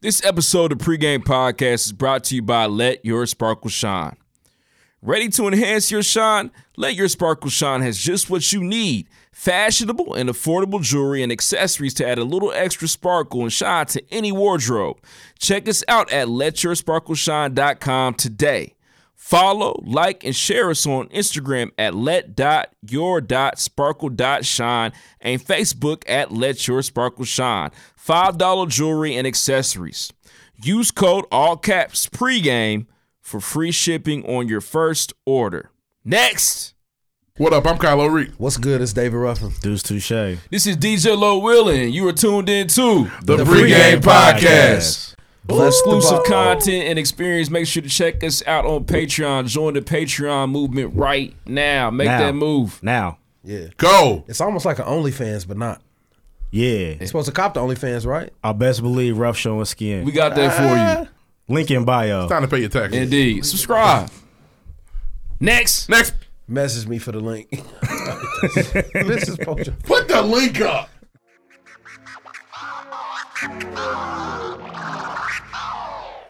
This episode of Pregame Podcast is brought to you by Let Your Sparkle Shine. Ready to enhance your shine? Let Your Sparkle Shine has just what you need fashionable and affordable jewelry and accessories to add a little extra sparkle and shine to any wardrobe. Check us out at letyoursparkleshine.com today. Follow, like, and share us on Instagram at let.your.sparkle.shine and Facebook at Let Your Sparkle Shine. $5 jewelry and accessories. Use code all caps pregame for free shipping on your first order. Next, What up? I'm Kylo Reed. What's good? It's David Ruffin. Deuce Touche. this is DJ Low Willin. You are tuned in to The, Pregame Pregame Podcast. For Bless the exclusive bottle. content and experience, make sure to check us out on Patreon. Join the Patreon movement right now. Make Now. that move. Now. Yeah. Go. It's almost like an OnlyFans, but not. Yeah. It's supposed to cop the OnlyFans, right? I best believe rough showing We skin. got that for you. Link in bio. Time to pay your taxes. Indeed. Subscribe. Next. Next, Message me for the link. this is Poacher. put the link up.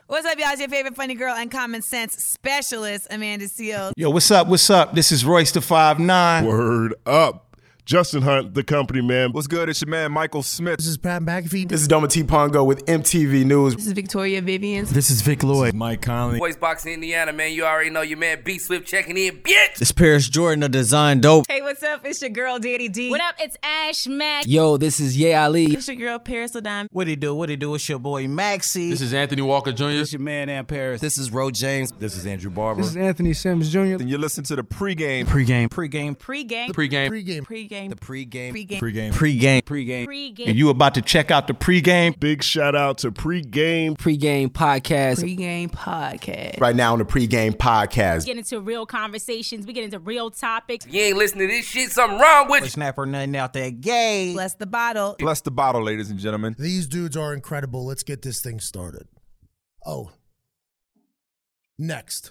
What's up, y'all? It's your favorite funny girl and common sense specialist, Amanda Seals. Yo, what's up? What's up? This is Royce the Five Nine. Word up. Justin Hunt, the company man. What's good? It's your man Michael Smith. This is Pat McAfee. This is Doma T Pongo with MTV News. This is Victoria Vivian. This is Vic Lloyd. Mike Conley. Voice Boxing Indiana, man. You already know your man B Swift checking in, bitch. It's Paris Jordan of Design Dope. Hey, what's up? It's your girl, Daddy D. What up? It's Ash Mac. Yo, this is Ye Ali. It's your girl, Paris Ladon. What it do? What it do? It's your boy Maxie. This is Anthony Walker Jr. your man Aunt Paris. This is Ro James. This is Andrew Barber. is Anthony Sims Jr. and you listen to the pregame. Pre-game. Pre-game. Pregame. Pre-game. Pre-game. Pre-game. Pre-game. Pre-game. Pre-game. Pre-game. Pre-game. Pre-game. And you about to check out the pre-game. Big shout out to pregame. Pre-game podcast. Pre-game podcast. Right now on the pre-game podcast. Get into real conversations. We get into real topics. If you ain't listening to this shit, something wrong with you. Snap or nothing out there. Gay. Bless the bottle. Bless the bottle, ladies and gentlemen. These dudes are incredible. Let's get this thing started. Oh. Next.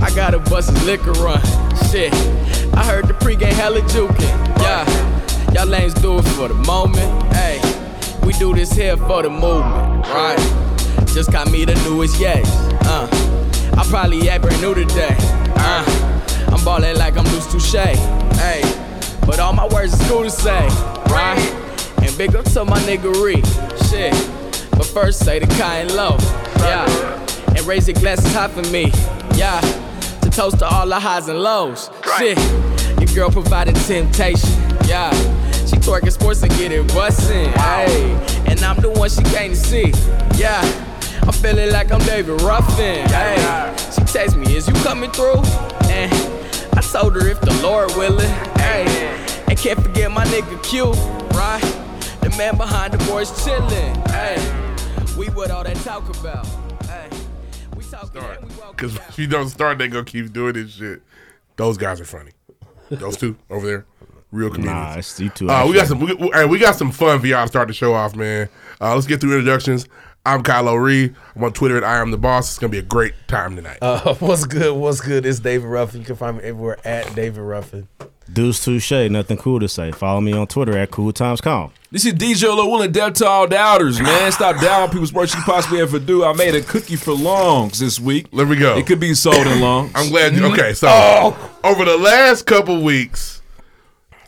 I got a busted liquor run. Shit. I heard the pregame hella jukin'. Yeah. Y'all lanes do it for the moment. Hey, we do this here for the movement. Right. Just got me the newest yes. Uh, I probably act brand new today. Uh, I'm ballin' like I'm loose touche. Hey, but all my words is cool to say, right? And big up to my niggery, shit. But first say the kind low, yeah. And raise your glasses high for me, yeah. To toast to all the highs and lows, shit. Your girl provided temptation, yeah. She twerking sports and getting bustin', hey. And I'm the one she came to see, yeah. I'm feeling like I'm David Ruffin. Hey, she text me, is you coming through? And I told her if the Lord willing. Hey, and can't forget my nigga Q, right? The man behind the boys chillin'. Hey, we what all that talk about. Hey, we talking and we walking Because out. if you don't start, they going to keep doing this shit. Those guys are funny. Those two over there, real Nah, comedians. it's you two. uh, we got some. We, we- hey, we got some fun VR to start the show off, man. Uh, let's get through introductions. I'm Kylo Reed. I'm on Twitter at I am the boss. It's gonna be a great time tonight. Uh, what's good? What's good? It's David Ruffin. You can find me everywhere at David Ruffin. Deuce Touche. Nothing cool to say. Follow me on Twitter at Cool Times Calm. This is DJ Low Willin' Death to all doubters, man. Stop doubting people's work you possibly ever do. I made a cookie for longs this week. There we go. It could be sold in longs. I'm glad. you Okay, so Oh. over the last couple weeks,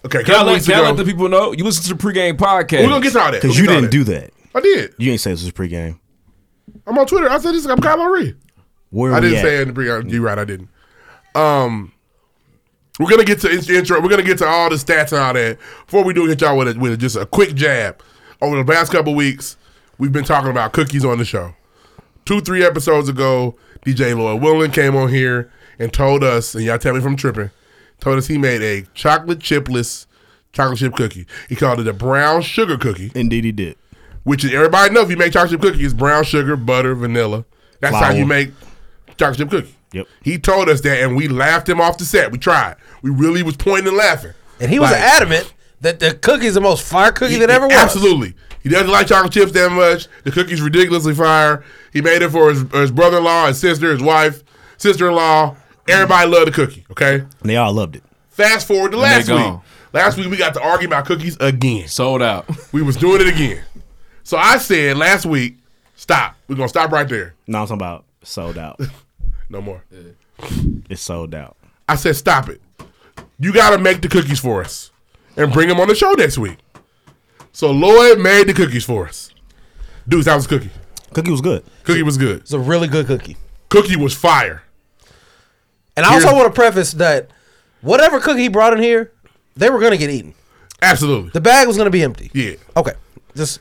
okay, Can I couple let, weeks can I ago, let the people know? You listen to the pregame podcast. we're gonna get to all that Because We'll you get to all didn't do that. that. I did. You ain't say this was pregame. I'm on Twitter. I said this. I'm Kylo Reed. Where I we didn't at? say it in the pre. You right? I didn't. Um, we're gonna get to int- intro. We're gonna get to all the stats and all that. Before we do, hit y'all with, a, with just a quick jab. Over the past couple weeks, we've been talking about cookies on the show. Two, three episodes ago, DJ Lloyd Willen came on here and told us, and y'all tell me if I'm tripping, told us he made a chocolate chipless chocolate chip cookie. He called it a brown sugar cookie, Indeed, he did. which is, everybody knows if you make chocolate chip cookie, it's brown sugar, butter, vanilla. That's how Flour. you make chocolate chip cookie. Yep. He told us that, and we laughed him off the set. We tried. We really was pointing and laughing. And he was Like- adamant that the cookie's the most fire cookie that ever was. Absolutely. He doesn't like chocolate chips that much. The cookie's ridiculously fire. He made it for his, his brother in law, his sister, his wife, sister in law. Everybody loved the cookie, okay? And they all loved it. Fast forward to they last week. gone. Last week we got to argue about cookies again. Sold out. We was doing it again. So I said last week, stop. We're gonna stop right there. No, I'm talking about sold out. No more. it's sold out. I said stop it. You gotta make the cookies for us and bring them on the show next week. So Lloyd made the cookies for us. Dudes, that was cookie. Cookie was good. Cookie was good. It's a really good cookie. Cookie was fire. And I also Here's- want to preface that whatever cookie he brought in here, they were going to get eaten. Absolutely. The bag was going to be empty. Yeah. Okay. Just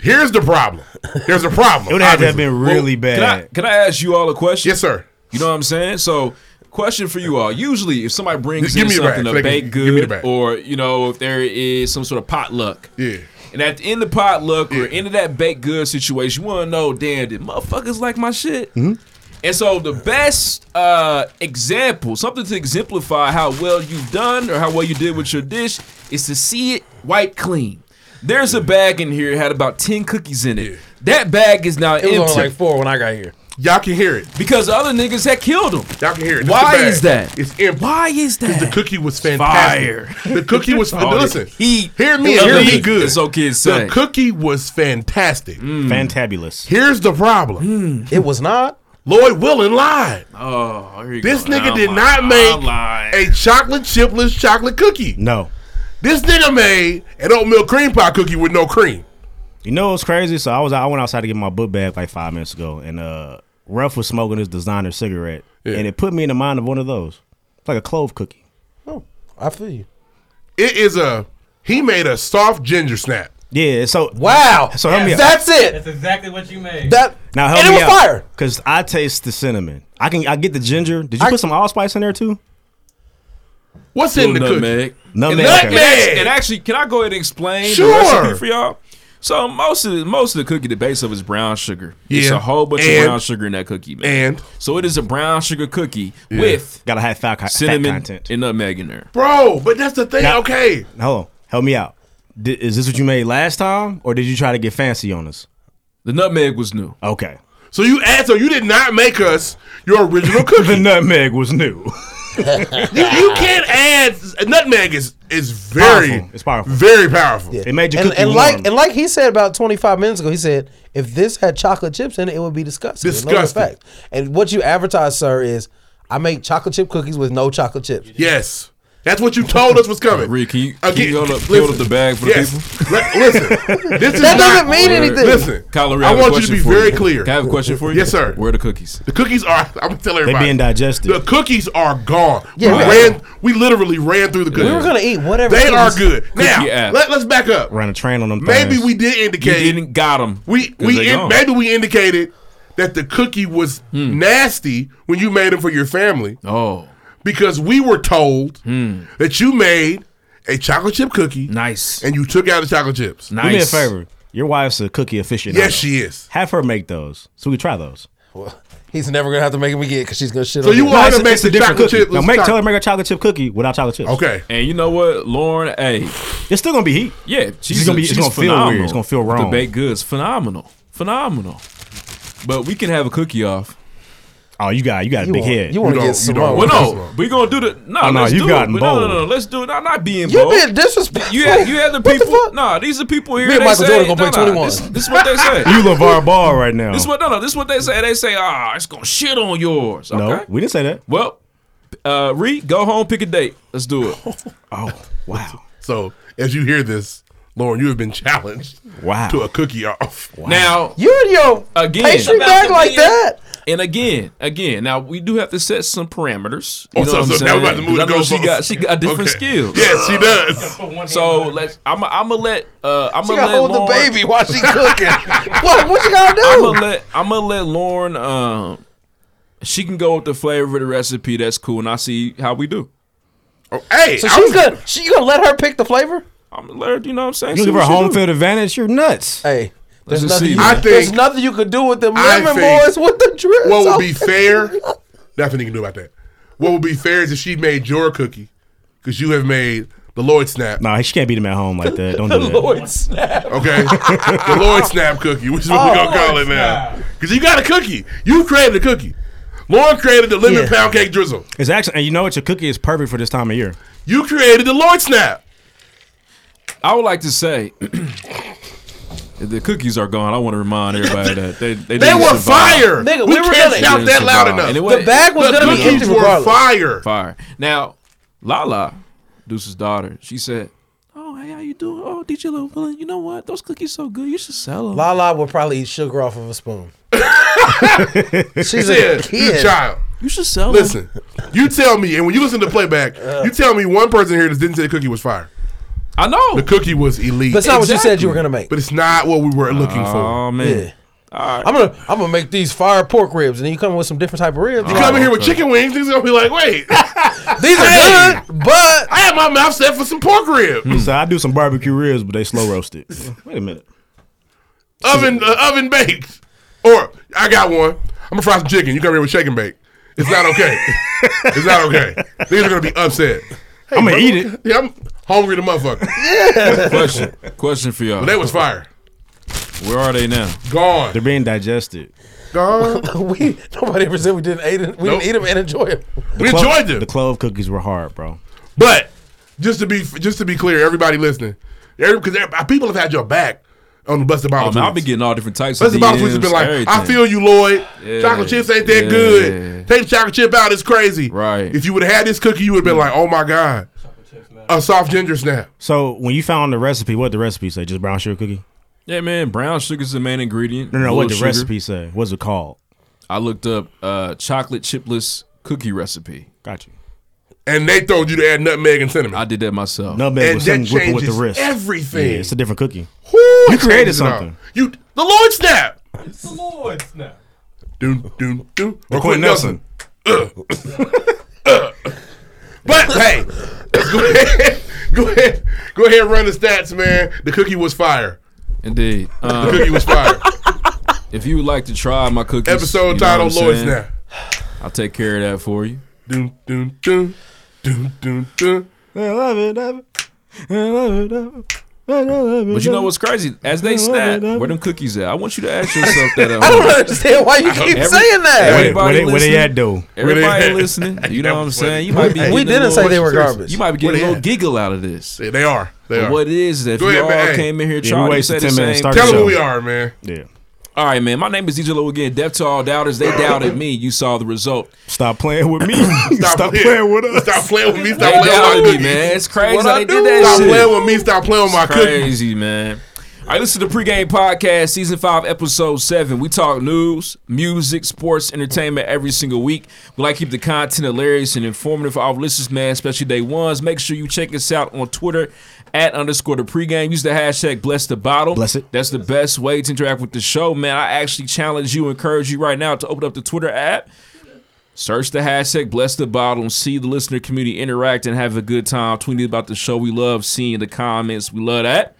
Here's the problem. Here's the problem. It would have to have obviously. been really Can I, bad. can I ask you all a question? Yes, sir. You know what I'm saying? So, question for you all. Usually, if somebody brings Just give in me the something, bag. a Like, baked give me the good, bag. or you know, if there is some sort of potluck, Yeah. And at the end of potluck or Yeah. end of that baked good situation, you want to know, damn, did motherfuckers like my shit? Mm-hmm. And so the best uh, example, something to exemplify how well you've done or how well you did with your dish, is to see it wiped clean. There's a bag in here that had about ten cookies in it. That bag is now it was empty only like four when I got here. Y'all can hear it. because other niggas had killed them. Y'all can hear it. This Why the bag. is that? It's empty. Why is that? The cookie was fantastic. Fire. The cookie was Oh, listen. he- hear me. it was Hear me elite, good. as old kids say. The cookie was fantastic. Mm. Fantabulous. Here's the problem. It was not. Lloyd Willen lied. Oh, here you This go. nigga I'm did lying. not I'm make lying. a chocolate chipless chocolate cookie. No. This nigga made an oatmeal cream pie cookie with no cream. You know what's crazy? So I was I went outside to get my book bag like five minutes ago, and uh Ruff was smoking his designer cigarette, and it put me in the mind of one of those, It's like a clove cookie. Oh, I feel you. It is a he made a soft ginger snap. Yeah. So Wow. So help me out. That's it. exactly what you made. That Now help and it me was out, fire. Cause I taste the cinnamon. I can I get the ginger. Did you I- put some allspice in there too? What's in Little the cookie? nutmeg. Nutmeg. Nutmeg! okay. And actually, can I go ahead and explain Sure. the recipe for y'all? So most of the, most of the cookie, the base of is brown sugar. It's Yeah. a whole bunch And- of brown sugar in that cookie, man. And so it is a brown sugar cookie with Gotta have fat, fat cinnamon content. and nutmeg in there. Bro, but that's the thing. Now- okay, Hold on. Help me out. Di- is this what you made last time, or did you try to get fancy on us? The nutmeg was new. Okay. so you asked, so you did not make us your original The cookie. nutmeg was new. you, you can't add nutmeg is is very Powerful. It's powerful. very powerful. It made your And, cookie and warm. like and like he said about 25 minutes ago, he said if this had chocolate chips in it, it would be disgusting. There's no other Disgusting. fact. And what you advertise, sir, is I make chocolate chip cookies with no chocolate chips. Yes, that's what you told us was coming. Reed, can you- can Again, you hold up- listen. hold up the bag for the people? listen, this is That not- doesn't mean anything. Listen, Kyler, I have a want you to question be for very clear. Can I have a question for you? Yes, sir. Where are the cookies? The cookies are. I'm gonna tell everybody. being digested. The cookies are gone. Yeah, we we- ran. We literally ran through the cookies. We were gonna eat whatever. They it are was. good. Now app. let, us back up. Ran a train on them. Maybe things. we did You indicate didn't got them. we we in, maybe we indicated that the cookie was Hmm. nasty when you made them for your family Oh, because we were told Hmm. that you made a chocolate chip cookie nice. and you took out the chocolate chips. nice. Do me a favor. Your wife's a cookie aficionado. Yes, she is. Have her make those so we try those. He's never gonna have to make him again because she's gonna shit So on you him. want it's to a- make it's a the different chocolate cookie. chip? Now let's make talk- tell her to make a chocolate chip cookie without chocolate chips. Okay, And you know what, Lauren? Hey, It's still gonna be heat. Yeah, she's, It's gonna be- it's she's gonna feel weird. phenomenal. It's gonna feel with The wrong. baked goods, phenomenal, phenomenal. But we can have a cookie off. Oh, you got you got a You big want, head. You want to don't- get you don't. Simone? Well, no, Personal. we gonna do the no. Oh, no, let's you've do gotten it. No, no, bold. no, no. Let's do it. I'm not being You bold. being disrespectful. you had you had the What people. fuck? nah, these are people here. Me and they Michael say, Jordan gonna nah, play nah, 21. This, this is what they say. you LeVar Ball right now. this is what no, no. This is what they say. They say, ah, it's gonna shit on yours. Okay. no, we didn't say that. Well, uh, Reed, go home, pick a date. Let's do it. Oh, wow, so as you hear this, Lauren, you have been challenged wow. to a cookie off. Now, You and your Again. pastry About bag to like be- that. And again, again, now we do have to set some parameters. You Oh, know what so, I'm so now saying? we're about to move I to know she GoFundMe. got she got different Okay. skills. Yes, she does. So let's. I'm. I'm gonna let. Uh, I'm You gonna gotta let hold the Lauren, baby while she cooking. what? What you gotta I'm do? gonna let. I'm gonna let Lauren. Um, she can go with the flavor of the recipe. That's cool, and I see how we do. Oh, hey, so I she's was- gonna. She you gonna let her pick the flavor? I'm gonna let her. You know what I'm saying? You See give her what a she home do. field advantage. You're nuts. Hey, Let's just There's nothing, see. you, man. there's nothing you could do with them lemon boys with the drips. What would on be there. fair? Nothing you can do about that. What would be fair is if she made your cookie because you have made the Lloyd snap. Nah, she can't beat him at home like that. Don't do that. Lloyd snap. Okay, the Lloyd snap cookie, which is what Oh, we gonna call Lord it now. Because you got a cookie. You created a cookie. Lauren created the lemon Yeah. pound cake drizzle. It's actually, and you know what? Your cookie is perfect for this time of year. You created the Lloyd snap. I would like to say. The cookies are gone. I want to remind everybody that they they, They didn't were survive. fire. Nigga, we we were can't really- shout that loud Survive. enough. And it The was- bag was the gonna be empty cookies were regardless. fire. fire. Now, Lala, Deuce's daughter, she said, "Oh, hey, how you doing? Oh, DJ Lil Villain, you know what? Those cookies so good. You should sell them." Lala would probably eat sugar off of a spoon. She's Yeah, a you kid. child. you should sell them. Listen, you tell me, and when you listen to playback, Uh. you tell me one person here that didn't say the cookie was fire. I know. The cookie was elite, That's not what you said you were gonna make. but it's not what we were looking for. Oh man, Yeah. I'm gonna I'm gonna make these fire pork ribs, and then you come with some different type of ribs. You come in here with chicken wings, he's gonna be like, "Wait, I these Hey. are good, but had my mouth set for some pork rib, So I do some barbecue ribs, but they slow roasted. Wait a minute. oven uh, oven baked." Or I got one. I'm gonna fry some chicken. You come here with shake and bake. It's not okay. it's not okay. These are gonna be upset. I'm gonna eat it. Yeah, I'm hungry to motherfucker. question, question for y'all. But that was fire. Where are they now? Gone. They're being digested. Gone. we nobody ever said we didn't eat it. We Nope. didn't eat them and enjoy them. we enjoyed them. The clove cookies were hard, bro. But just to be just to be clear, everybody listening, because people have had your back on the Busted Oh, Bottles. man, I've tweets. been getting all different types of Busted Bottles tweets DMs. have been like, I everything. feel you, Lloyd. Chocolate Yeah. chips ain't that Yeah. good. Take the chocolate chip out, it's crazy. Right. If you would have had this cookie, you would have been like, oh my god, a soft ginger snap. So when you found the recipe, what the recipe say? Just brown sugar cookie? Yeah, man. Brown sugar's the main ingredient. No, no. A What the little sugar. recipe say? What's it called? I looked up uh, chocolate chipless cookie recipe. Got you. And they told you to add nutmeg and cinnamon. I did that myself. Nutmeg and with that something with, with changes the wrist. everything. Yeah, it's a different cookie. Woo, You it created changes it all. something. You the Lord snap. It's the Lord snap. Doom doom doom. Or Quentin Nelson. Uh, But hey, go ahead, go ahead, go ahead, and run the stats, man. The cookie was fire. Indeed. The Um, cookie was fire. if you would like to try my cookies, you Episode know title: what I'm Lloyd's saying? now. I'll take care of that for you. Doom doom doom doom doom doom. I love it, love it. I love it, love it. I love it, But you know love it. what's crazy? As they Yeah, snap, whatever. where them cookies at? I want you to ask yourself that. At I don't home. understand why you keep Every- saying that. Everybody Where they, where they listening? at though? Everybody Where they at? listening, you know what I'm saying? You might be. We getting a didn't little- say they were garbage. You might be getting Where they a little at? giggle out of this. They, they are. They are. What it is that if Go ahead, you all man. Hey. came in here we trying to say wasted the 10 minutes same starting Tell them So- who we are, man. Yeah. All right, man. My name is DJ Low again. Death to all doubters. They doubted me. You saw the result. Stop playing with me. Stop, playing with us. Stop playing with me. Stop They playing doubted with me, man. It's crazy how they did that Stop shit. playing with me. Stop playing with my cookie. crazy, man. All right, listen to the pregame podcast, season five, episode seven. We talk news, music, sports, entertainment every single week. We like to keep the content hilarious and informative for our listeners, man, especially day ones. Make sure you check us out on Twitter at underscore the pregame. Use the hashtag bless the bottle. Bless it. That's the best way to interact with the show, man. I actually challenge you, encourage you right now to open up the Twitter app. Search the hashtag bless the bottle and see the listener community interact and have a good time. Tweet about the show. We love seeing the comments. We love that.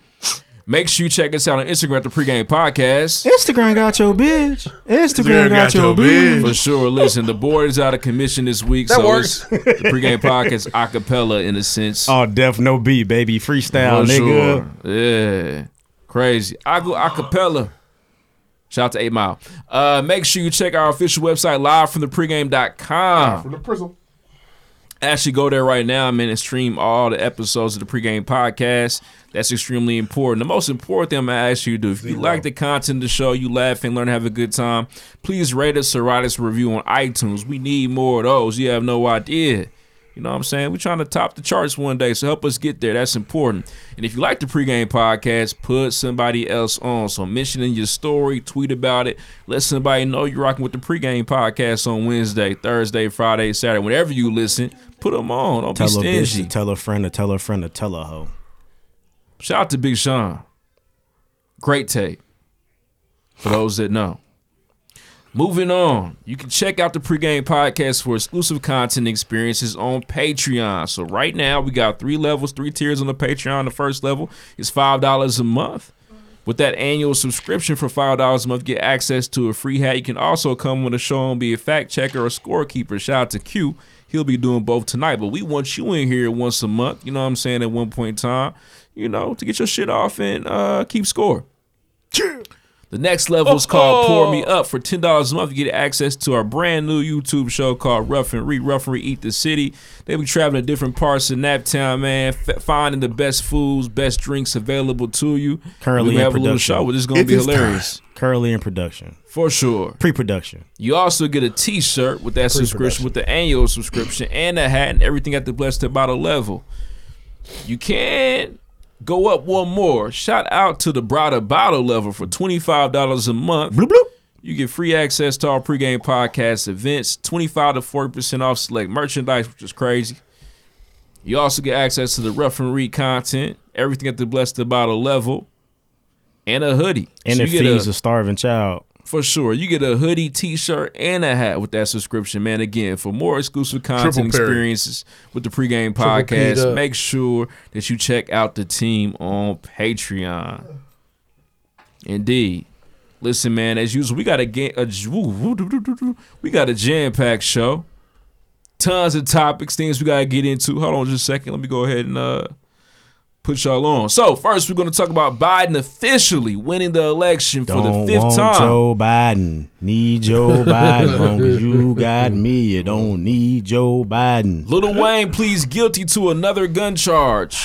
Make sure you check us out on Instagram at the pregame podcast. Instagram got your bitch. Instagram Instagram got got your your bitch. For sure. Listen, the board is out of commission this week. so works. it's the pregame podcast a cappella in a sense. Oh, deaf no beat, baby. Freestyle, For nigga. sure. Yeah. Crazy. I go acapella. Shout out to 8 Mile. Uh, make sure you check our official website live from the pregame.com. From the prison. actually go there right now, man, and stream all the episodes of the pregame podcast. That's extremely important. The most important thing I'm gonna ask you to do, if you like the content of the show, you laugh and learn, have a good time, please rate us or write us a review on iTunes. We need more of those. You have no idea. You know what I'm saying? We're trying to top the charts one day, so help us get there. That's important. And if you like the pregame podcast, put somebody else on. So mention in your story, tweet about it. Let somebody know you're rocking with the pregame podcast on Wednesday, Thursday, Friday, Saturday. Whenever you listen, put them on. Don't Tell a be bitch to stingy. tell a friend to tell a friend to tell a hoe. Shout out to Big Sean. Great tape. For those that know. Moving on, you can check out the pregame podcast for exclusive content and experiences on Patreon. So right now we got three levels, three tiers on the Patreon. The first level is five dollars a month. With that annual subscription for five dollars a month, get access to a free hat. You can also come on the show and be a fact checker or scorekeeper. Shout out to Q. He'll be doing both tonight. But we want you in here once a month. You know what I'm saying? At one point in time, you know, to get your shit off and uh, keep score. The next level is called Pour Me Up. For ten dollars a month, you get access to our brand new YouTube show called Rough and Re Rough and Re Eat the City. They be traveling to different parts of Naptown, man, f- finding the best foods, best drinks available to you. Currently we in have a little production. show, which is gonna It be is time. hilarious Currently in production. for sure. Pre-production. You also get a T-shirt with that subscription, with the annual subscription, and a hat, and everything at the Blessed to Bottle level. You can go up one more. Shout out to the Brada Bottle level for twenty five dollars a month. You get free access to our pregame podcast events, twenty five to forty percent off select merchandise, which is crazy. You also get access to the rough and read content, everything at the Blessed to Bottle level, and a hoodie. And So it you get a- feeds a starving child. for sure. You get a hoodie, t shirt, and a hat with that subscription, man. Again, for more exclusive content Triple parry. experiences with the pregame Triple P'd podcast, up. make sure that you check out the team on Patreon. Indeed. Listen, man, as usual, we got a, ga- a j- woo, woo, doo, doo, doo, doo. we got a jam-packed show. Tons of topics, things we gotta get into. Hold on just a second. Let me go ahead and uh put y'all on. So first we're gonna talk about Biden officially winning the election for Don't the fifth want time. Joe Biden. Need Joe Biden. Long as you got me, you don't need Joe Biden. Little Wayne pleads guilty to another gun charge.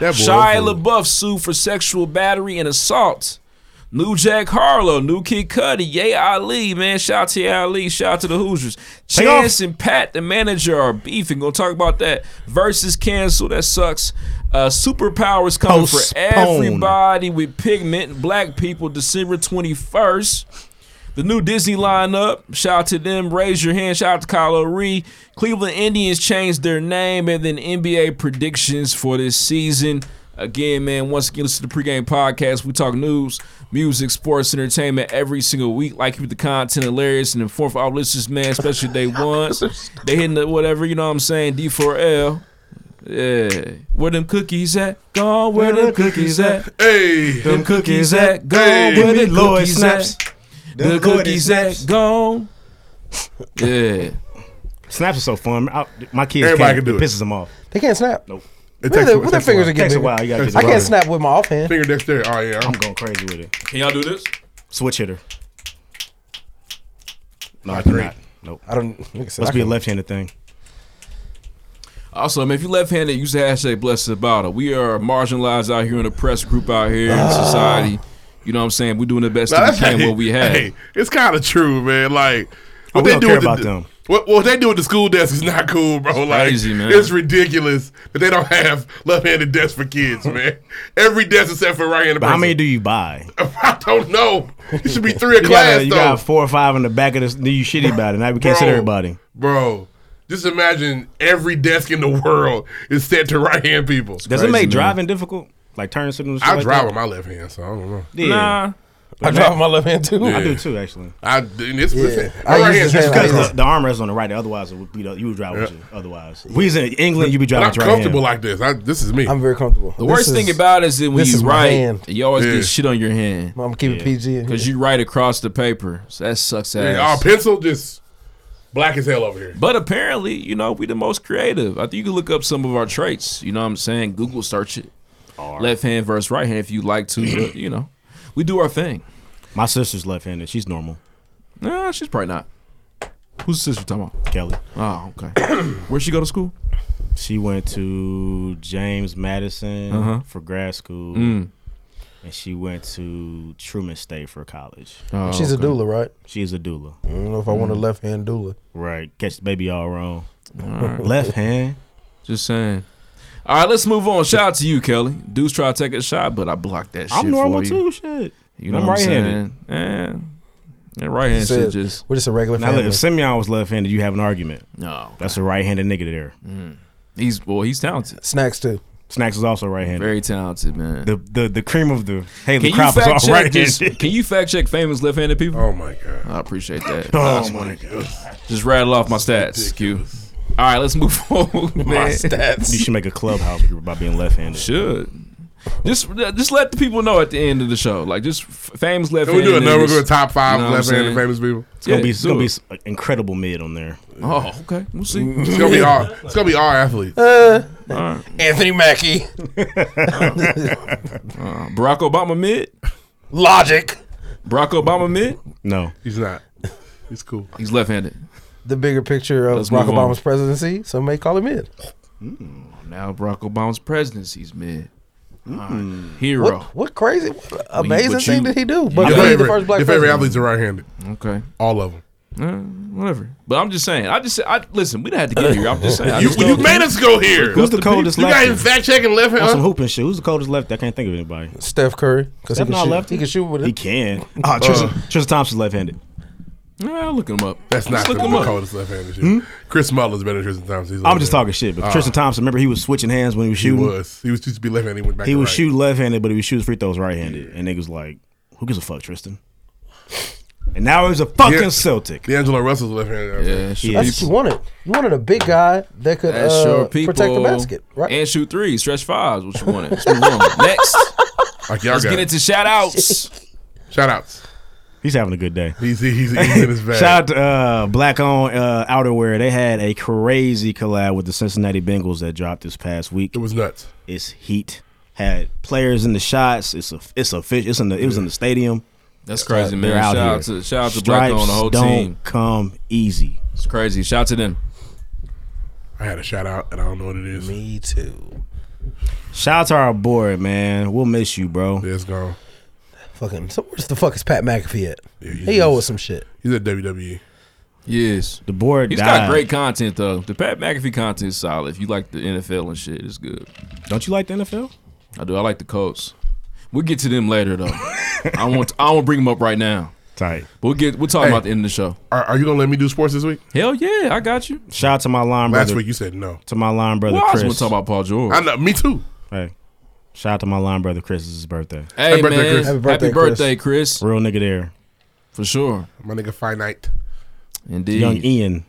That boy Shia a fool. LaBeouf sued for sexual battery and assault. New Jack Harlow, New Kid Cudi, Yay Ali, man. Shout out to Ye Ali. Shout out to the Hoosiers. Take off. Chance and Pat, the manager, are beefing. Gonna talk about that. Versus cancel. That sucks. Uh, superpowers coming for Postpone. everybody with pigment. Black people, December twenty first. The new Disney lineup. Shout out to them. Raise your hand. Shout out to Kyle O'Ree. Cleveland Indians changed their name, and then NBA predictions for this season. Again, man, once again, listen to the pregame podcast. We talk news, music, sports, entertainment every single week. Like you with the content, hilarious, and informed for our listeners, man, especially day ones. They hitting the whatever, you know what I'm saying? D4L. Yeah. Where them cookies at? Gone where them cookies at? Hey. Them cookies at? Gone Hey. where the Give me Lloyd cookies snaps. at? The Them Lloyd cookies at? Gone. Yeah. Snaps are so fun. I, my kids Everybody can't, can do it it. pisses them off. They can't snap. Nope. It takes- Really, it what their takes a fingers while. are getting Takes a bigger. while. You gotta I get can't it right. snap with my offhand. Finger dexterity. Oh yeah, I'm going crazy with it. Can y'all do this? Switch hitter. No, I I, cannot. drink. Nope. I don't. Must be a left-handed thing. Also, man, if you're left-handed, use the hashtag blessed about it. We are marginalized out here in the press group out here in society. You know what I'm saying? We're doing the best Nah, that we that's can hey, what we have. hey, it's kind of true, man. Like what Oh, we they don't do care with about the, them. What, what they do at the school desk is not cool, bro. like crazy, man. it's ridiculous that they don't have left-handed desks for kids, man. Every desk except for right-handed. But how person. many do you buy? I don't know. It should be three a you class got, you though, got four or five in the back of this. then You shitty about it. Now we can't sit Bro. everybody. bro. Just imagine every desk in the world is set to right-hand people. Does it make driving difficult? Like turn signals. and shit I like drive that? with my left hand, so I don't know. Yeah. Nah. I drive with my left hand too. I do too, actually. I and it's listen, I my right hand's use this just because the, because the armrest on the right. Otherwise, it would be the, you would drive with you. Otherwise, we was in England. You be driving. I'm with your comfortable hand. like this. I, this is me. I'm very comfortable. The worst thing about it is that when this you is my write, hand. you always Yeah. get shit on your hand. I'm keeping PG in because you write across the paper. So that sucks ass. Yeah, our pencil just black as hell over here. But apparently, you know, we the most creative. I think you can look up some of our traits. You know what I'm saying? Google search it. Left hand versus right hand if you like to, but, you know. We do our thing. My sister's left-handed. She's normal. Nah, she's probably not. Who's sister talking about? Kelly. Oh, okay. Where'd she go to school? She went to James Madison Uh-huh. for grad school, Mm. and she went to Truman State for college. Oh, Mm-hmm. She's a okay. doula, right? She's a doula. I don't know if I want a left hand doula. Right. Catch the baby all wrong. right. Left hand. Just saying. All right, let's move on. Shout out to you, Kelly. Dudes try to take a shot, but I blocked that shit. I'm normal for you. too. Shit. You know I'm what I'm right-handed. saying? And, and right hand shit just. we're just a regular Now, look, family. if Simeon was left-handed, you have an argument. No, That's a right-handed nigga there. he's well, he's talented. Snacks too. Snacks is also right handed. Very talented, man. The the the cream of the hey Can the you crop is fact all check right just- handed. Can you fact check famous left-handed people? Oh my god. I appreciate that. Oh, That's my funny. Just rattle off my stats, Q. All right, let's move forward, man. You should make a clubhouse group about being left handed. Should. Just, just let the people know at the end of the show. Like, just f- famous left. Can we do another good top five left-handed famous people? It's gonna be it's gonna be s- an incredible mid on there. Oh, okay. We'll see. It's gonna be all. It's gonna be all athletes. Anthony Mackie, Uh, Barack Obama mid. Logic, Barack Obama mid. No, He's not. He's cool. He's left-handed. the bigger picture of Let's Barack move on. Obama's presidency. Some may call him in. Now Barack Obama's presidency's mid. All right. Hmm. Hero. What, what crazy, what amazing but thing you- did he do? But Your he's favorite, the first your black favorite president. athletes are right-handed. Okay. All of them. Uh, whatever. But I'm just saying. I just I listen. We didn't have to get here. I'm just saying. I You, just you told made us go here. who's You the coldest got him left? fact checking left On some hand. hooping shit. Who's the coldest left? I can't think of anybody. Steph Curry, because he Steph can not shoot. lefty? He can shoot with He it. can. Oh, Tristan, Tristan Thompson's left handed. Yeah, look him up. That's not Just the, look him the up. coldest left-handed. shit. Chris Muller's better than Tristan Thompson. He's I'm just talking left-handed. shit. But Tristan Thompson, remember he was switching hands when he was He shooting. was. He was used to be left-handed. He went back. He to would right. shoot left handed, but he would shoot his free throws right handed. And niggas like, who gives a fuck, Tristan? And now he's a fucking Yeah. Celtic. D'Angelo Russell's left-handed. Yeah, shoot That's what you people. wanted. You wanted a big guy that could That's uh, your people. protect the basket, right? And shoot three, stretch fives. What you wanted? Let's move on. Next, Like y'all let's got get into shout outs. shout outs. He's having a good day. He's he's, he's in his bag. Shout out to uh, Black on uh, Outerwear. They had a crazy collab with the Cincinnati Bengals that dropped this past week. It was nuts. It's heat. Had players in the shots. It's a it's a fish. It's in the it was in the stadium. That's crazy, man. They're out Shout out here. to shout out to Black on the whole don't team. come easy. It's crazy. Shout out to them. I had a shout out, and I don't know what it is. Me too. Shout out to our boy, man. We'll miss you, bro. Yeah, it's gone. Fucking. So where's the fuck is Pat McAfee at? Yeah, He he's- owe us some shit. He's at E. WWE. Yes. The board He's died. got great content though. The Pat McAfee content is solid. If you like the NFL and shit, it's good. Don't you like the NFL? I do. I like the Colts. We'll get to them later though. I want. I won't bring them up right now. Tight. We'll get. We'll talk Hey. about the end of the show. Are, are you gonna let me do sports this week? Hell yeah, I got you. Shout out to my line Last brother. week you said no. To my line brother Well, I was Chris. gonna talk about Paul George. I know. Me too. hey. Shout out to my line brother Chris. It's his birthday. Hey Happy birthday, man, Chris. happy Happy birthday, birthday, Chris. Real nigga there. for sure. My nigga finite. Indeed, Young E. Ian.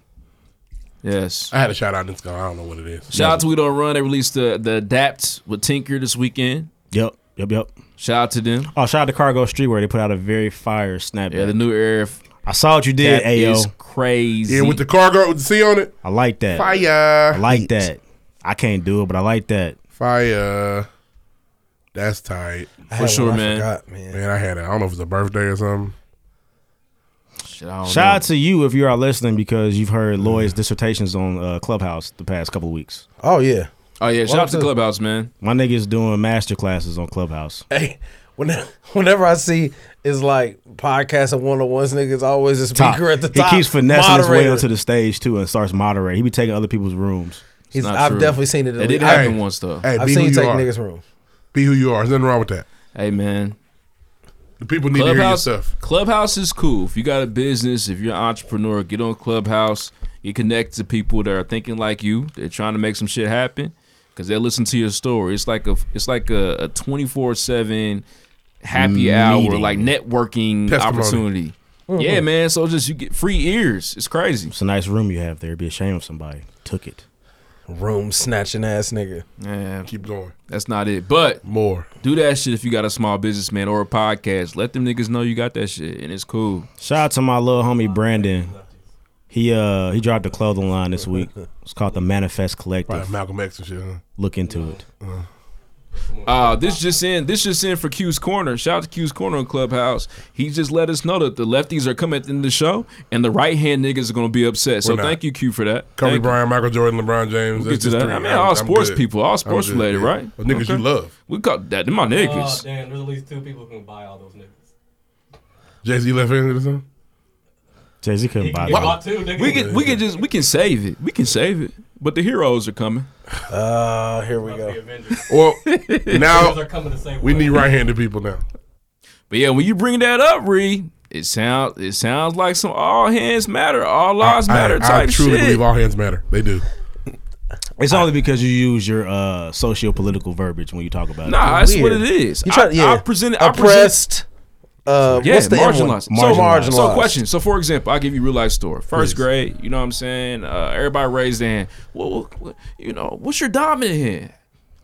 yes. I had a shout out and it's gone. I don't know what it is. Shout out to We Don't Run. They released the the Adapt with Tinker this weekend. Yep. Yep. Yep. Shout out to them. Oh, shout out to Cargo Streetwear. They put out a very fire snapback. Yeah, the new era f- I saw what you did, that Ayo. is crazy. Yeah, with the cargo with the C on it. I like that. I Fire. like that. I can't do it, but I like that. Fire. That's tight. I had sure, one I man. forgot, man. Man, I had it. I don't know if it's a birthday or something. Shit, I don't Shout out know. to you if you are listening because you've heard Lloyd's dissertations on uh, Clubhouse the past couple of weeks. Oh yeah. Oh yeah, shout out to Clubhouse, man. My nigga's doing master classes on Clubhouse. Hey, whenever, whenever I see is like podcasts and one on ones, niggas always a speaker at the top. He keeps finessing his way moderator. onto the stage too and starts moderating. He be taking other people's rooms. He's, not I've true. definitely seen it. It did At least. happen Hey. once though. Hey, Hey, I've be seen who you you take are. niggas room. Be who you are. There's nothing wrong with that. man. The people need Clubhouse, to hear your stuff. Clubhouse is cool. If you got a business, if you're an entrepreneur, get on Clubhouse. You connect to people that are thinking like you. They're trying to make some shit happen because they listen to your story. It's like a it's like a twenty four seven happy hour Meeting. like networking Testimony. opportunity. Yeah, man. So just you get free ears. It's crazy. It's a nice room you have there. Be ashamed of somebody. Took it. Room snatching ass nigga. Yeah, Keep going. that's not it. But More. do that shit if you got a small businessman or a podcast. Let them niggas know you got that shit and it's cool. Shout out to my little homie Brandon. He uh he dropped a clothing line this week. It's called the Manifest Probably Collective. Malcolm X and shit. Huh? Look into it. Uh, this just in. This just in for Q's Corner. Shout out to Q's Corner on Clubhouse. He just let us know that the lefties are coming in the show, and the right hand niggas are gonna be upset. So We're not. thank you, Q, for that. Kobe Thank you. Bryant, Michael Jordan, LeBron James. We'll that's get to just that. three. I mean, I'm- all I'm sports good. people, all sports good, related, yeah. right? Well, niggas Okay. you love. We got that. them My niggas. Oh, damn, there's at least two people who can buy all those niggas. Jay Z left handed or something? Jay Z couldn't buy that. Two niggas. we can. We can just. We can save it. We can save it. But the heroes are coming. Uh, here we go. Well, now They're coming the same we need right handed people now. But yeah, when you bring that up, Ree, it sounds. It sounds like some all hands matter, all lives matter I, type I truly shit. believe all hands matter. They do. It's only because you use your uh, socio-political verbiage when you talk about it. Nah, that's what it is. You I, try- yeah. I presented I Oppressed, present, uh, what's the M one? marginalized. So marginalized. So question. So for example, I'll give you real life story. First Please. grade, you know what I'm saying? Uh, everybody raised their hand. Well, what- what- you know, what's your dominant hand?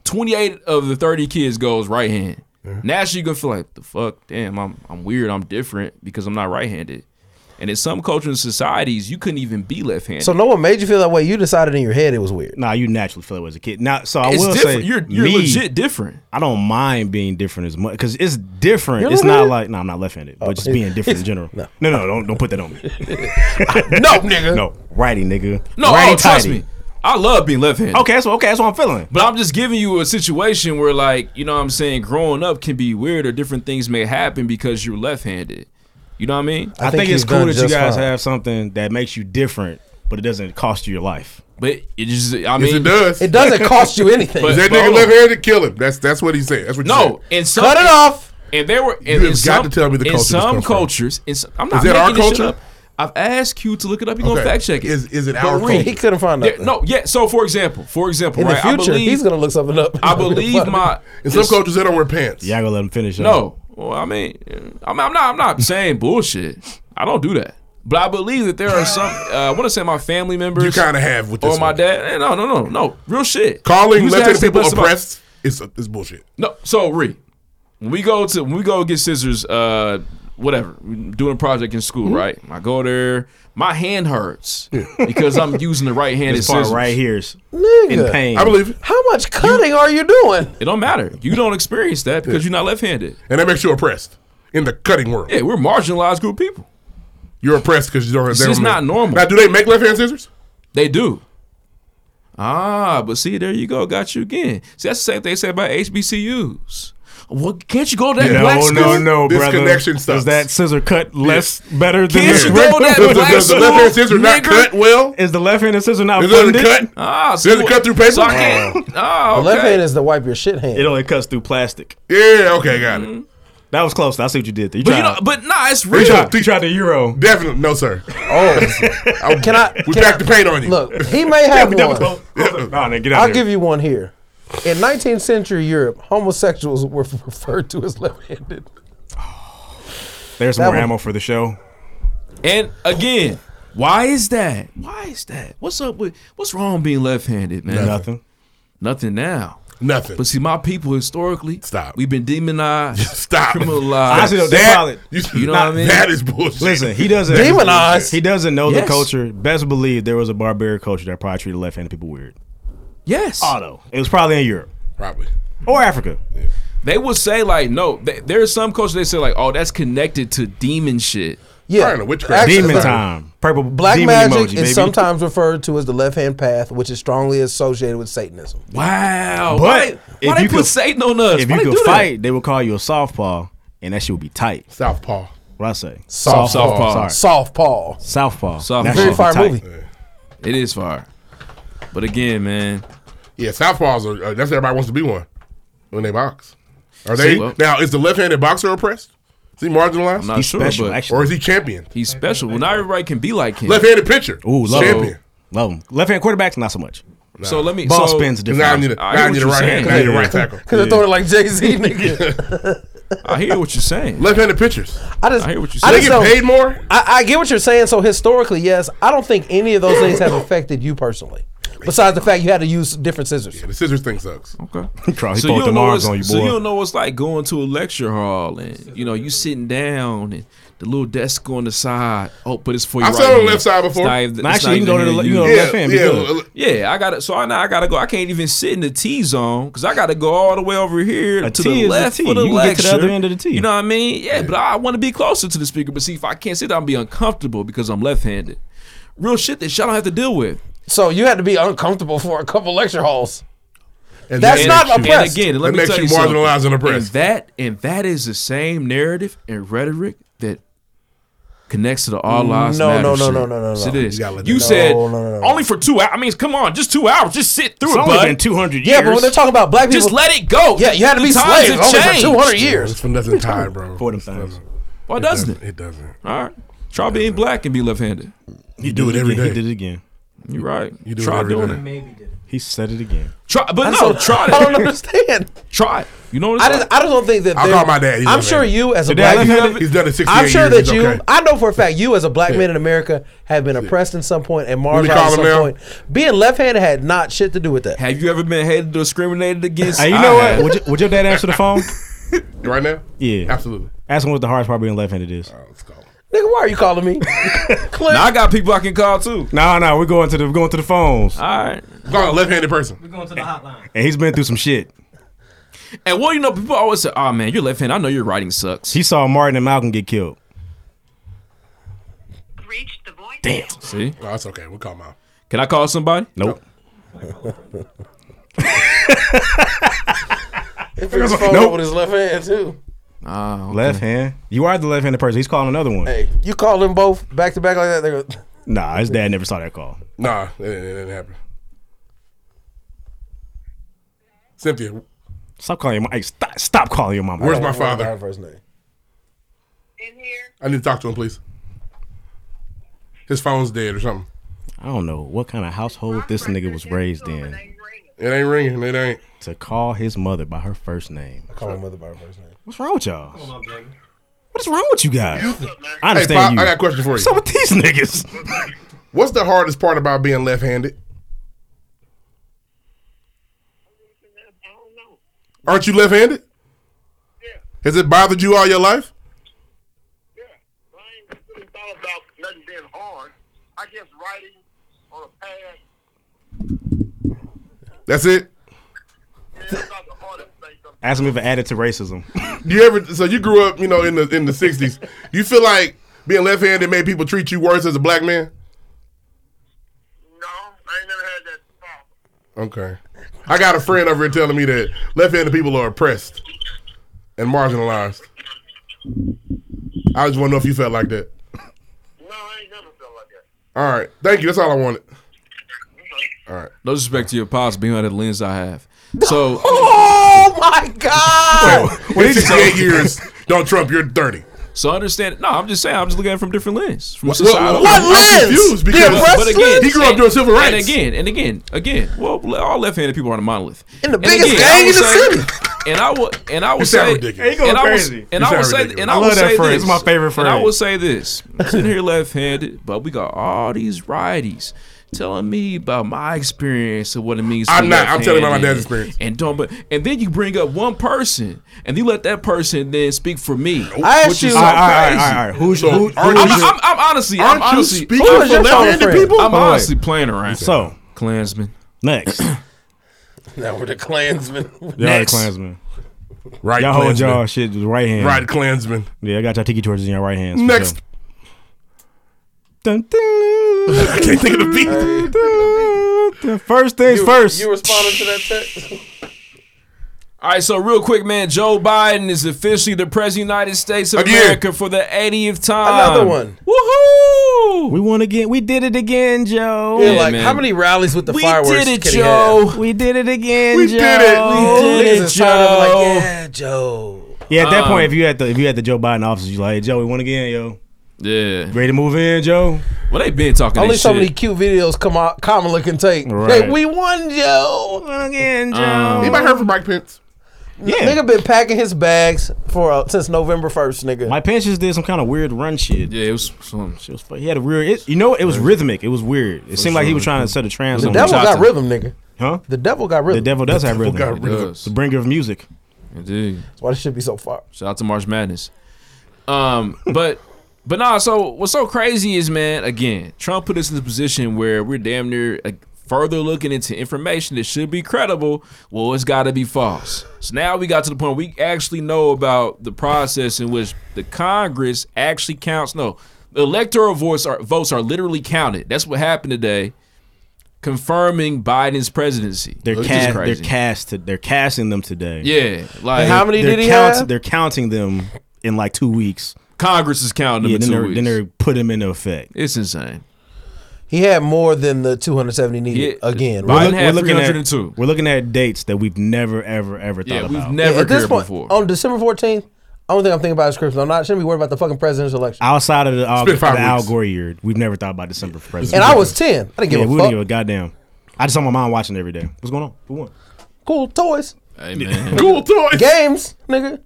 28 of the 30 kids goes right hand. Naturally, you're gonna feel like the fuck, damn, I'm I'm weird, I'm different because I'm not right handed. And in some cultures and societies, you couldn't even be left handed. So no one made you feel that way. You decided in your head it was weird. Nah, you naturally feel that way as a kid. Now, so I It's will different. say, You're- you're me, legit different. I don't mind being different as much because it's different. You're it's not left-handed? like no, I'm not left-handed, Oh. but just being different in general. No, no, don't don't put that on me. no, nigga. No, righty, nigga. No, righty oh, trust tighty. me. I love being left handed. Okay, that's what, okay, that's what I'm feeling. But I'm just giving you a situation where, like, you know what I'm saying, growing up can be weird or different things may happen because you're left handed. You know what I mean? I, think, it's cool that you guys have something that makes you different, but it doesn't cost you your life. But it just, I mean, it does. But- Is that but nigga hold on. left handed? Kill him. That's that's what he said. That's what you No, said. and some, And there were. And, have in got some, to tell me the in culture this some comes from. cultures. In some, I'm not Is that making our this shit culture? up. I've asked you to look it up. You're gonna Okay. fact check it. Is- is it But our read. culture? He couldn't find There- nothing. No, yeah. So for example, for example, In the right? future, I believe, he's gonna look something up. I believe my. In some cultures, they don't wear pants. Yeah, I gonna let him finish. No, Oh, well, I mean, I mean, I'm not. I'm not saying bullshit. I don't do that. But I believe that there are some. Uh, I want to say my family members. You kinda have with or this my one. dad. eh, No, no, no, no. Real shit. Calling You just left handed asked people us about- oppressed is is bullshit. no. So Ree, when we go to when we go get scissors, uh, whatever, we doing a project in Mm-hmm. school, right? I go there, my hand hurts because I'm using the right handed This part scissors. right here is Nigga. in pain. I believe it. How much cutting are you doing? It don't matter. You don't experience that because you're not left handed. And that makes you oppressed in the cutting world. Yeah, we're marginalized group of people. You're oppressed because you don't. It's they just don't make- not normal. Now, do they make left hand scissors? They do. Ah, but see, there you go. Got you again. See, that's the same thing they say about HBCUs. Well, can't you go to that no, black school? no, no, brother. Does that scissor cut less better than Can't this you go regular- to that black school, nigga? well? Is the left handed scissor not Is it funded? cut? Ah, so- Does it cut through paper? so I can't- Ah, The left okay. hand is the wipe your shit hand. It only cuts through plastic. Yeah, okay, got it. That was close. I see what you did there. You But you tried. know, but nah, it's You real. tried, you tried the euro. Definitely, no, sir. Oh, can I? We can back I- the paint on you. Look, he may have Yeah, we one. double- Nah, nigga, get out I'll of here. give you one here. In 19th century Europe, homosexuals were referred to as left-handed. There's that more one- ammo for the show. And again, why is that? Why is that? What's up with what's wrong being left-handed, man? Nothing. Nothing now. Nothing. But see, my people historically, stop. We've been demonized, stop, criminalized. Honestly, though, that's solid. you, know what I mean? Listen, he doesn't Demonized. He doesn't know the Yes. culture. Best believe there was a barbaric culture that probably treated left-handed people weird. Yes, Auto. It was probably in Europe probably or Africa. They would say like, no. They, there are some coaches they say like, oh, that's connected to demon shit. Yeah. Probably witchcraft. Actually, Demon look, time. Purple Black demon magic emoji, is baby. sometimes referred to as the left-hand path, which is strongly associated with Satanism. Wow. But why, if why they you put could- Satan on us? If Why they you do could that? fight, they would call you a southpaw, and that shit would be tight. Southpaw. What I say? Soft- Southpaw. Sorry. Soft Paul. Southpaw. Southpaw. That Very shit be fire tight. movie. It is far. But again, man. Yeah, southpaws are. Uh, that's everybody wants to be one when they box. Are they See, well- now? Is the left-handed boxer oppressed? Is he marginalized? I'm not sure, but or is he champion? He's special. Well, not everybody can be like him. Left-handed pitcher. Ooh, love champion. him. Love him. Left hand quarterbacks, not so much. So let me. Ball so, spins different. Now I need a, I now hear I what need a you're right saying. hand. Now I need a Yeah. right tackle. Because I throw it like Jay-Z, nigga. I hear what you're saying. Left-handed pitchers. I just, I hear what you're I saying. just They get don't- paid more? I, I get what you're saying. So historically, yes, I don't think any of those things have affected you personally. Besides the fact you had to use different scissors. The scissors thing sucks. Okay. He So throw you, don't them know arms what's, on you, so you boy. don't know what's like going to a lecture hall and you know you sitting down and the little desk on the side. Oh, but it's for you. I've right sat on the hand. left side It's before. not even- No, it's not actually, you can even go to the- here you to can go to the use. left hand, be Yeah, good. well, Yeah, I got to So I now I got to go. I can't even sit in the T zone because I got to go all the way over here A to T is the a left T. for the You can get to lecture. the other end of the T. You know what I mean? Yeah, but I want to be closer to the speaker. But see, if I can't sit down, be uncomfortable because I'm left-handed. Real shit that y'all don't have to deal with. So you had to be uncomfortable for a couple lecture halls. And That's And- not and oppressed. again, let That me makes tell you you something. marginalized and oppressed. And that and that is the same narrative and rhetoric that connects to the all Mm, lives No, matter no, no, shit. no, no, no, Yes, no. It is. You gotta let You, them- said No, no, no, no. only for two hours. I mean, come on, just two hours. Just sit through It's it, only bud. been 200 Yeah, but when they're talking about black people, Just let it go. Yeah, you had to The be times slaves have only for changed. two hundred years. It's from nothing time, bro. For them things. Why doesn't it? It doesn't. All right. Try being black and be left-handed. You do it every He day. did it again. You're right. You do Try it every doing day. it. Maybe did. He said it again. Try, but I no, don't- try it. I don't understand. Try it. You know what I I'm just, I just don't think that. I'll there- call my dad. He's I'm left-handed. sure you as a Your dad black man. left-handed? He's done it 68 I'm sure years, that he's you. okay. I know for a fact you as a black man in America have been oppressed in some point and we marginalized call at him some now? point. Being left-handed had not shit to do with that. Have you ever been hated or discriminated against? Hey, you I know have. what? Would, you, would your dad answer the phone? right now? Yeah, absolutely. Oh, Ask him what the hardest part being left-handed is. Nigga, why are you calling me? Now I got people I can call too. No, no, we're going to the we're going to the phones. All right. Call a left-handed person. We're going to the hotline. And he's been through some shit. And well, you know, people always say, "Oh man, you're left-handed. I know your writing sucks." He saw Martin and Malcolm get killed. Damn. See? Oh, that's okay. We'll call him out. Can I call somebody? Nope. If he was phone Nope. with his left hand too. Left hand. You are the left-handed person. He's calling another one. Hey, you call them both back to back like that. They're gonna- Nah, his dad never saw that call. Nah, it, didn't- it didn't happen. Cynthia, Stop calling your mom. Hey, stop, stop calling your mom. where's my father? First name. I need to talk to him, please. His phone's dead or something. I don't know what kind of household this nigga was raised in. It ain't ringing. It ain't. To call his mother by her first name. I call my mother by her first name. What's wrong with y'all? Come on, baby. What is wrong with you guys? I Hey, Pop, understand you. I got a question for you. What's up with these niggas? What's the hardest part about being left-handed? Aren't you left-handed? Has it bothered you all your life? That's it. Ask him if it added to racism. You ever? So you grew up, you know, in the in the '60s. You feel like being left-handed made people treat you worse as a black man? Okay. I got a friend over here telling me that left-handed people are oppressed and marginalized. I just want to know if you felt like that. No, I ain't never felt like that. All right. Thank you. That's all I wanted. All right. No disrespect to your pops, being under the lens I have. So Oh my god! What is 68 years. Don't Trump, you're 30. so understand. No, I'm just saying. I'm just looking at it from different lens. From Well, society. well, I'm- I'm lens? confused The because oppressed lens? he grew up during civil rights. And again, and again, again. Well, all left-handed people are the monolith. In the And biggest again, I gang in would the say- city. And I would, and I would You say, sound ridiculous. Hey, you going and I would- crazy. and You I would sound say, ridiculous. and I I would love that say phrase. this. It's my favorite And I phrase. would say this. I'm sitting here left-handed, but we got all these righties telling me about my experience of what it means. to I'm be not. I'm telling about my left-handed. dad's experience. And don't, but and then you bring up one person, and you let that person then speak for me. I which asked you- is so all, right, all right, all crazy. right, all right. Who's, So, who, who aren't I'm, is you- your- I'm, I'm honestly, Aren't I'm honestly, you speaking Who for is your phone left-handed friend? people? I'm Hold on. honestly playing around. So- Klansman. next? Now we're the Klansmen. Y'all are Next. Klansmen. Right Y'all hold Klansman. y'all shit with right hand. Right Klansman. Yeah, I got y'all tiki torches in your right hands. for Next. sure. Dun, dun, I can't think of the beat. dun, dun. First things first. You responded to that text? All right, so real quick, man. Joe Biden is officially the president of the United States of Again. America for the 80th time. Another one. Woohoo! we won again. We did it again, Joe. Yeah, Yeah, like man. how many rallies with the We fireworks? did it, can he Joe. have? We did it again, We Joe. did it. We did it, Niggas is tired of Joe. it, like, yeah, Joe. Yeah, at that Um, point, if you had the if you had the Joe Biden office, you like, hey, Joe, we won again, yo. yeah. Ready to move in, Joe? Well, they been talking Only this so many shit. cute videos come out. Kamala can take. Right. Hey, we won, Joe. Won again, Joe. Anybody heard from Mike Pence? yeah. Nigga been packing his bags for uh, since November first, nigga. My Pence just did some kind of weird run shit. Yeah, it was some It was, fu- he had a weird. It, you know, it was rhythmic. It was weird. It seemed like he was trying to set a trance the on devil him. got rhythm, nigga. Huh? The devil got The rhythm. devil does have rhythm. got rhythm. does. The bringer of music. Indeed. That's why this should be so far. Shout out to March Madness. Um, but but nah. So what's so crazy is, man. Again, Trump put us in this position where we're damn near like, further looking into information that should be credible. Well, it's got to be false. So now we got to the point we actually know about the process in which the Congress actually counts. No, the electoral votes are votes are literally counted. That's what happened today, confirming Biden's presidency. They're Which is cast. They're crazy. cast. They're casting them today. Yeah, like And how many They're did he count- have? They're counting them in like two weeks. Congress is counting them Yeah, in then two they're, weeks. then they're put him into effect. it's insane. He had more than the 270 needed Yeah. again. Biden right? had at 302. we're looking at oh, dates that we've never ever ever thought Yeah, we've about. never at this heard point, before. on December 14th, only thing I'm thinking about is Crimson. I'm not shouldn't be worried about the fucking presidential election. Outside of the, uh, It's been the five Al weeks. Gore year, we've never thought about December for president. And I was 10. I didn't give yeah, a we fuck. didn't give a goddamn. I just saw my mom watching every day. What's going on? Who won? Cool toys. Hey, cool toys. Games, nigga.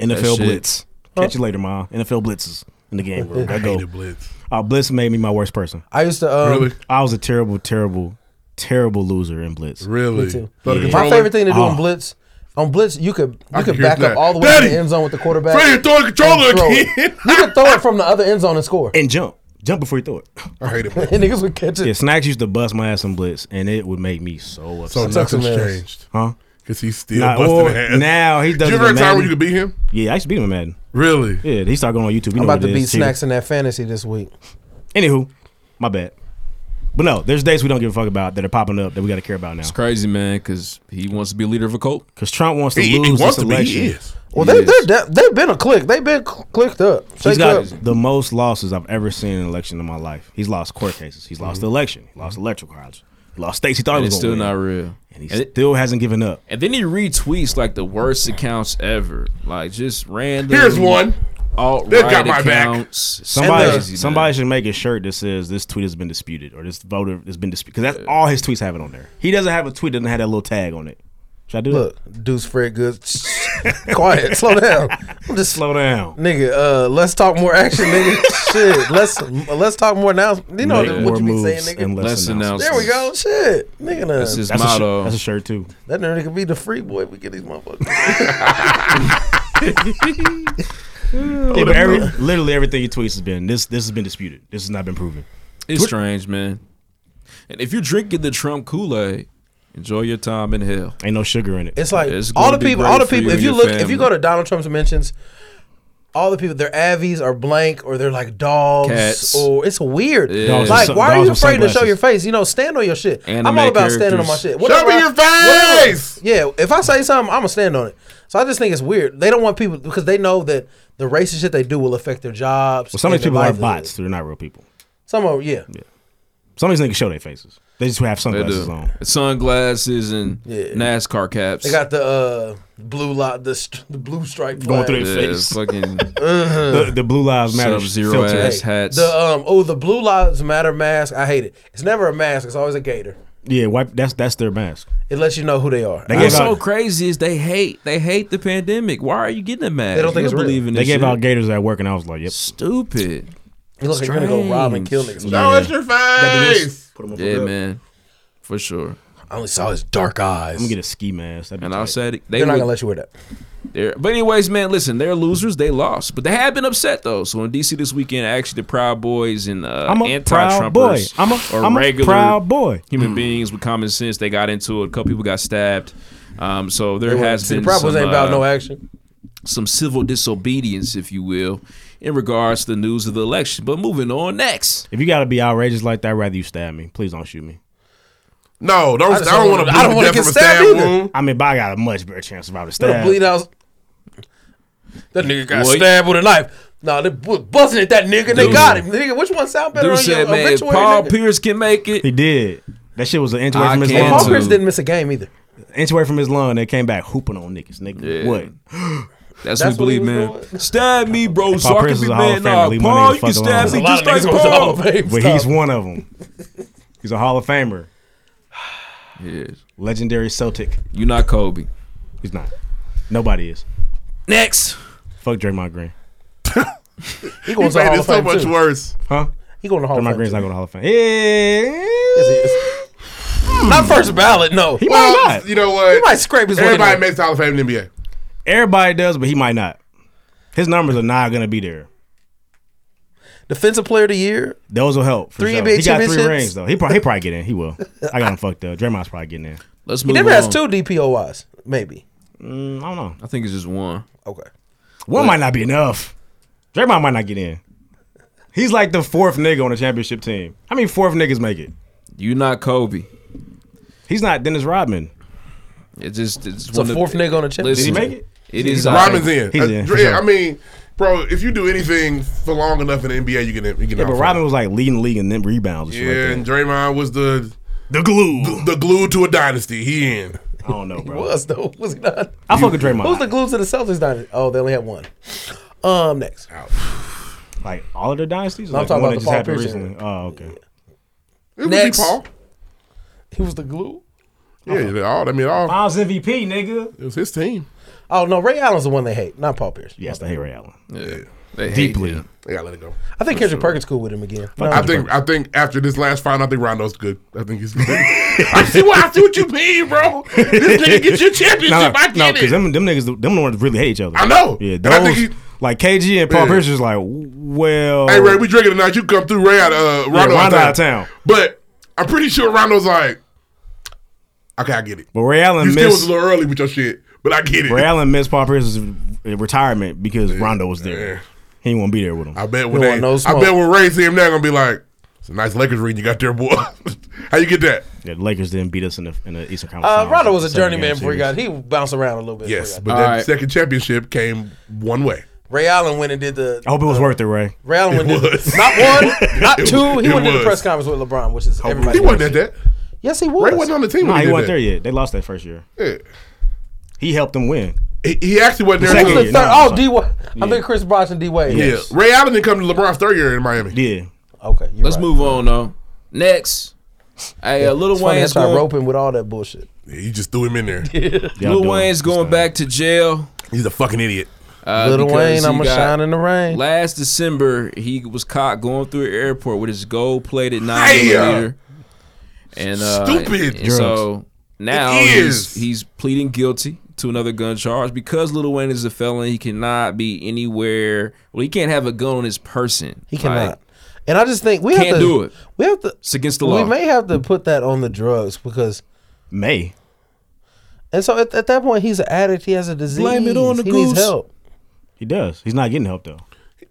NFL That shit. blitz. Catch you later, ma. NFL blitzes in the game, bro. I I go. hated blitz. Uh, blitz made me my worst person. I used to, um, Really? I was a terrible, terrible, terrible loser in blitz. Really? Me too. My favorite thing to do Ah. on blitz, on blitz, you could I you could can hear back that. up all the way to Daddy! the end zone with the quarterback. Freddie, throw the and controller throw again. it. you could throw it from the other end zone and score. And jump, jump before you throw it. I hate it. niggas would catch it. Yeah, Snacks used to bust my ass on blitz, and it would make me so So upset. nothing's changed. huh? Because he's still Nah, busting well, ass. Now he Did does. You it ever in a time when you could Madden. beat him? Yeah, I used to beat him in Madden. Really? Yeah, he started going on YouTube. You I'm know about what to it beat is, too. Snacks in that fantasy this week. Anywho, my bad. But no, there's days we don't give a fuck about that are popping up that we got to care about now. It's crazy, man, because he wants to be leader of a cult. Because Trump wants to lose this election. Well, they they de- they've been a click. They've been cl- clicked up. He's Shake got up. the most losses I've ever seen in an election in my life. He's lost court cases. He's lost the election. He lost electoral college. He lost states he thought And he was it's still going to not real. And he And it- still hasn't given up. And then he retweets like the worst accounts ever, like just random. Here's one. Alt They right got my back. accounts. Somebody, Crazy, man. somebody should make a shirt that says this tweet has been disputed or this voter has been disputed because that's all his tweets have it on there. He doesn't have a tweet that doesn't have that little tag on it. Should I do Look, Deuce Fred Goods. Quiet, slow down. I'm just slow down, nigga. Uh, let's talk more action, nigga. Shit, let's let's talk more now. You know Make what more you be saying, moves nigga. and less Less announcements. There we go. Shit, nigga. Nah. That's his That's a shi- motto. that's a shirt too. That nigga could be the free boy. We get these motherfuckers. Yeah, but every, literally everything he tweets has been this. This has been disputed. This has not been proven. It's strange, man. And if you're drinking the Trump Kool Aid, enjoy your time in hell. Ain't no sugar in it. It's like all the people, all the people. If you look, if you go to Donald Trump's mentions, all the people their avies are blank or they're like dogs Cats. or it's weird. Yeah. Dogs Like, with why sun- are you dogs with afraid to show sunglasses. your face? You know, stand on your shit. I'm Anime all about standing on my characters. shit. Show Whatever me I- your whatever- face! yeah, if I say something, I'm gonna stand on it. So I just think it's weird. They don't want people because they know that the racist shit they do will affect their jobs. Well, some of and these their people are livelihood. bots. They're not real people. Some of yeah. Some of these niggas show their faces. They just have They sunglasses do. on. Uh, Sunglasses and NASCAR caps. They got the uh, blue lot, the, st- the blue stripe flag. Going through their Yeah, face. fucking the, the blue lives matter. Sub-Zero filter. ass hats. The um oh the blue lives matter mask. I hate it. It's never a mask. It's always a gator. Yeah, wipe. That's that's their mask. It lets you know who they are. They gave What's so out, crazy is they hate they hate the pandemic. Why are you getting a mask? They don't think You it's real. believe in they this gave shit. out gators at work, and I was like, "Yep, stupid." You look like you're gonna go rob and kill niggas. Strange. No, it's Oh, your face. Put 'em up Yeah, up. man, for sure. I only saw his dark eyes. I'm gonna get a ski mask. That'd be And tight. I said it. They They're not would- gonna let you wear that. They're, but anyways, man, listen, they're losers. They lost, but they have been upset though. So in DC this weekend, actually, the Proud Boys and uh, I'm a proud boy. anti-Trumpers I'm a- or I'm a regular proud boy. human beings with common sense. They got into it. A couple people got stabbed. Um, so there They wouldn't- has see, been the problems some, ain't about uh, no action. some civil disobedience, if you will, in regards to the news of the election. But moving on next. If you gotta be outrageous like that, I'd rather you stab me. Please don't shoot me. No, don't. I, I just don't don't want to. wanna- I I don't don't wanna want to get from a stabbed stab either. wound. I mean, but I got a much better chance about a They'll stab. bleed out. That nigga got Boy. stabbed with a knife. Nah, they bu- busting at that nigga. They Dude. got him. Nigga, which one sound better Dude on your said, man, if obituary? Paul nigga? Pierce can make it. He did. That shit was an inch away I from his can lung. Paul Pierce didn't miss a game either. inch away from his lung. They came back hooping on niggas. Nigga, Yeah. what? That's, That's what what he we believe, man. was Stab me, bro, If so Paul I Pierce can was be a Hall man. of Famer, Nah, leave my Paul, you niggas can fucking stab alone. me just There's like a lot Paul. of niggas going to the Hall of Fame, But he's one of them. He's a Hall of Famer. Yes. Legendary Celtic. You're not Kobe. He's not. Nobody is. Next. Fuck Draymond Green. He He going to the made Hall it of so Fame much too. worse. Huh? He going to the Hall of Draymond Fame. Green's not going to Hall of Fame. Yeah. Not first ballot, no. He Well, might not. Oh, You know what? He might scrape his way Everybody there. makes the Hall of Fame in the NBA. Everybody does, but he might not. His numbers are not going to be there. Defensive Player of the Year. Those will help. For Three sure. NBA He got three championships? rings though. He probably, he probably get in. He will. I got him fucked up. Draymond's probably getting in. Let's He move never on. has two DPOYs, maybe. Mm, I don't know. I think it's just one. Okay. One might not be enough. Draymond might not get in. He's like the fourth nigga on the championship team. How many fourth niggas make it? You not Kobe. He's not Dennis Rodman. It just it's, It's a fourth nigga on the championship Listen, Did he make it? It is. Robin's in. He's Uh, in, for yeah, sure. I mean, bro, if you do anything for long enough in the NBA, you get in- you get Yeah, Hall of but Fame. Rodman was like leading the league in them rebounds. and shit Yeah, like that. and Draymond was the the glue, the glue to a dynasty. He in. I don't know, bro. He was though. Was he not? I fuck with Draymond. Who's the glue to the Celtics dynasty? Oh, they only had one. Um, next. Like all of their dynasties. No, I'm Like, talking one about the that just Paul happened Pierce recently. Oh, okay. It Next. was Paul. He was the glue. Yeah, they all. I mean, all. Miles MVP, nigga. It was his team. Oh no, Ray Allen's the one they hate, not Paul Pierce. Yes, they hate Ray Allen. Yeah, they hate Deeply. him. They gotta let it go. I think Kendrick Perkins cool with him again. No, I think I think after this last final, I think Rondo's good. I think he's good. I see what I see what you mean, bro. This nigga gets your championship. No, I get no, it. because them, them niggas, them the ones that really hate each other. I know. Yeah, And I those, think he- like KG and Paul Yeah. Pierce is like, well, Hey Ray, we drinking tonight. You come through, Ray out of uh, yeah, Rondo, Rondo out of town. But I'm pretty sure Rondo's like, okay, I get it. But Ray Allen you still was missed a little early with your shit, but I get it. Ray Allen missed Paul Pierce's uh, retirement because Rondo was there. He won't be there with him. I bet when Don't they, want no I smoke. bet when Ray see him, they're gonna be like, it's a nice Lakers ring you got there, boy. How you get that? Yeah, the Lakers didn't beat us in the in the Eastern Conference. uh, Finals. Rondo was a Seven game journeyman before he series. got. He bounced around a little bit. Yes, before but he got- that All right. second championship came one way. Ray Allen went and did the. I hope Uh, it was worth Oh. it, Ray. Ray Allen went It and did was. not one, not It two. He was. went to It the press was. conference with LeBron, which is everybody. He wasn't at that. Yes, he Ray was. wasn't on the team. No, when he did wasn't that. there yet. They lost that first year. Yeah. He helped them win. He, he actually wasn't there. Second until- The third, Yeah, no, I'm oh, sorry. D. Wa- I think Chris Bosh and D. Wade. Yeah, Ray Allen didn't come to LeBron's third year in Miami. Yeah. Okay. You're Let's right. move on though. Next, hey, uh, Little It's funny, I Wayne's started going. roping with all that bullshit. Yeah, you just threw him in there. Y'all Lil doing Wayne's this going thing. back to jail. He's a fucking idiot. Uh, Little because Wayne, he I'ma got- shine in the rain. Last December, he was caught going through an airport with his gold-plated nine Hiya. millimeter. And uh, Stupid. and so now It he's, is. he's pleading guilty to another gun charge because Little Wayne is a felon. He cannot be anywhere. Well, he can't have a gun on his person. He Like, cannot. and I just think we have Can't to do it. We have to. it's against the law. We may have to put that on the drugs because, May. and so at, at that point he's an addict. He has a disease. Blame it on the he goose. needs help. He does. He's not getting help though.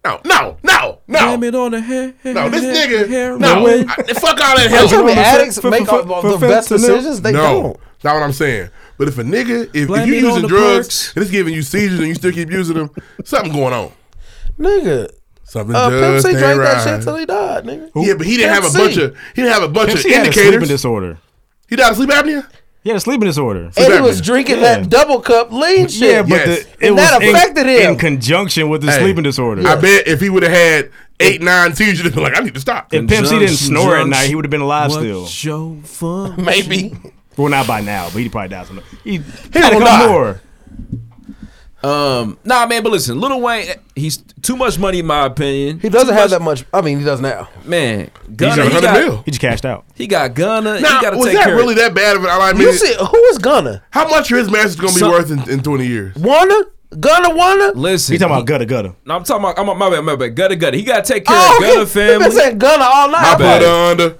No, no, no, no. Blame it on the hair. No, this nigga. Little No, Wayne. I- fuck all that Don't tell me help. addicts for- make for- all for the best fentanyl? decisions. They No, don't. not what I'm saying. But if a nigga, if, if Blame you it on using the drugs perks. and it's giving you seizures and you still keep using them, something going on. Nigga, Something uh, Pimp just C ain't drank right. that shit till he died, nigga. yeah, but he didn't have Pimp a C. bunch of he didn't have a bunch Pepsi of had a sleeping indicators. disorder. He died of sleep apnea. He had a sleeping disorder. And he Batman. was drinking Yeah. that double cup lean shit. Yeah, but Yes. the, it And was that in- affected in, him. conjunction with the Hey, sleeping disorder. I bet if he would have had eight, nine seizures, he'd be like, I need to stop. If Pimp C didn't Drugs, snore at drugs. night, he would have been alive What still. Joe Funk? maybe. Well, not by now, but he probably died. Sometime. He, he gonna had a die. couple more. Um, nah, man, but listen, Little Wayne, he's too much money in my opinion. He doesn't have that much. I mean, he does now. Man, He's Gunna, a he, hundred got, mil. He just cashed out. he got Gunna. he got Now, to was take that care. really that bad of it? I mean, You see, who is Gunna? how much are his masters gonna be So- worth in, in 20 years? Wanna? Gunna? Wanna? Listen, He talking about gutter gutter. No, I'm talking about. I'm my bad, my bad. Gutter, gutter. He got to take care of Oh, okay. Gunna We've been family. saying Gunna all night. My I bad. bad. Under.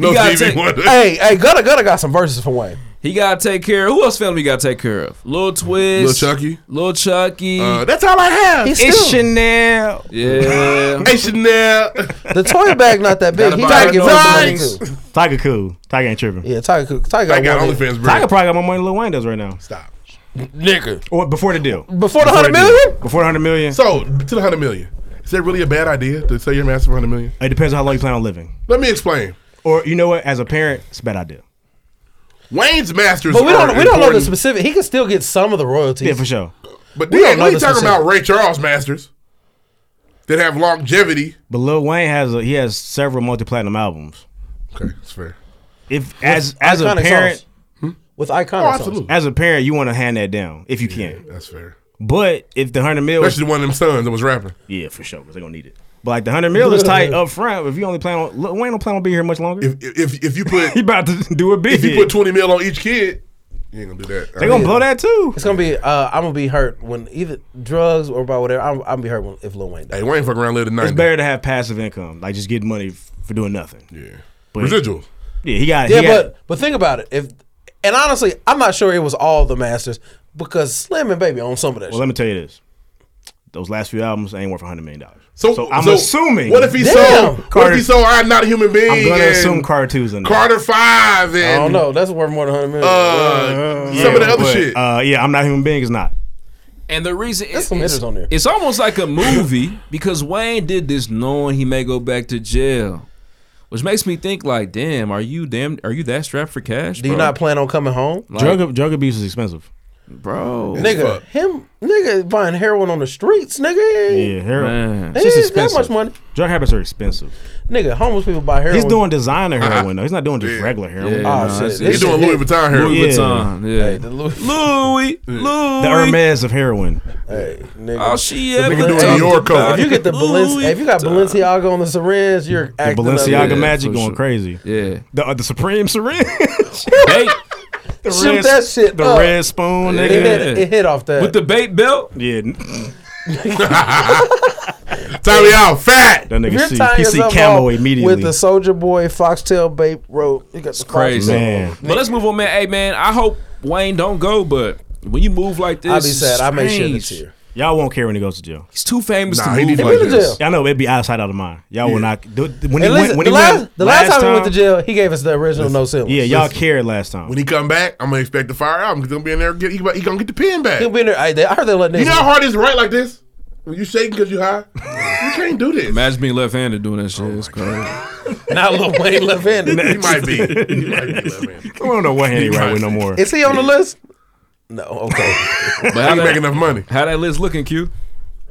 No You gotta TV take- wonder. thought- Hey, hey, Gunna, Gunna got some verses for Wayne. He got to take care. Who else family got to take care of? Lil Twist, Lil Chucky. Lil Chucky. Uh, that's all I have. He's still Chanel. yeah, Hey, Chanel. the toy bag not that big. Gotta He buy gotta get those money things. too. Tiger cool. Tiger ain't tripping. Yeah, Tiger Cook. Tiger I got, got one OnlyFans, Tiger bro. probably got more money than Lil Wayne does right now. Stop. nigga. Or before the deal. Before the hundred the deal. million, Before the hundred million. So, to the 100 million. Is that really a bad idea to sell your master for 100 million? It depends on how long you plan on living. Let me explain. Or you know what? As a parent, it's a bad idea. Wayne's masters but we are don't we don't know the important, specific. He can still get some of the royalties. Yeah, for sure. But we don't then know we the talking specific. about Ray Charles masters that have longevity. But Lil Wayne has a, he has several multi platinum albums. Okay, that's fair. If as as a Iconic parent, songs. with iconic Oh, songs. absolutely. as a parent, you want to hand that down if you can. That's fair. But if the hundred mil, Especially one of them sons that was rapping. yeah, for sure, because they're gonna need it. But like the hundred mil is tight up front. If you only plan on Lil Wayne don't plan on being here much longer. If if if you put he about to do a big. if you put 20 mil on each kid, you ain't gonna do that. they gonna blow that too. It's gonna be. Uh, I'm gonna be hurt when either drugs or by whatever. I'm, I'm gonna be hurt when, if Lil Wayne dies. Hey, Wayne fuck around later tonight. It's better to have passive income, like just getting money f- for doing nothing. Yeah, Yeah. But- Residuals. he got. Yeah, he got- but but think about it. If and honestly, I'm not sure it was all the masters because Slim and Baby on some of that. well, let me tell you this: those last few albums ain't worth hundred million dollars. So, I'm so assuming. What if he Damn. sold? What Carter- if he sold? I'm not a human being. I'm gonna and assume Carter Two's in there. Carter Five and shit. I don't know. That's worth more than hundred million. Uh, some of the Yeah, other but, shit. Uh, yeah, I'm not human being. Is not. and the reason There's it's, some it's, hitters on there. it's almost like a movie because Wayne did this knowing he may go back to jail. Which makes me think like, damn, are you damn are you that strapped for cash? Do you bro? not plan on coming home? drug drug abuse is expensive, bro. nigga, him, nigga buying heroin on the streets, nigga. Yeah, heroin. Man. It's just It is that expensive. much money. Drug habits are expensive. Nigga, homeless people buy heroin. He's doing designer Uh-huh. heroin though. He's not doing just regular heroin. Yeah, Oh, nah, shit. that's it. He's doing Louis Vuitton heroin. Louis Vuitton, yeah. Hey, the Louis, Louis, Louis. The Hermes of heroin. hey, nigga. Oh, she ever nigga doing talked Dior coke. about If you get the Louis Balenci- if you got Balenciaga on the syringe, you're The acting Balenciaga Yeah, up. magic for going sure. crazy. Yeah. The uh, the Supreme syringe. Bait the Shoot that shit The up. red spoon, Yeah. It, nigga. hit, it hit off that. with the bait belt. Yeah, n- Tommy out fat. that If nigga you're see tying he see yourself camo off immediately. with the Soldier Boy Foxtail Bape rope. You got the Crazy. Foxtail. Man. But let's move on, man. Hey, man, I hope Wayne don't go, but when you move like this, I be sad. I make shit this strange. year. Y'all won't care when he goes to jail. He's too famous Nah, to he move need to like go to this. jail. Y'all know it'd be outside out of mind. Y'all will not. do- do- When he And went, listen, when the he last, went the last time we went to jail, he gave us the original no sentence. Yeah, y'all cared last time. When he come back, I'm gonna expect the fire album. He's gonna be in there. Get, he, about- he gonna get the pen back. He'll be in there. I, they, I heard they let niggas. You know how hard it is to write like this? When you shaking because you high? you can't do this. Imagine being left-handed doing that shit. Oh it's crazy. Not Lil Wayne left handed. He might be. He might be left handed. I don't know what hand he right with no more. Is he on the list? No. Okay. But how He Oh, make that, enough money. how that list looking, Q?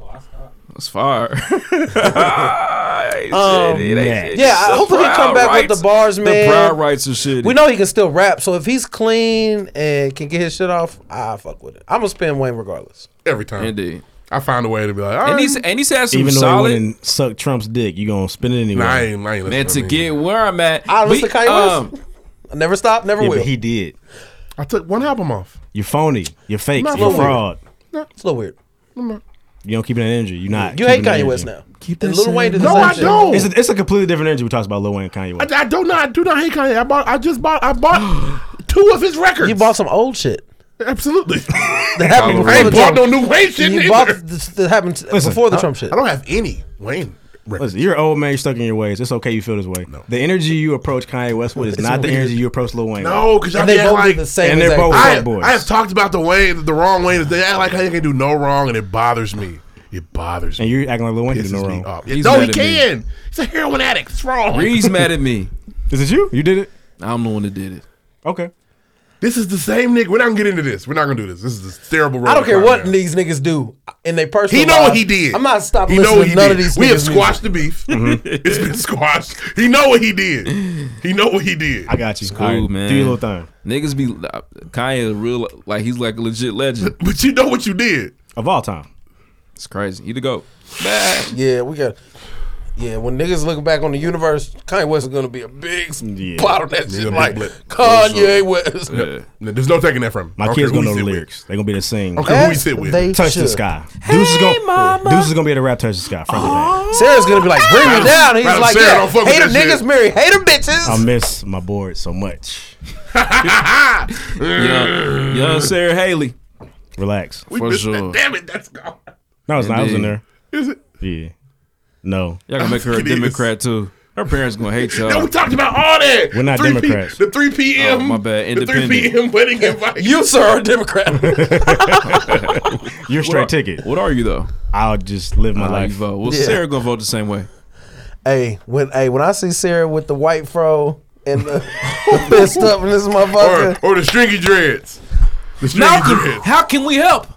That's fire. Um, Shit, it ain't- next. yeah. I, The hopefully he proud come back with rights- the bars, The man. proud rights and shit. we know he can still rap, so if he's clean and can get his shit off, I fuck with it. I'm gonna spin Wayne regardless. Every time. Indeed. I find a way to be like, "Ah, all right. And he's and he's had some Even though he went solid and sucked Trump's dick, you gonna spin it anyway. nah, I ain't, I ain't man to listening him. get where I'm at. We- I um, listen to Ah, Kanye West. I never stop, never yeah, will. but he did. I took one album off. You're phony. You're fake. Not You're phony. fraud. it's a little weird. You don't keep that energy. You're not. You hate keeping that Kanye West energy. now. and Lil Wayne did the No, same I shit. don't. It's a, it's a completely different energy. We talked about Lil Wayne and Kanye I, West. I do not do not hate Kanye. I bought. I just bought. I bought two of his records. You bought some old shit. absolutely. That I happened before the ain't bought Trump. no new Wayne shit. you either. bought this, that happened t- Listen, before the I- Trump shit. I don't have any Wayne records. Listen, you're an old man. You're stuck in your ways. It's okay. You feel this way. The energy you approach Kanye West with is not the weird. energy you approach Lil Wayne. with. No, because y'all and they be acting both like did the same. and they're exact both thing. I, Fat Boys. I have talked about the Wayne, the wrong Wayne. They act like Kanye can do no wrong, and it bothers me. It bothers And me. you're acting like Lil Wayne did Pisses no me wrong. up. He's no, mad he at me. can. He's a heroin addict. It's wrong. Reed's mad at me. Is it you? You did it. I'm the one that did it. Okay. This is the same nigga. We're not gonna get into this. We're not gonna do this. This is this terrible. I don't road care to what climb down. these niggas do in their personal. He know what lives. he did. I'm not stopping He know listening what to he none did. of these. We have niggas' squashed the beef. Mm-hmm. it's been squashed. He know what he did. He know what he did. I got you. cool, All man. Do your little thing. Niggas be uh, Kanye a real like he's like a legit legend. But you know what you did. Of all time. It's crazy. You to go. music. Yeah, we got. Yeah, when niggas look back on the universe, Kanye West is gonna be a big s- Yeah. plot on that shit. gonna be Like a blip. Kanye West. No, There's no taking that from him. I My don't kids care who gonna he know the sit with. lyrics. They gonna be the same. I don't care who he As sit with. they Touch the should. sky. Deuce is gonna. Deuce is gonna be the rap. Touch the sky. Fuck with that. Sarah's gonna be like, bring me Madam- down. He's Madam like, Sarah, yeah, don't fuck with hate them that shit. niggas, marry hate them I bitches. miss my board so much. Young, Mm-hmm. young Sarah Haley. Relax. We For missed sure. that. Damn it, that's gone. No, it's not. I was in there. Is it? Yeah. No. Y'all gonna make her a It is. Democrat too. Her parents gonna hate No, we y'all. talked about all that. We're not 3 p- Democrats. the 3 p.m. Oh, my bad. The 3 p.m. Independent. wedding invite. You sir are a Democrat. You're straight ticket. What are you though? I'll just live my How you life. vote? Well, Yeah. Sarah gonna vote the same way. hey, when hey when I see Sarah with the white fro and the fist up and this motherfucker. or, or the stringy dreads. The stringy dreads. how can we help?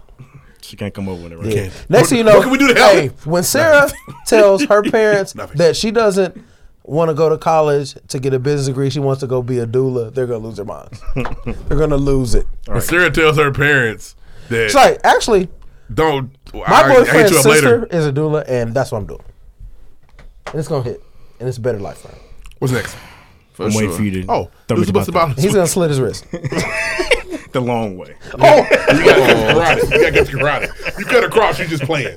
She can't come over with it. Right? Yeah. Next thing you know, what can we do to help Hey, it? when Sarah tells her parents Nothing. that she doesn't want to go to college to get a business degree, she wants to go be a doula. They're gonna lose their minds. they're gonna lose it. When Sarah tells her parents that It's like actually, don't. my I, I hate boyfriend's you up sister later. is a doula, and that's what I'm doing. And it's gonna hit, and it's a better life for him. What's next? For I'm sure. waiting for you to. Oh, throw this me is the what's button. about. He's gonna slit his wrist. the long way. Oh, You gotta get the karate. You gotta get the karate. You cut across. You just playing.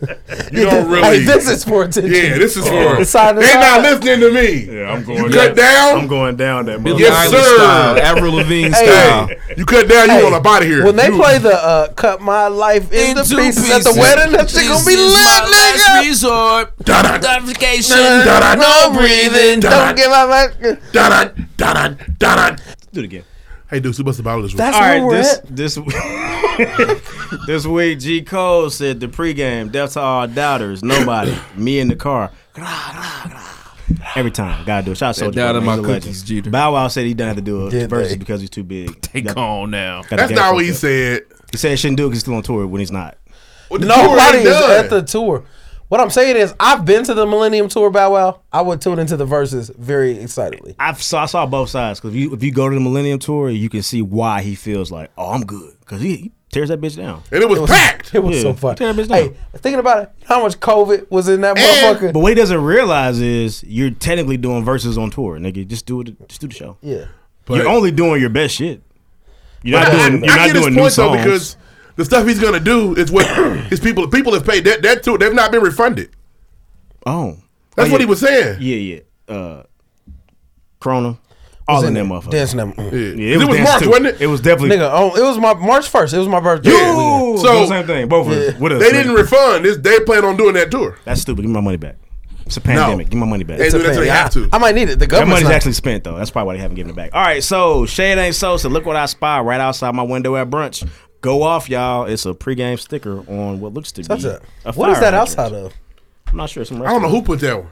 You don't Oh, really. hey, this is for attention. yeah, this is for. The side to they side. not listening to me. Yeah, I'm You going. cut down. I'm going down that Billie mother. Yes, Eilish sir. Style, Avril Lavigne Hey. style. Hey, you cut down. You Hey, want up out of here. When they You- play the uh, "Cut My Life into, pieces, at the wedding, that shit gonna be lit, nigga. resort. Da-da, Notification. da-da, No breathing. da-da, Don't give my back. da-da, da-da, da-da. Do it again. Hey, dude, so what's about this? That's All where right, we're this at. this this week, G Cole said the pregame. Death to all doubters. Nobody. Me in the car. Grah, grah, grah. Every time, gotta do it. Shout out That Soldier. down in my cookies, Jeter. Bow Wow said he doesn't have to do Did it versus they? because he's too big. They gone now. Got the That's game not what he fucked up. said. He said he shouldn't do it because he's still on tour when he's not. Nobody is at the tour. What I'm saying is, I've been to the Millennium Tour Bow Wow. I would tune into the verses very excitedly. I've saw, I saw both sides because if you if you go to the Millennium Tour, you can see why he feels like, oh, I'm good because he, he tears that bitch down. And it was packed. It was so fun. Hey, thinking about it, how much COVID was in that motherfucker? But what he doesn't realize is you're technically doing verses on tour, nigga. Just do it. Just do the show. Yeah. you're only doing your best shit. You're not But I- doing. I You're not get his doing new point, though, songs. because the stuff he's gonna do is what his people people have paid that that too. They've not been refunded. oh, That's Oh, what yeah. he was saying. Yeah, yeah. Uh, Corona, all in, in that there. motherfucker. Dancing that- yeah. It was dance March, too. wasn't it? It was definitely. Nigga, oh, it was my March first. It was my birthday. Ooh, so So- same thing. Both of us. What else, they nigga? didn't refund. This, they plan on doing that tour. That's stupid. Give me my money back. It's a pandemic. Give me my money back. They do that till they have to. I might need it. The That government's money's not- actually spent though. That's probably why they haven't given it back. All right, so shade ain't so. So look what I spy right outside my window at brunch. Go off, y'all! It's a pregame sticker on what looks to That's be a- a what is fire that hydrant. outside of? I'm not sure. Some I don't know who put that one.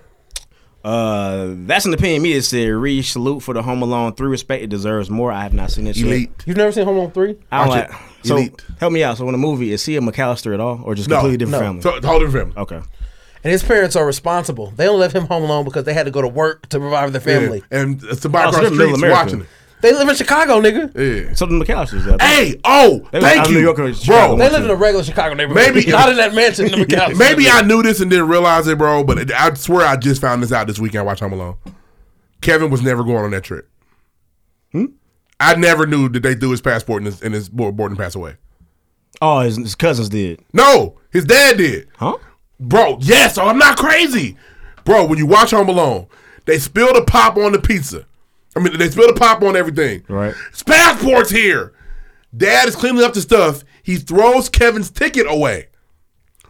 Uh, that's an opinion. Me that said, "Re salute for the Home Alone three respect. It deserves more. I have not seen this. Elite. Yet. You've never seen Home Alone three? I don't Watch it. like. So Elite. help me out. So in the movie, is he a McAllister at all, or just No, completely different no. family? To- whole different family. Okay. And his parents are responsible. They don't left him home alone because they had to go to work to provide for their family. Yeah. And it's Oh, about across so they're the middle streets American. watching it. They live in Chicago, nigga. Yeah. So the McAllisters. out there. Hey, oh, They was out thank of you, New York or bro. Chicago, They live in a regular Chicago neighborhood. Maybe not in that mansion in the McAllister. Maybe I knew this and didn't realize it, bro. But it, I swear I just found this out this weekend. I watched Home Alone. Kevin was never going on that trip. Hmm? I never knew that they threw his passport and his, and his board, board and pass away. Oh, his, his cousins did. No, his dad did. Huh? Bro, yes, I'm not crazy. Bro, when you watch Home Alone, they spill the pop on the pizza. I mean, they spill the pop on everything. Right. His passport's here. Dad is cleaning up the stuff. He throws Kevin's ticket away,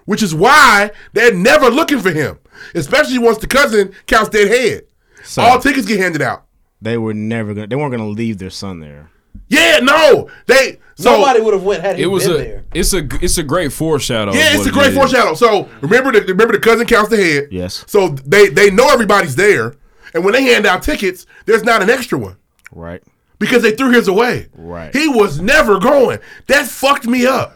which is why they're never looking for him, especially once the cousin counts dead head. So- All tickets get handed out. They were never gonna. They weren't gonna leave their son there. Yeah, no, they. So, Nobody would have went had he It was been a there. it's a it's a great foreshadow. Yeah, of it's what a great it is. foreshadow. So remember, the, remember the cousin counts the head. Yes. So they they know everybody's there, and when they hand out tickets, there's not an extra one Right. because they threw his away. Right. He was never going. That fucked me up.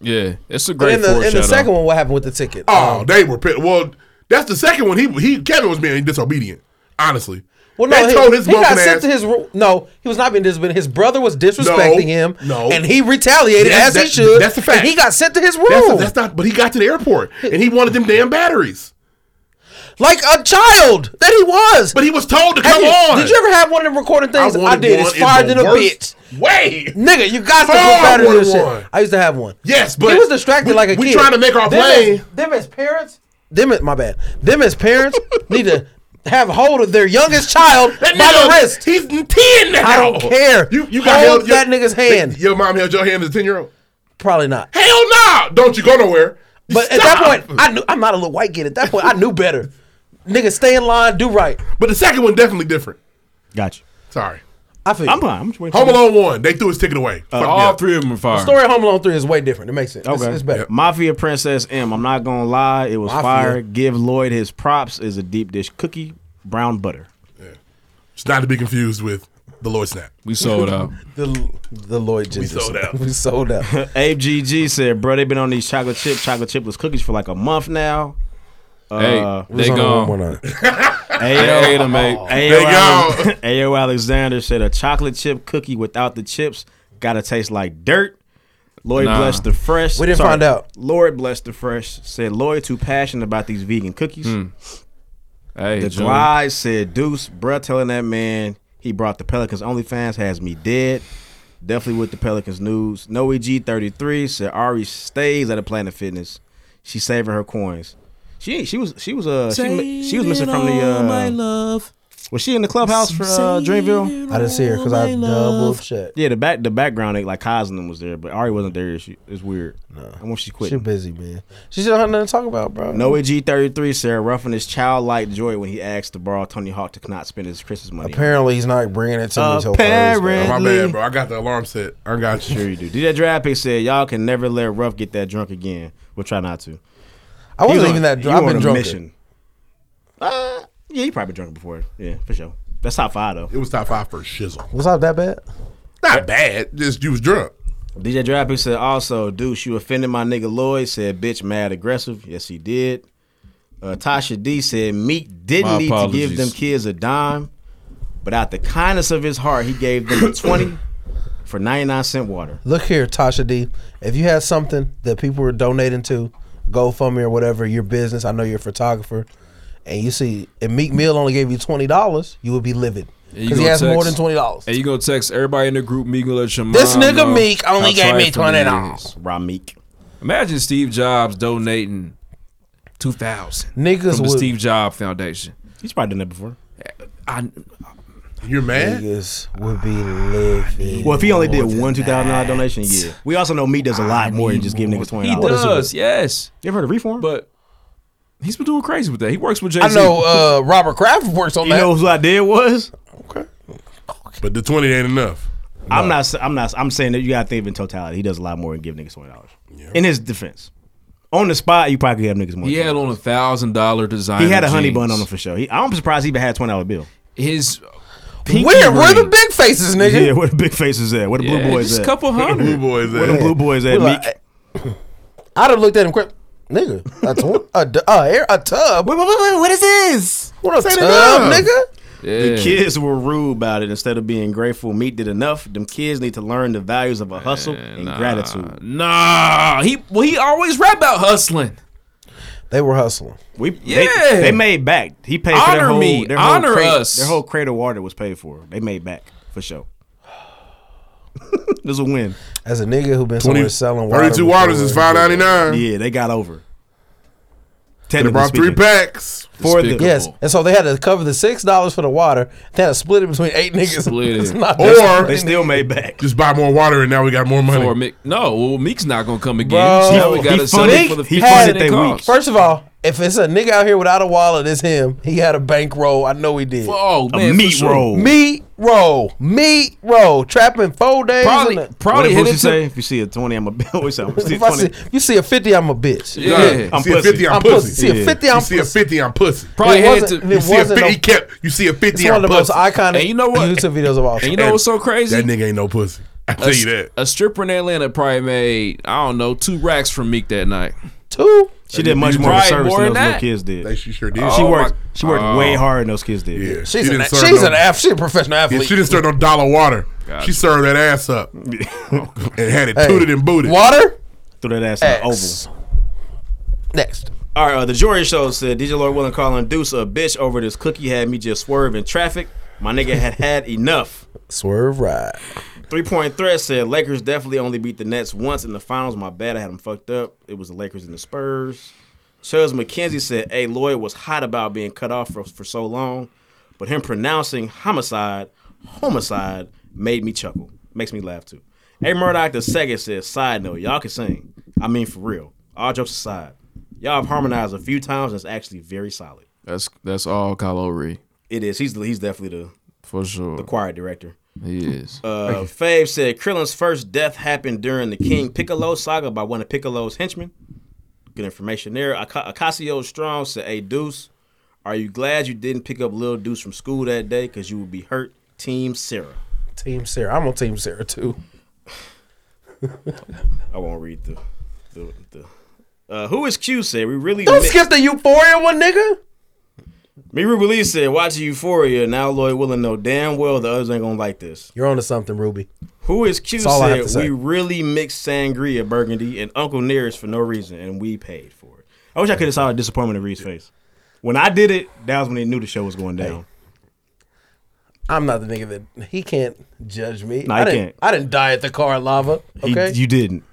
Yeah, it's a But great in the, in foreshadow. the second one, what happened with the ticket? Um, oh, they were pissed. Well, that's the second one. He he Kevin was being disobedient. Honestly, Well, they no, he, told his he got broken sent ass. to his ro- no. He was not being disciplined. His brother was disrespecting No, him, no. and he retaliated Yes, as he that- should. that's a fact. And he got sent to his room that's, that's not. But he got to the airport and he wanted them damn batteries. like a child that he was. But he was told to Have come you- on. Did you ever have one of them recording things? I, wanted did. one It's in fired the than a bitch, worst Way. nigga. You got to Far put better than wanted this shit. one. I used to have one. Yes, but he was distracted we- like a we kid. trying to make our Them as- play. Them as parents, them as, my bad. Them as parents need to have hold of their youngest child by That the nigga, wrist. He's ten now. I don't care. You you Hold got held, that your- nigga's hand. Your mom held your hand as a ten year old. Probably not. Hell no! Don't you go nowhere. But at that point, I knew I'm not a little white kid. At that point, I knew better. Nigga, stay in line, do right. But the second one definitely different. Gotcha. Sorry. I feel I'm you. fine. I'm just waiting. Home Alone one. They threw his ticket away. Oh, Fuck all yeah. three of them are The fire. story of Home Alone three is way different. It makes sense. It's, Okay. it's better. Mafia Princess M. I'm not gonna lie, it was Mafia. fire. Give Lloyd his props. Is a deep dish cookie, brown butter. It's not to be confused with the Lord Snap. We sold out. The the Lloyd Jesus. sold out. We sold out. Abe GG said, "Bro, they've been on these chocolate chip, chocolate chipless cookies for like a month now." Uh, hey, Who's they on the gone. one on it? They ate AO, 'em, mate. AO, They Alex- AO Alexander said, "A chocolate chip cookie without the chips gotta taste like dirt." Lloyd Nah. blessed the fresh. We didn't find out. Lloyd blessed the fresh said Lloyd too passionate about these vegan cookies. Hmm. Hey, The June. glide said, Deuce, bruh, telling that man he brought the Pelicans OnlyFans has me dead. Definitely with the Pelicans news. Noe G33 said Ari stays at a Planet Fitness. She's saving her coins. She she was she was uh she, mi- she was missing from the uh love. was she in the clubhouse for uh, Dreamville? I didn't see her because I double checked. Yeah, the back the background like Cosman was there, but Ari wasn't there. She, it's weird. No, and when she quit, She busy, man. She don't have nothing to talk about, bro. Noe G33 said ruffing his childlike joy when he asked to borrow Tony Hawk to not spend his Christmas money. Apparently, he's not bringing it to me. till Thursday. Apparently. My bad, bro. I got the alarm set. I got you. Sure you do. DJ Draft Pick said, "Y'all can never let Ruff get that drunk again. We'll try not to." I He was wasn't on- even that you drunk. I've on been a drunk. mission. Yeah, you probably drunk it before. Yeah, for sure. That's top five though. It was top five for shizzle. Was I that bad? Not bad. Just you was drunk. DJ Drappy said also, douche, you offended my nigga Lloyd. Said bitch, mad aggressive. Yes, he did. Uh, Tasha D said Meek didn't My need to give apologies. them kids a dime, but out the kindness of his heart, he gave them a twenty for ninety nine cent water. Look here, Tasha D. If you had something that people were donating to, GoFundMe or whatever, your business, I know you're a photographer, and you see, if Meek Mill only gave you $20, you would be livid. And you Because he gonna has more than text- $20. And you gonna text everybody in the group. Meek gonna let your mom This nigga know Meek only how gave tight me for is. $20. Raw Meek. Imagine Steve Jobs donating two thousand from Niggas the would- Steve Jobs Foundation. He's probably done that before. I, You're mad. Niggas would be livid. Well, if he only did one two thousand dollar donation, yeah. We also know Meek does a lot more than just give niggas twenty He dollars. does, yes. You ever heard of Reform? But he's been doing crazy with that. He works with Jay Z. I know uh, Robert Kraft works on You that. know who I did was? But the twenty ain't enough. I'm not. s- I'm not. I'm saying that you gotta think of in totality. He does a lot more than give niggas twenty dollars. In his defense, on the spot, you probably could have niggas more. He had on a thousand dollar design. He had a honey bun on him for sure. He, I'm surprised he even had a twenty dollar bill. His Where? Where the big faces, nigga? Yeah, where the big faces at? Where the Yeah, blue boys just at? couple hundred. Blue boys. Where the blue boys at? We like- Meek. I'd have looked at him quick. Nigga, a, tw- a, d- a, air- a tub. Wait, wait, wait, wait, what is this? What a it tub, up. nigga? Yeah. The kids were rude about it. Instead of being grateful, Meek did enough. Them kids need to learn the values of a hustle and gratitude. Nah, he well he always rap about hustling. They were hustling. We Yeah. they, they made back. He paid for Honor their whole, me. Their whole Honor crate- us. Their whole crate of water was paid for. They made back for sure. this is a win. As a nigga who been somewhere selling water. Thirty-two waters before. is five ninety nine. Yeah, they got over. They Technically brought three speaking. packs. for the Despicable. Yes, and so they had to cover the six dollars for the water. They had to split it between eight niggas. Split it. It's not- Or They still made back. just buy more water and now we got more money. Or Meek, no, well Meek's not gonna come again. Bro. so now we He gotta sell funded- it for the fifty he funded cent they it costs. First of all, if it's a nigga out here without a wallet, it's him. He had a bankroll. I know he did. oh man, A for meat sure. roll. Meat roll, meat roll, trapping four days. Probably, in a- What probably did hit Boosie it say? to, If you see a twenty, I'm a always say, I'm gonna see a if I see, twenty. you see a fifty, I'm a bitch. yeah. You I'm see a pussy. fifty, I'm I'm pussy. pussy. See a fifty, You I'm see a pussy. fifty, I'm pussy. Probably It had wasn't- to. it You see a fifty, wasn't no- he kept. You see a It's fifty, one I'm of the most pussy. iconic And you know what? YouTube videos of all And time. you know what's so crazy? That nigga ain't no pussy. I a, tell you that. a stripper in Atlanta probably made I don't know two racks from Meek that night. Two. She did much more Right, service more than than those little that. kids did. They- She sure did. Oh she my- worked. She worked Oh. way harder than those kids did. Yeah, she She's an didn't serve she's no- an af- she's a professional Yeah, athlete. she didn't serve no dollar water. She served that ass up and had it tooted and booted. Water. Threw that ass in the oval. X. Next. All right, uh, the Jordan Show said DJ Lord Willing calling Deuce a bitch over this cookie had me just swerve in traffic. My nigga had had enough. Swerve right. Three point threat said Lakers definitely only beat the Nets once in the finals. My bad, I had them fucked up. It was the Lakers and the Spurs. Chubbs McKenzie said, "Hey, Lloyd was hot about being cut off for, for so long, but him pronouncing homicide, homicide made me chuckle. Makes me laugh too." A Murdoch the second said, "Side note, y'all can sing. I mean, for real. All jokes aside, y'all have harmonized a few times. And it's actually very solid. That's that's all Kylo Ree It is. He's he's definitely for sure. the choir director." he is. Uh, Fave said Krillin's first death happened during the King Piccolo saga by one of Piccolo's henchmen. Good information there. Aca- Acacio Strong said, Hey, Deuce, are you glad you didn't pick up Lil Deuce from school that day? Because you would be hurt. Team Sarah. Team Sarah. I'm on Team Sarah too. I won't read the. the, the uh, who is Q said, We really. Don't mi- skip the Euphoria one, nigga. Miru Release said, Watching Euphoria. Now Lloyd Willing know damn well the others ain't going to like this. You're on to something, Ruby. Who is Q That's all I have said to say. we really mixed sangria burgundy and Uncle Nearest for no reason and we paid for it. I wish I could have saw the disappointment in Reed's face. When I did it, that was when they knew the show was going down. I'm not the nigga that he can't judge me. No, I he didn't, can't. I didn't die at the car lava. He- Okay. you didn't.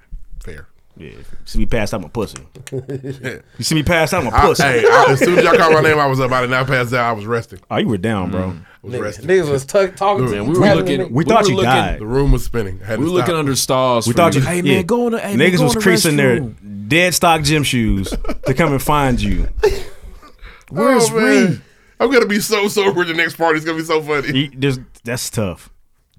Fair. Yeah. See me pass out my pussy. you see me pass out my I, pussy. hey, I- as soon as y'all called my name, I was up. I did not pass out. I was resting. oh, you were down, bro. I was Niggas, resting. niggas was tuck talking to Man, him. Mm. we were looking. We thought were you looking- died. The room was spinning. I had We to were looking stop. Oh, under stars. We for thought you. Hey yeah. man, go in the. Hey, man, Niggas go was in the creasing their restroom. dead stock gym shoes to come and find you. Where's Reed? I'm gonna be so sober. The next party's gonna be so funny. You- there's- that's tough.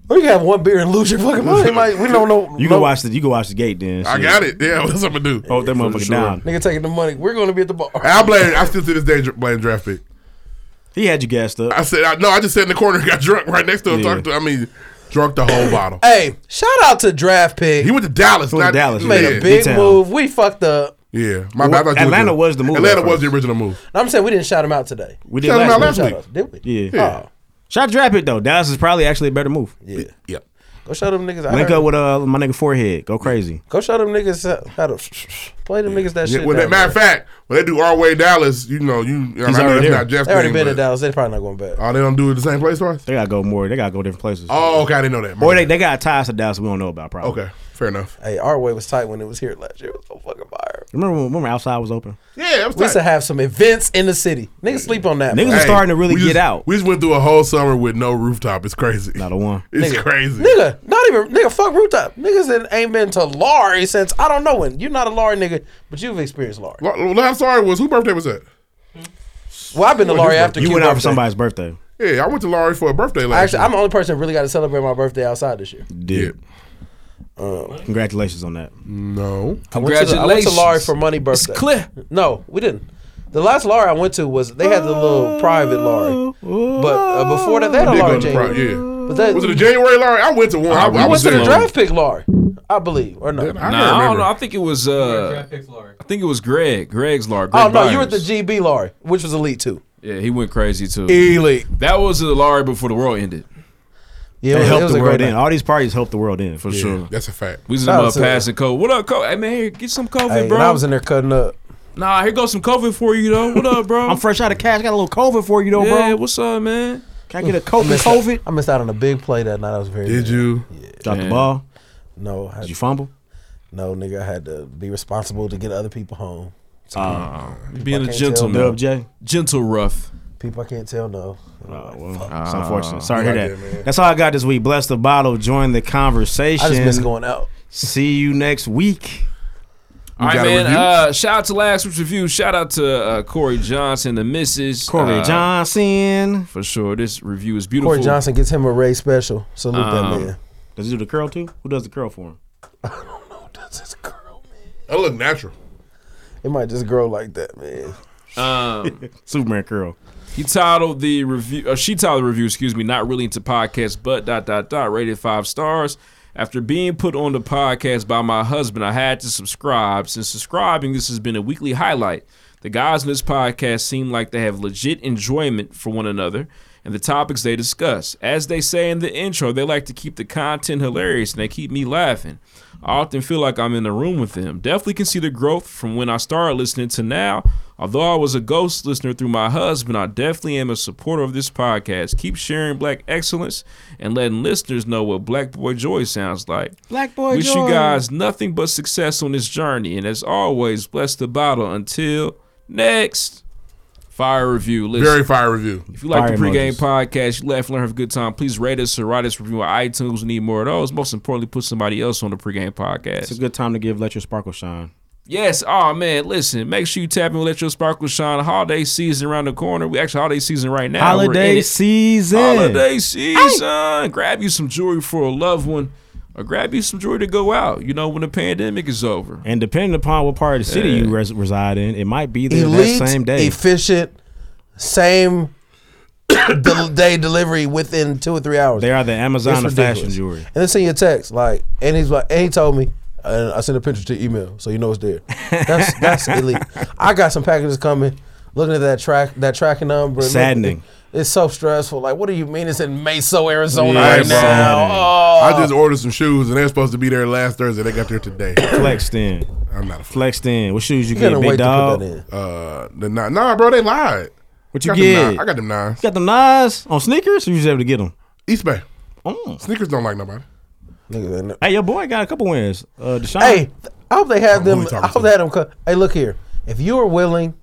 Or you can have one beer and lose your fucking money. Like, we don't know. You no, can watch the you can watch the gate then. I shit. got it. Yeah, that's what I'm Oh, gonna do. Hold that motherfucker down. Nigga taking the money. We're going to be at the bar. I blame. I still to this day dr- blame draft pick. He had you gassed up. I said, I, no, I just sat in the corner and got drunk right next to him. Talked to, I mean, drunk the whole bottle. Hey, shout out to Draft Pick. He went to Dallas. He went not- Dallas, Made yeah. a big D-town. move. We fucked up. Yeah, my bad. I thought you were Atlanta doing- was the move Atlanta at was the original move. No, I'm saying we didn't shout him out today. We did Shout him last, out last week. week. Did we? Yeah. Oh. Yeah. Shout out to draft pick though. Dallas is probably actually a better move. Yeah. Yeah. Go show them niggas. I Link heard- up with uh my nigga forehead. Go crazy. Go show them niggas how to play them niggas that Yeah, shit. well, that, down matter there. of fact, when they do our way Dallas, you know, you I know already that's there. not Jeff's they already thing, been to but Dallas. They probably not going back. Oh, they don't do it the same place twice. They gotta go more. They gotta go different places. Oh, okay, I didn't know that. Or they, they got ties to Dallas we don't know about probably. Okay, fair enough. Hey, our way was tight when it was here last year. It was so fucking fire. Remember when remember outside was open? Yeah, I'm We used to have some events in the city. Niggas sleep on that. Niggas bro. was starting to really we get just, out. We just went through a whole summer with no rooftop. It's crazy. Not a one. It's Nigga. crazy. Nigga, not even nigga. Fuck rooftop. Niggas that ain't been to Laurie since I don't know when. You're not a Laurie nigga, but you've experienced Laurie. La- la- Last sorry was whose birthday was that? Well, I've been to Laurie after You Q went out for birthday. somebody's birthday. Yeah, I went to Laurie for a birthday last Actually, year. I'm the only person that really got to celebrate my birthday outside this year. Did. Congratulations on that. No. I went to Congratulations. Laurie for money It's birthday. clear. No, we didn't. The last Laurie I went to was they had the little private Laurie, but uh, before that they had a Did go Laurie to the January. pro- yeah. But that, Was it a January Laurie? I went to one. I, we I we went was to the there. draft pick Laurie, I believe, or no? I Nah, I don't don't know. I remember. think it was uh, Draft picks, Laurie. I think it was Greg. Greg's Lard. Oh Greg no, you were at the Byers. GB Laurie, which was elite too. Yeah, he went crazy too. Elite. That was the Lard before the world ended. Yeah, It, it was, it helped was the a great world in. night. All these parties helped the world in. For Yeah, That's a fact. We was in Shout the out mud to- passing code. What up, code? Hey man, here, get some COVID, Hey, bro. and I was in there cutting up. nah, here goes some COVID for you though. What up, bro? I'm fresh out of cash. Got a little COVID for you though, yeah, bro. what's up, man? Can I get a COVID? missed COVID? Out, I missed out on a big play that night. I was very. Did you? Drop the Man. ball. No, I, Did you fumble? no, nigga, I had to be responsible to get other people home. So Uh. Being I a can't tell gentleman, Dub J. gentle rough. people I can't tell no. Oh, well, it's Uh, unfortunate. Sorry to Yeah, yeah, hear that. man. That's all I got this week. Bless the bottle. Join the conversation. I just miss going out. See you next week. All right, got a man. review? Uh, shout out to last week's review. Shout out to uh, Corey Johnson, the Misses. Corey Uh, Johnson. for sure. This review is beautiful. Corey Johnson gets him a Ray special. Salute that Um, man. Does he do the curl too? Who does the curl for him? That's his girl, man. I look natural. It might just grow like that, man. Um, Superman curl. He titled the review, uh, she titled the review, excuse me, not really into podcasts, but dot dot dot, rated five stars. After being put on the podcast by my husband, I had to subscribe. Since subscribing, this has been a weekly highlight. The guys in this podcast seem like they have legit enjoyment for one another and the topics they discuss. As they say in the intro, they like to keep the content hilarious and they keep me laughing. I often feel like I'm in the room with them. Definitely can see the growth from when I started listening to now. Although I was a ghost listener through my husband, I definitely am a supporter of this podcast. Keep sharing black excellence and letting listeners know what Black Boy Joy sounds like. Black boy. Wish joy. you guys nothing but success on this journey. And as always, bless the bottle. Until next fire review. Listen. Very fire review. If you like Fire the pregame emojis. podcast, you left, learn, have a good time, please rate us or write us a review on iTunes. We need more of those. Most importantly, put somebody else on the pregame It's a podcast. good time to give Let Your Sparkle Shine. Yes. Oh, man. Listen, make sure you tap in with Let Your Sparkle Shine. Holiday season around the corner. We actually holiday season right now. We're in Holiday it. season. Holiday season. Grab you some jewelry for a loved one or grab you some jewelry to go out, you know, when the pandemic is over. And depending upon what part of the city you res- reside in, it might be there Elite, that same day. efficient, same del- day delivery within two or three hours. they are the Amazon It's of fashion ridiculous. jewelry. And then send you a text like, and he's like, and he told me, and I sent a picture to email, so you know it's there. That's that's elite. I got some packages coming. Looking at that track, that tracking number, look- Saddening. it's so stressful. Like, what do you mean? It's in Meso, Arizona Yeah, right bro. now. Oh. Uh, I just ordered some shoes and they're supposed to be there last Thursday. They got there today. Flexed in. I'm not a fl- Flexed in. What shoes you get, couldn't big wait dog? to put You that in. uh the nine. Nah, bro, they lied. What you Got them get? nine- I got them nine. got them knives on sneakers? Or you just able to get them? East Bay. Mm. Sneakers don't like nobody. Niggas ain't no- Hey, your boy got a couple wins. Uh, Deshaun. Hey, th- I hope they have Um, I'm them. really talking I hope to they had them. co- Hey, look here. If you are willing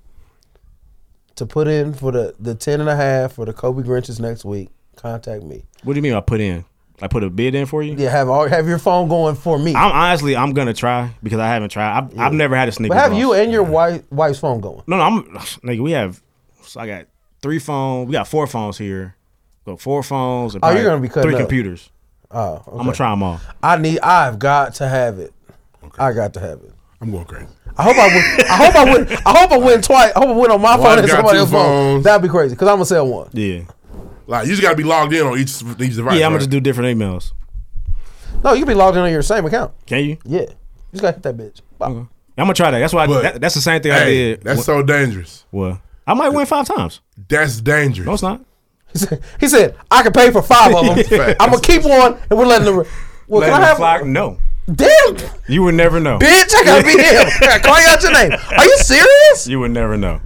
to put in for the the ten and a half for the Kobe Grinches next week, contact me. What do you mean I put in? I put a bid in for you? Yeah, have all have your phone going for me. I'm honestly, I'm gonna try because I haven't tried. I've, I've never had a sneaker. But have loss. you and your wife wife's phone going? No, no, I'm nigga. We have. So I got three phones. We got four phones here. So four phones. And Oh, you're probably gonna be cutting three up. computers. Oh, okay. I'm gonna try them all. I need. I've got to have it. I got to have it. I'm going crazy. I hope I win. I hope I win. I hope I win twice. I hope I win on my Well, phone I've and got somebody two else's phone. phones. That'd be crazy because I'm gonna sell one. Yeah. Like you just gotta be logged in on each each device. yeah, I'm gonna right? just do different emails. No, you can be logged in on your same account. Can you? Yeah, you just gotta hit that bitch. I'm gonna try that. That's why. I, But- that, that's the same thing I Hey, did. that's so dangerous. Well, I might win five times. That's dangerous. No, it's not. He said I can pay for five of them. Facts. I'm gonna keep one, and we're letting them. Well, Let can I it have? fly- No, Damn, you would never know. bitch! I gotta be him. I gotta call you out your name. Are you serious? You would never know.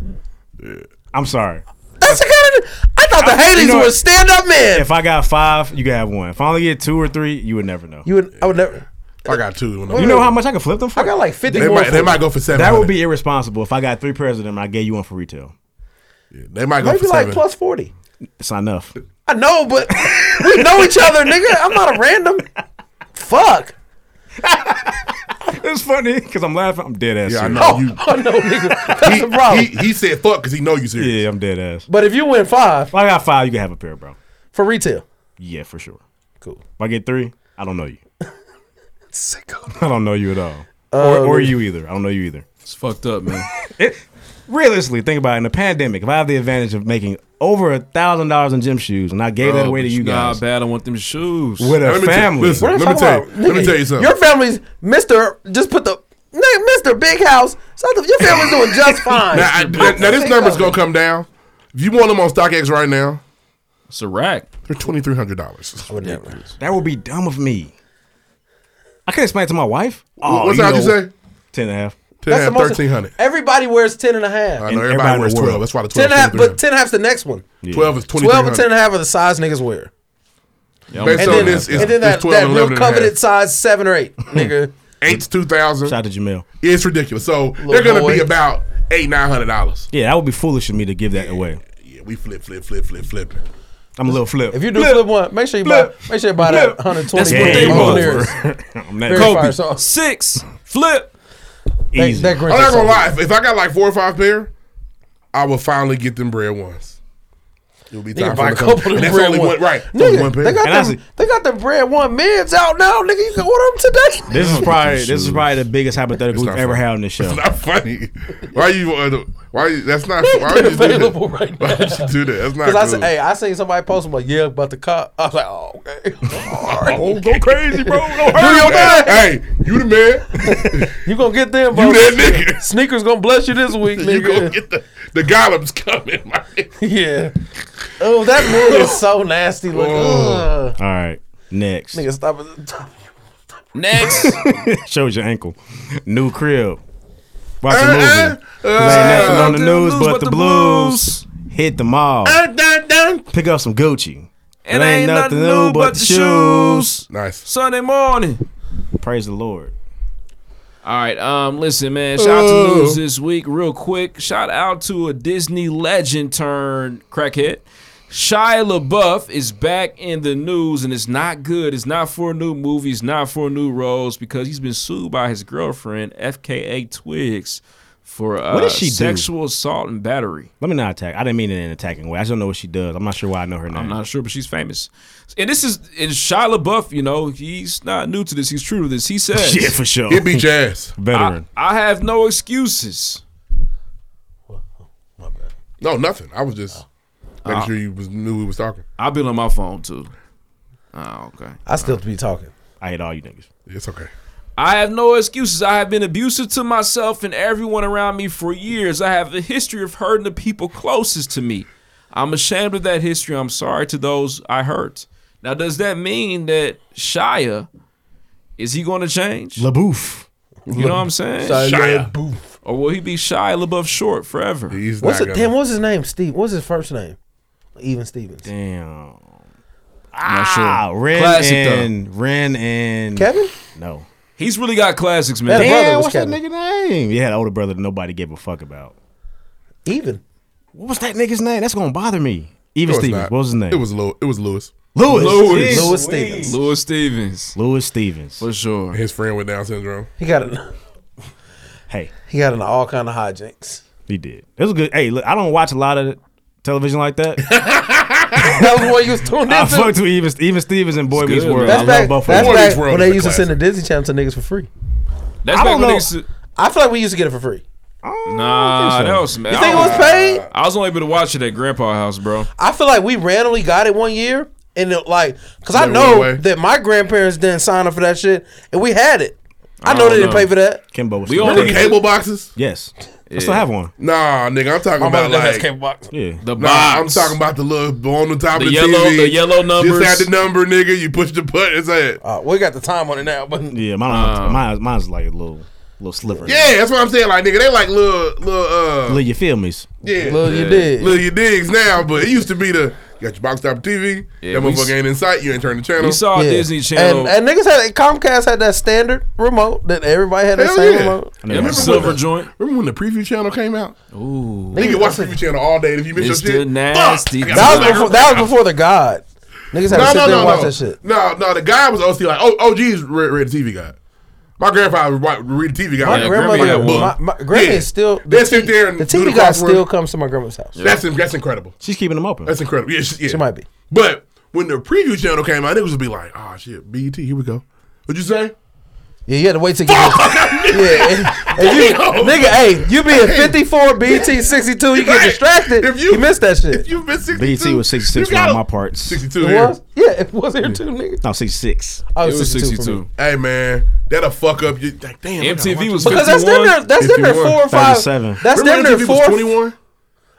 I'm sorry. That's the kind of. I thought the Hades You know were what? stand up men. If I got five, you could have one. If I only get two or three, you would never know. you would. I would never. I got two. When I'm- You know how much I could flip them for? I got like fifty they more. might, they for- might go for seven. that would be irresponsible if I got three pairs of them and I gave you one for retail. They might go maybe for like seven. plus forty. It's not enough. I know, but we know each other, nigga. I'm not a random. Fuck. it's funny because I'm laughing. I'm dead ass. yeah, I serious. know. You, Oh no, nigga. That's the he, problem. he, he said fuck because he know you serious. Yeah, I'm dead ass. but if you win five If I got five, you can have a pair, bro. for retail, Yeah, for sure. cool. If I get three, I don't know you. Sicko. I don't know you at all. Uh, or, or you either. I don't know you either. It's fucked up, man. Realistically, think about it. In a pandemic, if I have the advantage of making over a thousand dollars in gym shoes and I gave that Bro, away to but you Nah, guys bad. I want them shoes. with a Let me tell- family, listen. What are Let me talking tell you- let about? me Nigga, tell you something. Your family's Mister. Just put the nigga, Mister Big House. So the- Your family's doing just fine. Now, I, now, now this number's gonna come down. If you want them on StockX right now, It's a rack. they're twenty three hundred dollars. Oh, that would be dumb of me. I can't explain it to my wife. Oh, What's you that? know- You say Ten and a half. That's the ten most- thirteen hundred. Everybody wears ten and a half. I know in everybody the wears world. twelve. That's why the ten twelve. and a half, but ten and a half's the next one. twelve is twenty three Twelve and ten and hundred. a half are the size niggas wear. Yeah, I'm Based with on that. this, it's- and then that, 12 that and real 11 and a half. coveted size seven or eight, nigga. Eight's two thousand. Shout out to Jamel. It's ridiculous. So they're gonna boy. be about eight nine hundred dollars. Yeah, that would be foolish of me to give that away. Yeah, we flip, flip, flip, flip, flip. I'm a little flip. If you do flip, one, make sure you buy make sure you buy that Flip. 120 That's what they want. Mountaineers. I'm not Very fire Kobe song. six flip. That, easy. that Grinch I'm is not so gonna lie. If, if I got like four or five pair, I would finally get them bread ones. It would be Nigga, time for buy a them to come. couple And of them that's bread only one. one, right? that's only Nigga, one pair. they got And I them, see- they got the bread one mids out now, nigga. You can order them today. This is probably this is probably the biggest hypothetical we've not ever funny. had on this show. It's not funny. Why you? uh, Why you? That's not. Why They're would you do available that? right Why now. would you do that? That's not. Cause Cool. I said, hey, I seen somebody post. I'm like, yeah, about the cop. I was like, oh, okay. All right. oh, go crazy, bro. Go Do your hard, man. Hey, you the man. You gonna get them, bro? you that nigga. Sneakers gonna bless you this week, You nigga. gonna get the the golems coming? My nigga. yeah. Oh, that mood is so nasty. Like, Oh. ugh. All right, next nigga, stop it. Next, shows your ankle. New crib. Watch a Uh, movie. uh, Ain't uh, nothing on the didn't news lose but, the blues. Hit the mall. dun, dun, dun. Pick up some Gucci. it ain't nothing new but the shoes. Nice. Sunday morning. Praise the Lord. All right, um, listen, man. Shout out Oh. to news this week, real quick. Shout out to a Disney legend turned crackhead. Shia LaBeouf is back in the news, and it's not good. It's not for new movies, not for new roles, because he's been sued by his girlfriend, FKA Twigs, for uh, does she do? sexual assault and battery. Let me not attack. I didn't mean it in an attacking way. I just don't know what she does. I'm not sure why I know her name. I'm not sure, but she's famous. And this is and Shia LaBeouf. You know, he's not new to this. He's true to this. He says, yeah, for sure. It be jazz. I, Veteran. "I have no excuses." No, nothing. I was just Oh. making Uh, sure you was, knew we was talking. I've been on my phone too. Oh, okay. I still be talking. I hate all you niggas. It's okay. I have no excuses. I have been abusive to myself and everyone around me for years. I have a history of hurting the people closest to me. I'm ashamed of that history. I'm sorry to those I hurt. Now, does that mean that Shia is he going to change? LaBouf. you know what I'm saying? Shia. Or will he be Shia LaBeouf short forever? He's What's not it? gonna- Damn, what's his name? Steve. What's his first name? Even Stevens. Damn. Not sure. Ah, Ren Classic, and Ren and Kevin. No. He's really got classics, That man. brother Damn, was what's that Kevin. nigga name? Yeah, the older brother that nobody gave a fuck about. Even. What was that nigga's name? That's gonna bother me. Even No, it's Stevens. not. What was his name? It was Lewis. It was Lewis. Lewis. Lewis. Louis Stevens. Louis Stevens, Lewis Stevens. for sure. His friend with Down syndrome. He got an, Hey, he got into all kind of hijinks. he did. It was good. Hey, look, I don't watch a lot of television like that. That was what you was tuned I into. fucked with even even Stevens and Boy It's Meets good, World. man. I That's love back. both of That's them. Boy Meets back World when is they a used to classic. send the Disney Channel to niggas for free. That's back I don't when know. they used to- I feel like we used to get it for free. Nah, think so. that was. You think it was paid? I was only able to watch it at Grandpa's house, bro. I feel like we randomly got it one year, and it, like, cause I Never went know away. that my grandparents didn't sign up for that shit, and we had it. I I, know they don't didn't know. pay for that. Kimbo was We still- only Remember get- Cable boxes? Yes. Yeah. I still have one. Nah, nigga, I'm talking about like Yeah. The Nah, I'm box. talking about the little on the top The of the yellow- TV. the yellow numbers. Just had the number, nigga. You push the button. It's it. Uh, we got the time on it now, but Yeah, mine, Uh. mine, mine's like a little, little sliver. Yeah, that's what I'm saying. Like, nigga, they like little, little, uh, Lil, you feel me? yeah, Lil, Yeah. you did. little your digs now. But it used to be the you got your box top TV. Yeah, that we motherfucker s- ain't in sight. You ain't turn the channel. We saw Yeah. Disney Channel. And, and niggas had Comcast had that standard remote that everybody had that Hell same yeah. remote. Them Remember silver when the- joint. Remember when the preview channel came out? Ooh, Nigga, watch preview channel all day. and If you miss Mr. your shit, Nasty. Fuck, I got That my was before, record. that was before the God. Niggas had to No, sit no, there and no, watch no. that shit. No, no. The guy was OC like, oh, OG's read, read the TV guy. My grandfather would read the TV guy. My Yeah, Grammy grandmother, had one. my, my grandma Yeah. is still They the, sit there and the do TV the guy crossword. still comes to my grandma's house. That's that's incredible. She's keeping them open. That's incredible. Yeah, she, yeah. She might be. But when the preview channel came out, it was just be like, oh shit, BET, here we go. What'd you say? Yeah, you had to wait till you get yeah. and- and you- Damn. nigga, hey, you being Hey. 54, BT 62, you get Hey, distracted. if you- you, missed that shit. If you've been E 62, BT was 66 you on gotta- my parts. 62 it here. was? Yeah, it was here too, nigga. Oh, No, 66. I it was, was 62. 62. Hey man, that'll fuck up. You like, damn. I gotta MTV watch was it. Because that's damn 51. near, that's damn near 51, four or five. 37. That's damn Remember near MTV was four. 21.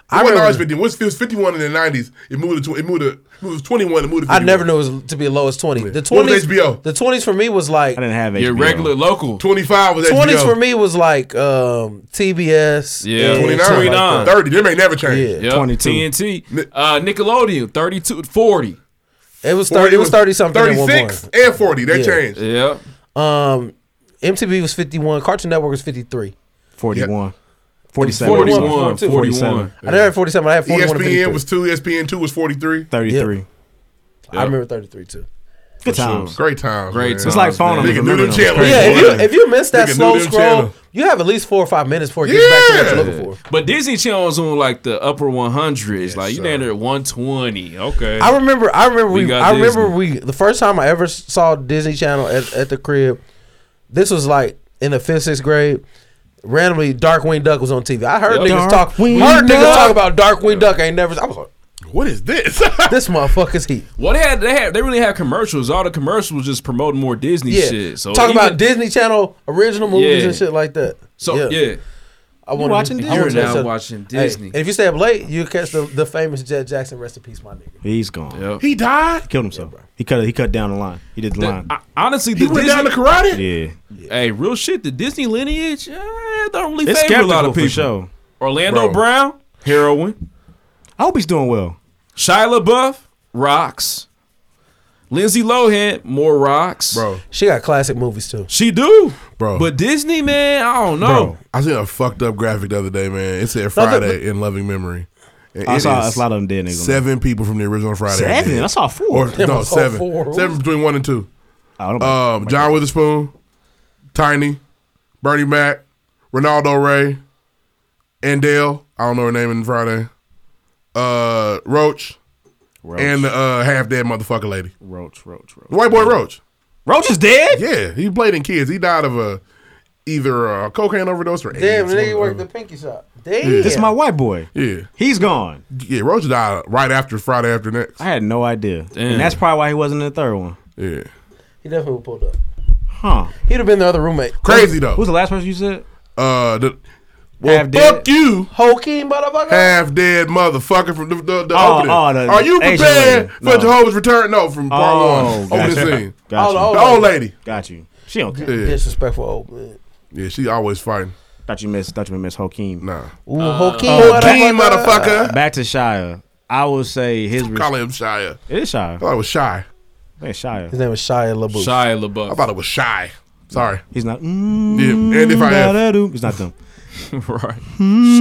I It wasn't always remember. 50. It was, it was 51 in the 90s. It moved to tw- it moved to it was 21. It moved to I 51. never knew it was to be low as 20. The What 20s, was HBO? The 20s for me was like I didn't have HBO. Your regular local. 25 was 20s HBO. for me was like um, TBS. Yeah. and 29, shit like that. 29. 30. They may never change. Yeah. Yep, 22. TNT. Uh, Nickelodeon, 32, 40. It was 30, it was 30 something at one 36 point. and 40. That changed. Yep. Um, MTV was 51, Cartoon Network was 53. 41. 47. 41, 41. 41. 47. I didn't have 47, I had 41 and 53. ESPN was E 2, ESPN 2 was 43. 33. I remember 33 too. Good times. Great times. Great man. times. It's like phone Man. numbers. Nigga, new Remember them them. channels. Yeah, if you, boy. if you miss that Nigga, slow new them scroll, channel. you have at least four or five minutes before it gets back to what Yeah. you're looking for. But Disney Channel was on like the upper 100s. like you sir. down there at 120. Okay. I remember, I remember, We we, got I remember we the first time I ever saw Disney Channel at, at the crib. This was like in the fifth, sixth grade. Randomly, Darkwing Duck was on TV. I heard Yep. niggas talk. Darkwing heard niggas Duck. talk about Darkwing Duck. I ain't never. I was like, What is this? this motherfucker's heat. well, they had they had they really had commercials. All the commercials was just promoting more Disney Yeah, shit. So talk even- about Disney Channel original movies Yeah. and shit like that. So yeah. I want watching Disney. You're now watching Disney. and if you stay up late, you catch the, the famous Jet Jackson. Rest in peace, my nigga. He's gone. Yep. he died? Killed himself. He cut. He cut down the line. He did the The- line. I- honestly, the He went Disney, down to karate? yeah, hey, real shit. The Disney lineage eh, don't really it's favor a skeptical lot of people. for sure. Orlando Bro. Brown, heroin. I hope he's doing well. Shia LaBeouf, rocks. Lindsay Lohan, more rocks. Bro, She got classic movies too. She do. Bro. But Disney, man, I don't know. Bro, I seen a fucked up graphic the other day, man. It said Friday in loving memory. And I it saw is a lot of them dead niggas. Seven people from the original Friday. are Seven? dead. I saw Or, four. no, I saw seven. four. Seven between one and two. I Oh, Uh, don't Um, John Witherspoon, Tiny, Bernie Mac, Ronaldo Ray, Andale. I don't know her name in Friday. Uh, Roach, Roach, and the uh, half dead motherfucker lady. Roach, Roach, Roach. The white boy Roach. Roach is dead. Yeah, he played in kids. He died of a either a cocaine overdose or Damn, AIDS, the nigga one worked of the them. pinky shop. Damn. This is my white boy. Yeah, He's gone. yeah. Roach died right after Friday after next. I had no idea, Damn. and that's probably why he wasn't in the third one. Yeah, He definitely would've pulled up. Huh? He'd have been the other roommate. crazy though. Who's the last person you said? uh, the, Oh. well, Half dead. fuck you. Hokeem, motherfucker. half dead motherfucker from the, the, the Oh, opening. oh, the Are you Asian prepared lady. for No. Jehovah's return? No, from part Oh, one. Opening gotcha. scene. Got Oh, you. no. The old lady. Got you. She don't care. Yeah. Disrespectful old man. Yeah, she always fighting. Thought you missed. Thought you missed Hokeem. Nah. Ooh, Hokeem, King motherfucker. Back to Shia. I would say his. Res- Call him Shia. it is Shia. I thought it was shy. Hey, Shia. His name is Shia LaBeouf. Shia I LaBeouf. thought it was shy. Sorry. He's not. Mm, Yeah, and if I am. da-da-doo. It's not them. right.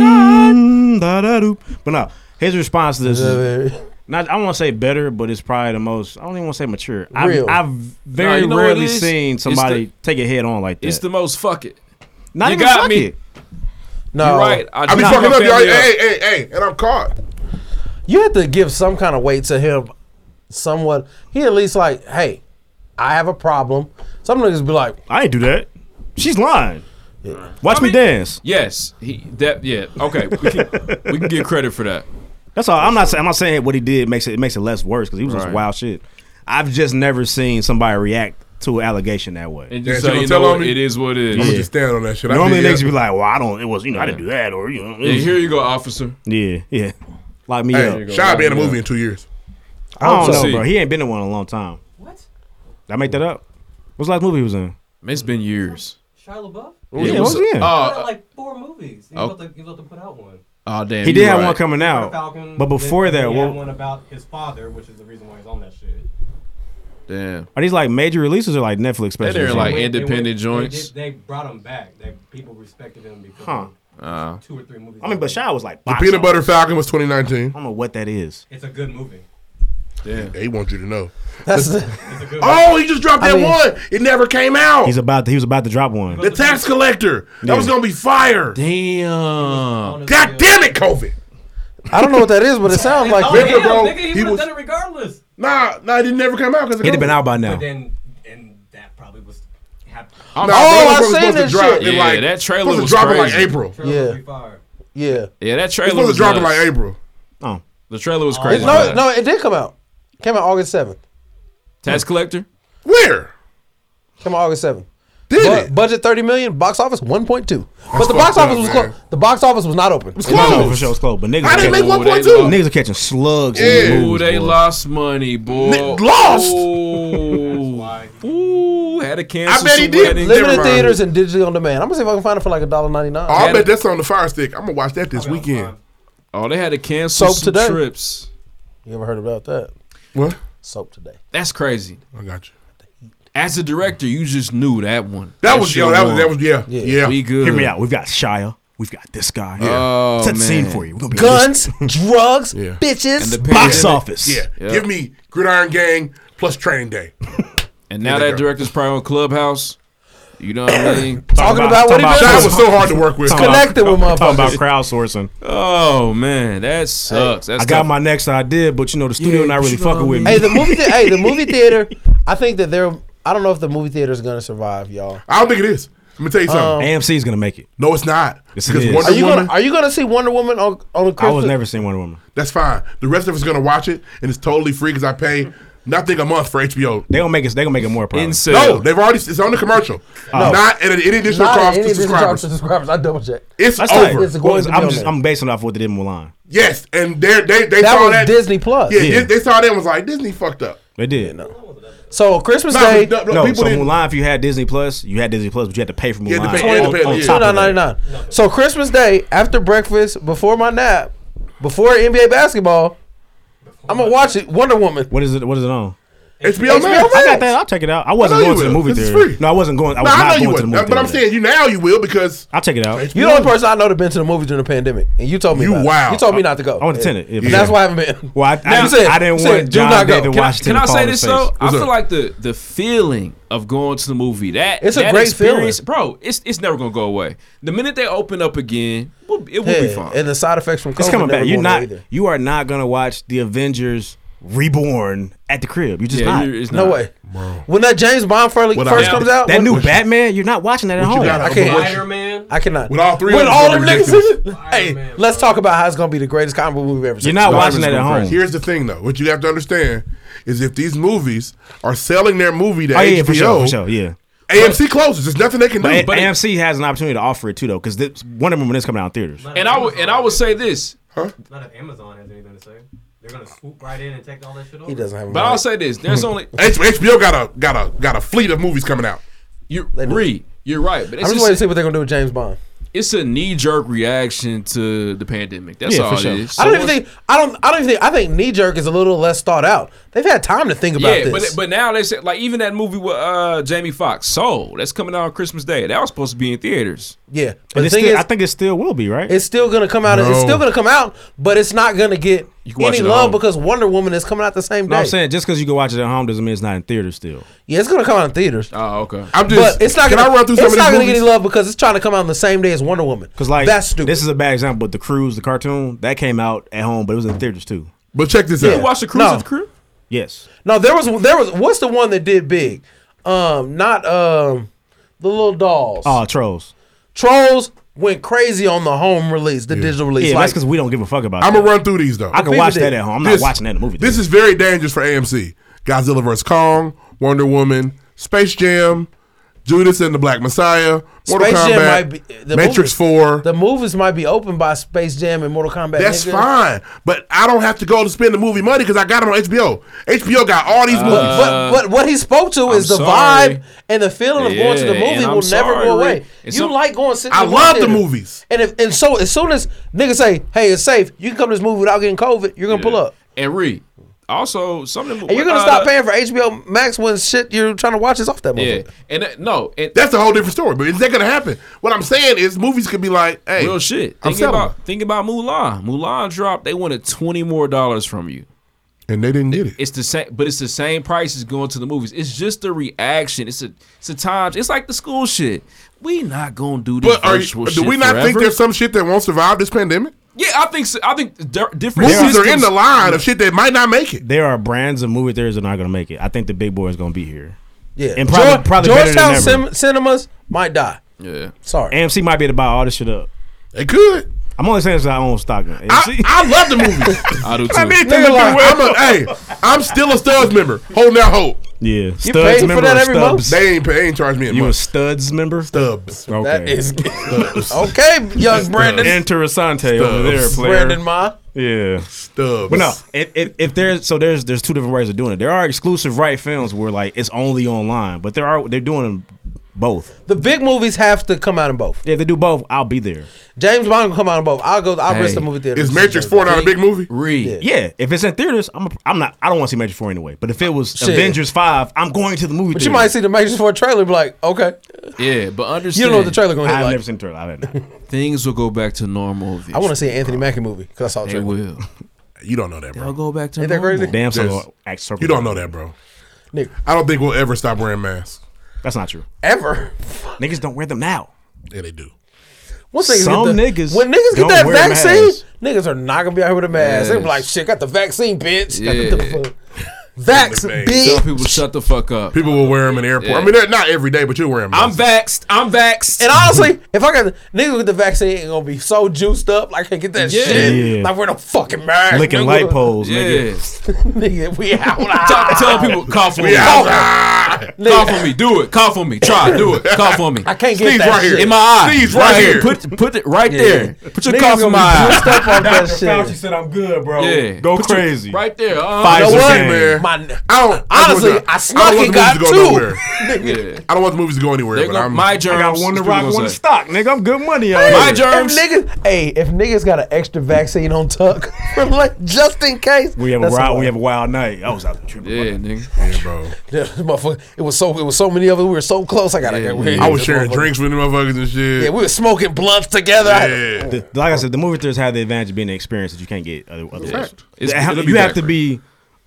Mm, da-da-doo. But no, his response to this is not. I want to say better, but it's probably the most. I don't even want to say mature. Real. I've, I've Nah, very you know what it rarely is? seen It's somebody the- take it head on like that. It's the most fuck it. not you even got fuck me. it. no, Oh. You're right. I be knocked fucking my up, y'all. family uh, Hey, hey, hey, and I'm caught. you have to give some kind of weight to him. Somewhat, he at least like, hey, I have a problem. Some niggas be like, I ain't do that. She's lying. Watch me dance. Yes, he that yeah. Okay, we can, we can get credit for that. That's all. I'm not. saying. I'm not saying what he did makes it, it makes it less worse because he was just Right. wild shit. I've just never seen somebody react to an allegation that way. And just so you know, what, it is what it is. Yeah. Normally, niggas be like, "Well, I don't. It was you know, I Yeah. didn't do that, or you know." Yeah, here you go, officer. Yeah, yeah. Lock me Hey, up. Shy Lock be in a me movie up. in two years. I don't Hope know, so. bro. He ain't been in one in a long time. What? Did I make that up? What's the last movie he was in? It's been years. Shia LaBeouf? Yeah, Yeah, what's- what's he in? He uh, Oh, put out like four movies. He was oh. about to- he was about to put out one. Oh damn, He you did have right. one coming out, Falcon, Oh. but then- before then that, he what, had one about his father, which is the reason why he's on that shit. Damn. are these like major releases or like Netflix specials? they're or like something? They went- Independent they joints. did- They, brought him back. They, people respected him because Huh. Uh, of two or three movies. I mean, but Shaw was like The box Peanut office. Butter Falcon was 2019. I don't know what that is. It's a good movie. Yeah. They want you to know. That's oh, he just dropped I that mean- one. It never came out. He's about. To, he was about to drop one. the tax collector. That Yeah. was gonna be fire. Damn. God damn it, COVID. I don't know what that is, but it sounds like Remember, damn, bro, nigga, he he would've was done it regardless. nah, nah. It didn't never come out because It'd have been out by now. But then, and that probably was happening. No, Oh, I they were supposed seen to that drop shit. in, Yeah, like, that trailer supposed to was drop in, crazy. like April. Yeah. Yeah. Yeah, that It's trailer supposed was to drop in nuts. like April. Oh, The trailer was crazy. no, no, it did come out. Came out August seventh. Tax collector. Where? Came out August seventh. Did Bu- Budget thirty million, box office one point two. But the fucked box up, office was man. closed. The box office was not open. was Yeah, no, closed. for sure, it's close. But niggas, I are didn't catching, make Ooh, they 1.2. niggas are catching slugs. in Yeah. these Ooh, movies, they boy. lost money, boy. Ni- lost. Ooh, Ooh, had a cancel. I bet he some did. weddings. Never Limited mind. theaters and digitally on demand. I'm gonna see if I can find it for like a dollar ninety nine. Oh, I bet that's on the Fire Stick. I'm gonna watch that this weekend. Oh, they had to cancel Soap some today. trips. You ever heard about that? What? Soap today. That's crazy. I got you. As a director, you just knew that one. That was shit yo. That was won. that was yeah. Yeah. Yeah. We good. Hear me out. We've got Shia. We've got this guy. Oh, Set the scene man. for you. We're gonna be Guns, drugs, Yeah. And bitches. the box pandemic- office. Yeah. Yeah. Give me Gridiron Gang plus Training Day. And now they that go. director's probably on Clubhouse. You know what I mean? Talking about what he talking That been was so hard to work with. Talking about- connected with Talking about motherfuckers. crowdsourcing. Oh man, that sucks. That's I got tough. my next idea, but you know the studio Yeah, not you really know what fucking I with me. Hey, the movie. The- hey, the movie theater. I think that they're. I don't know if the movie theater is gonna survive, y'all. I don't think it is. Let me tell you something. AMC's gonna make it. no, it's not. Um, Yes, it because is. Wonder Are you Woman. gonna Are you gonna see Wonder Woman on on a I was Christmas? never seen Wonder Woman. that's fine. The rest of us are gonna watch it, and it's totally free because I pay nothing a month for HBO. They gonna make it. They gonna make it more. Probably. Incel. No, they've already. It's on the commercial. Oh. Not at any additional Not cost any to of these charges subscribers. to subscribers. I double checked. It's That's over. Like, It's going to be I'm on just. there. I'm basing off what they did in Mulan. Yes, and they they they That saw was that. Disney Plus. Yeah, Yeah. They, they saw that and was like Disney fucked up. They did. So Christmas Nah, Day, no, no, No, people so didn't. Mulan. If you had Disney Plus, you had Disney Plus, but you had to pay for Mulan. You had to pay and on- to pay, on yeah. top of that. 29.99. So Christmas Day, after breakfast, before my nap, before NBA basketball, I'm gonna watch it. Wonder Woman. What is it? What is it on? HBO Max. HBO Max. I got that. I'll take it out. I wasn't know going you to the will. movie This is theater. free. No, I wasn't going. I No, was I not know you going to would, the movie theater. but I'm saying you now you will because I'll take it out. You're the only person I know that been to the movies during the pandemic, and you told me. You about it. wild. You told me not to go. I went to Tenet, yeah, And for That's sure. why I haven't been. Well, I, I, You said- I didn't you said, want "Do John not go." David Can I- Washington. Can I to fall say in this space. though? I What's feel up? like the the feeling of going to the movie. That It's a that great experience, bro. It's it's never gonna go away. The minute they open up again, we'll- it will be Yeah, fine. and the side effects from COVID It's coming never back. You're going away not. either. You are not gonna watch the Avengers reborn at the crib. You're just Yeah, not. you- it's No not. way. When that James Bond first, What first I- comes out, that when- new Batman. You're not watching that at you home. gotta- I can't. Spider Man. I cannot. With all three With of them, all it's them gonna be niggas. hey, let's talk about how it's gonna be the greatest comic book movie ever seen. You're not No, watching that at everyone's home. going Here's the thing, though. What you have to understand is if these movies are selling their movie to Oh yeah, HBO, for sure, for sure, yeah. AMC closes. There's nothing they can do. But, but it- AMC has an opportunity to offer it too, though, because one of them when it's coming out in theaters. And I would and I would say this, Not if Amazon has anything to say. They're gonna swoop right in and take all that shit over. He doesn't have. a but mind. I'll say this. There's only H- HBO got a got a got a fleet of movies coming out. you read. You're right, but I'm it's just waiting to just, see what they're gonna do with James Bond. it's a knee jerk reaction to the pandemic. That's Yeah, for all sure. it is. I don't So even once- think. I don't. I don't even think. I think knee jerk is a little less thought out. They've had time to think about yeah, this. but but now they said like even that movie with uh Jamie Foxx, Soul, that's coming out on Christmas Day. That was supposed to be in theaters. yeah, but And the it's thing still, is, I think it still will be right. it's still gonna come out. It's No. still gonna come out, but it's not gonna get can watch any it at home. love because Wonder Woman is coming out the same No, day. I'm saying just because you can watch it at home doesn't mean it's not in theaters still. yeah, it's gonna come out in theaters. Oh, okay. I'm just. But it's not Can gonna. I run through some it's of not these gonna movies? get any love because it's trying to come out on the same day as Wonder Woman. Because like that's stupid. This is a bad example, but the Cruise, the cartoon that came out at home, but it was in theaters too. But check this You out. watch the cruise No. at the crib? Yes, no, there was there was what's the one that did big? Um, not um, the little dolls. oh trolls. Trolls went crazy on the home release, the digital release. Yeah, like, that's because we don't give a fuck about. I'm that. gonna run through these though. I can watch that at home. I'm This- not watching that in the movie. This is very dangerous for AMC. Godzilla vs Kong, Wonder Woman, Space Jam, Judas and the Black Messiah, Mortal Space Kombat, Jam might be the Matrix movies- Four. The movies might be opened by Space Jam and Mortal Kombat. That's nigga. fine, but I don't have to go to spend the movie money because I got them on HBO. HBO got all these movies. Uh, but, but what he spoke to is the Uh, I'm sorry. vibe and the feeling of going to the Yeah, movie and will I'm never sorry, go away. Rick. It's you some- like going sit in I movie love the theater. movies. And if, and so as soon as niggas say, "Hey, it's safe. You can come to this movie without getting COVID," you're gonna pull up. And Re, also some of them. And you're gonna uh, stop paying for HBO Max when shit you're trying to watch is off that movie. Yeah, and that- no, and That's a whole different story. But is that gonna happen? What I'm saying is, movies could be like, hey, real shit. I'm Think selling. about think about Mulan. Mulan dropped. They wanted twenty more dollars from you. and they didn't get it. It's the same, but it's the same price as going to the movies. It's just the reaction. It's a it's a times. It's like the school shit. We not gonna do this But are you, virtual do shit we not think forever. there's some shit that won't survive this pandemic? Yeah, I think so. I think di- different Movies are in systems- the line of shit that might not make it. There are brands of movie theaters that are not gonna make it. I think the big boy is gonna be here. Yeah, and probably, George- probably better than Georgetown ever. cin- cinemas might die. Yeah. Sorry. AMC might be able to buy all this shit up. They could. I'm only saying it's our own stock. man. I, I love the movies. I do I mean, think about it. I'm a, hey, I'm still a Studs member, holding out hope. yeah, studs paid for member that or every month? stubs. They ain't pay, they ain't charge me a You a month. studs member? Stubbs. Okay. That is okay, young Brandon. Enter Asante over there, Stubs. player. Brandon Ma. Yeah. Stubbs. But no, if, if, if there's so there's there's two different ways of doing it. There are exclusive right films where like it's only online, but there are they're doing them both. The big movies have to come out in both. Yeah, if they do both. I'll be there. James Bond will come out in both. I'll go. I'll Hey, risk the movie theater. Is Matrix 4 not a big movie? Read. Yeah, if it's in theaters, I'm a, I'm not I don't want to see Matrix Four anyway. But if it was Shit. Avengers Five, I'm going to the movie. But you theater. might see the Matrix 4 trailer and be like, okay. Yeah, but understand. You don't know what the trailer going to hit I've like. never seen the trailer. I didn't. know. Things will go back to normal. I want to see an Anthony Mackie movie because I saw the They trailer. will. You don't know that, bro. They'll go back to Ain't that normal. crazy? Damn, so Yes. act circle. You don't know that, bro. Nigga. I don't think we'll ever stop wearing masks. That's not true. Ever. Niggas don't wear them now. Yeah, they do. Once niggas Some get the- niggas When niggas get don't that wear vaccine, masks. niggas are not going to be out here with a mask. They be Yes. like, shit, got the vaccine, bitch. Yeah. Got the fuck. Vax, Man. Tell bitch. people shut the fuck up. People will wear them in the airport. I mean, they're not every day, but you're wearing I'm masks. vaxxed. I'm vaxxed. And honestly, if I got niggas with the vaccine, ain't gonna be so juiced up. Like, I can't get that Yeah. shit. Yeah. Like, we're no fucking mask. Licking nigga. light poles, nigga. yeah. nigga, we out. Tell, tell people cough on me. Yeah. Cough, Nigga, cough on me. Do it. Cough on me. Try. it. Do it. Cough on me. I can't get Sneeze that right shit. here. In my eye. Sneeze right here. Put put it right there. Put your Niggas cough gonna in my be eye. juiced up off that Dr. shit. Fauci said I'm good, bro. Yeah. Go Put your- crazy. Right there. Uh, Pfizer know what? gang. Man. My, I don't, Honestly, don't want the- I snuck don't want it, the movies got to go two. nowhere. Yeah. I don't want the movies to go anywhere, They're but gonna, I'm, my germs. I got one that's to what rock, people one gonna to say. stock, nigga. I'm good money out My here. germs. If niggas, hey, if niggas got an extra vaccine on tuck, for like, just in case. We have a That's wild, all. we have a wild night. I was out tripping. Yeah, nigga. yeah, bro. Yeah, this motherfucker, it was so, it was so many of us. We were so close. I got Yeah, to yeah. I was sharing drinks with them motherfuckers and Yeah, shit. we were smoking blunts together. Yeah. The- like I said, the movie theaters have the advantage of being an experience that you can't get other, otherwise. Fact. It's, It's- it'll be you have to backward. be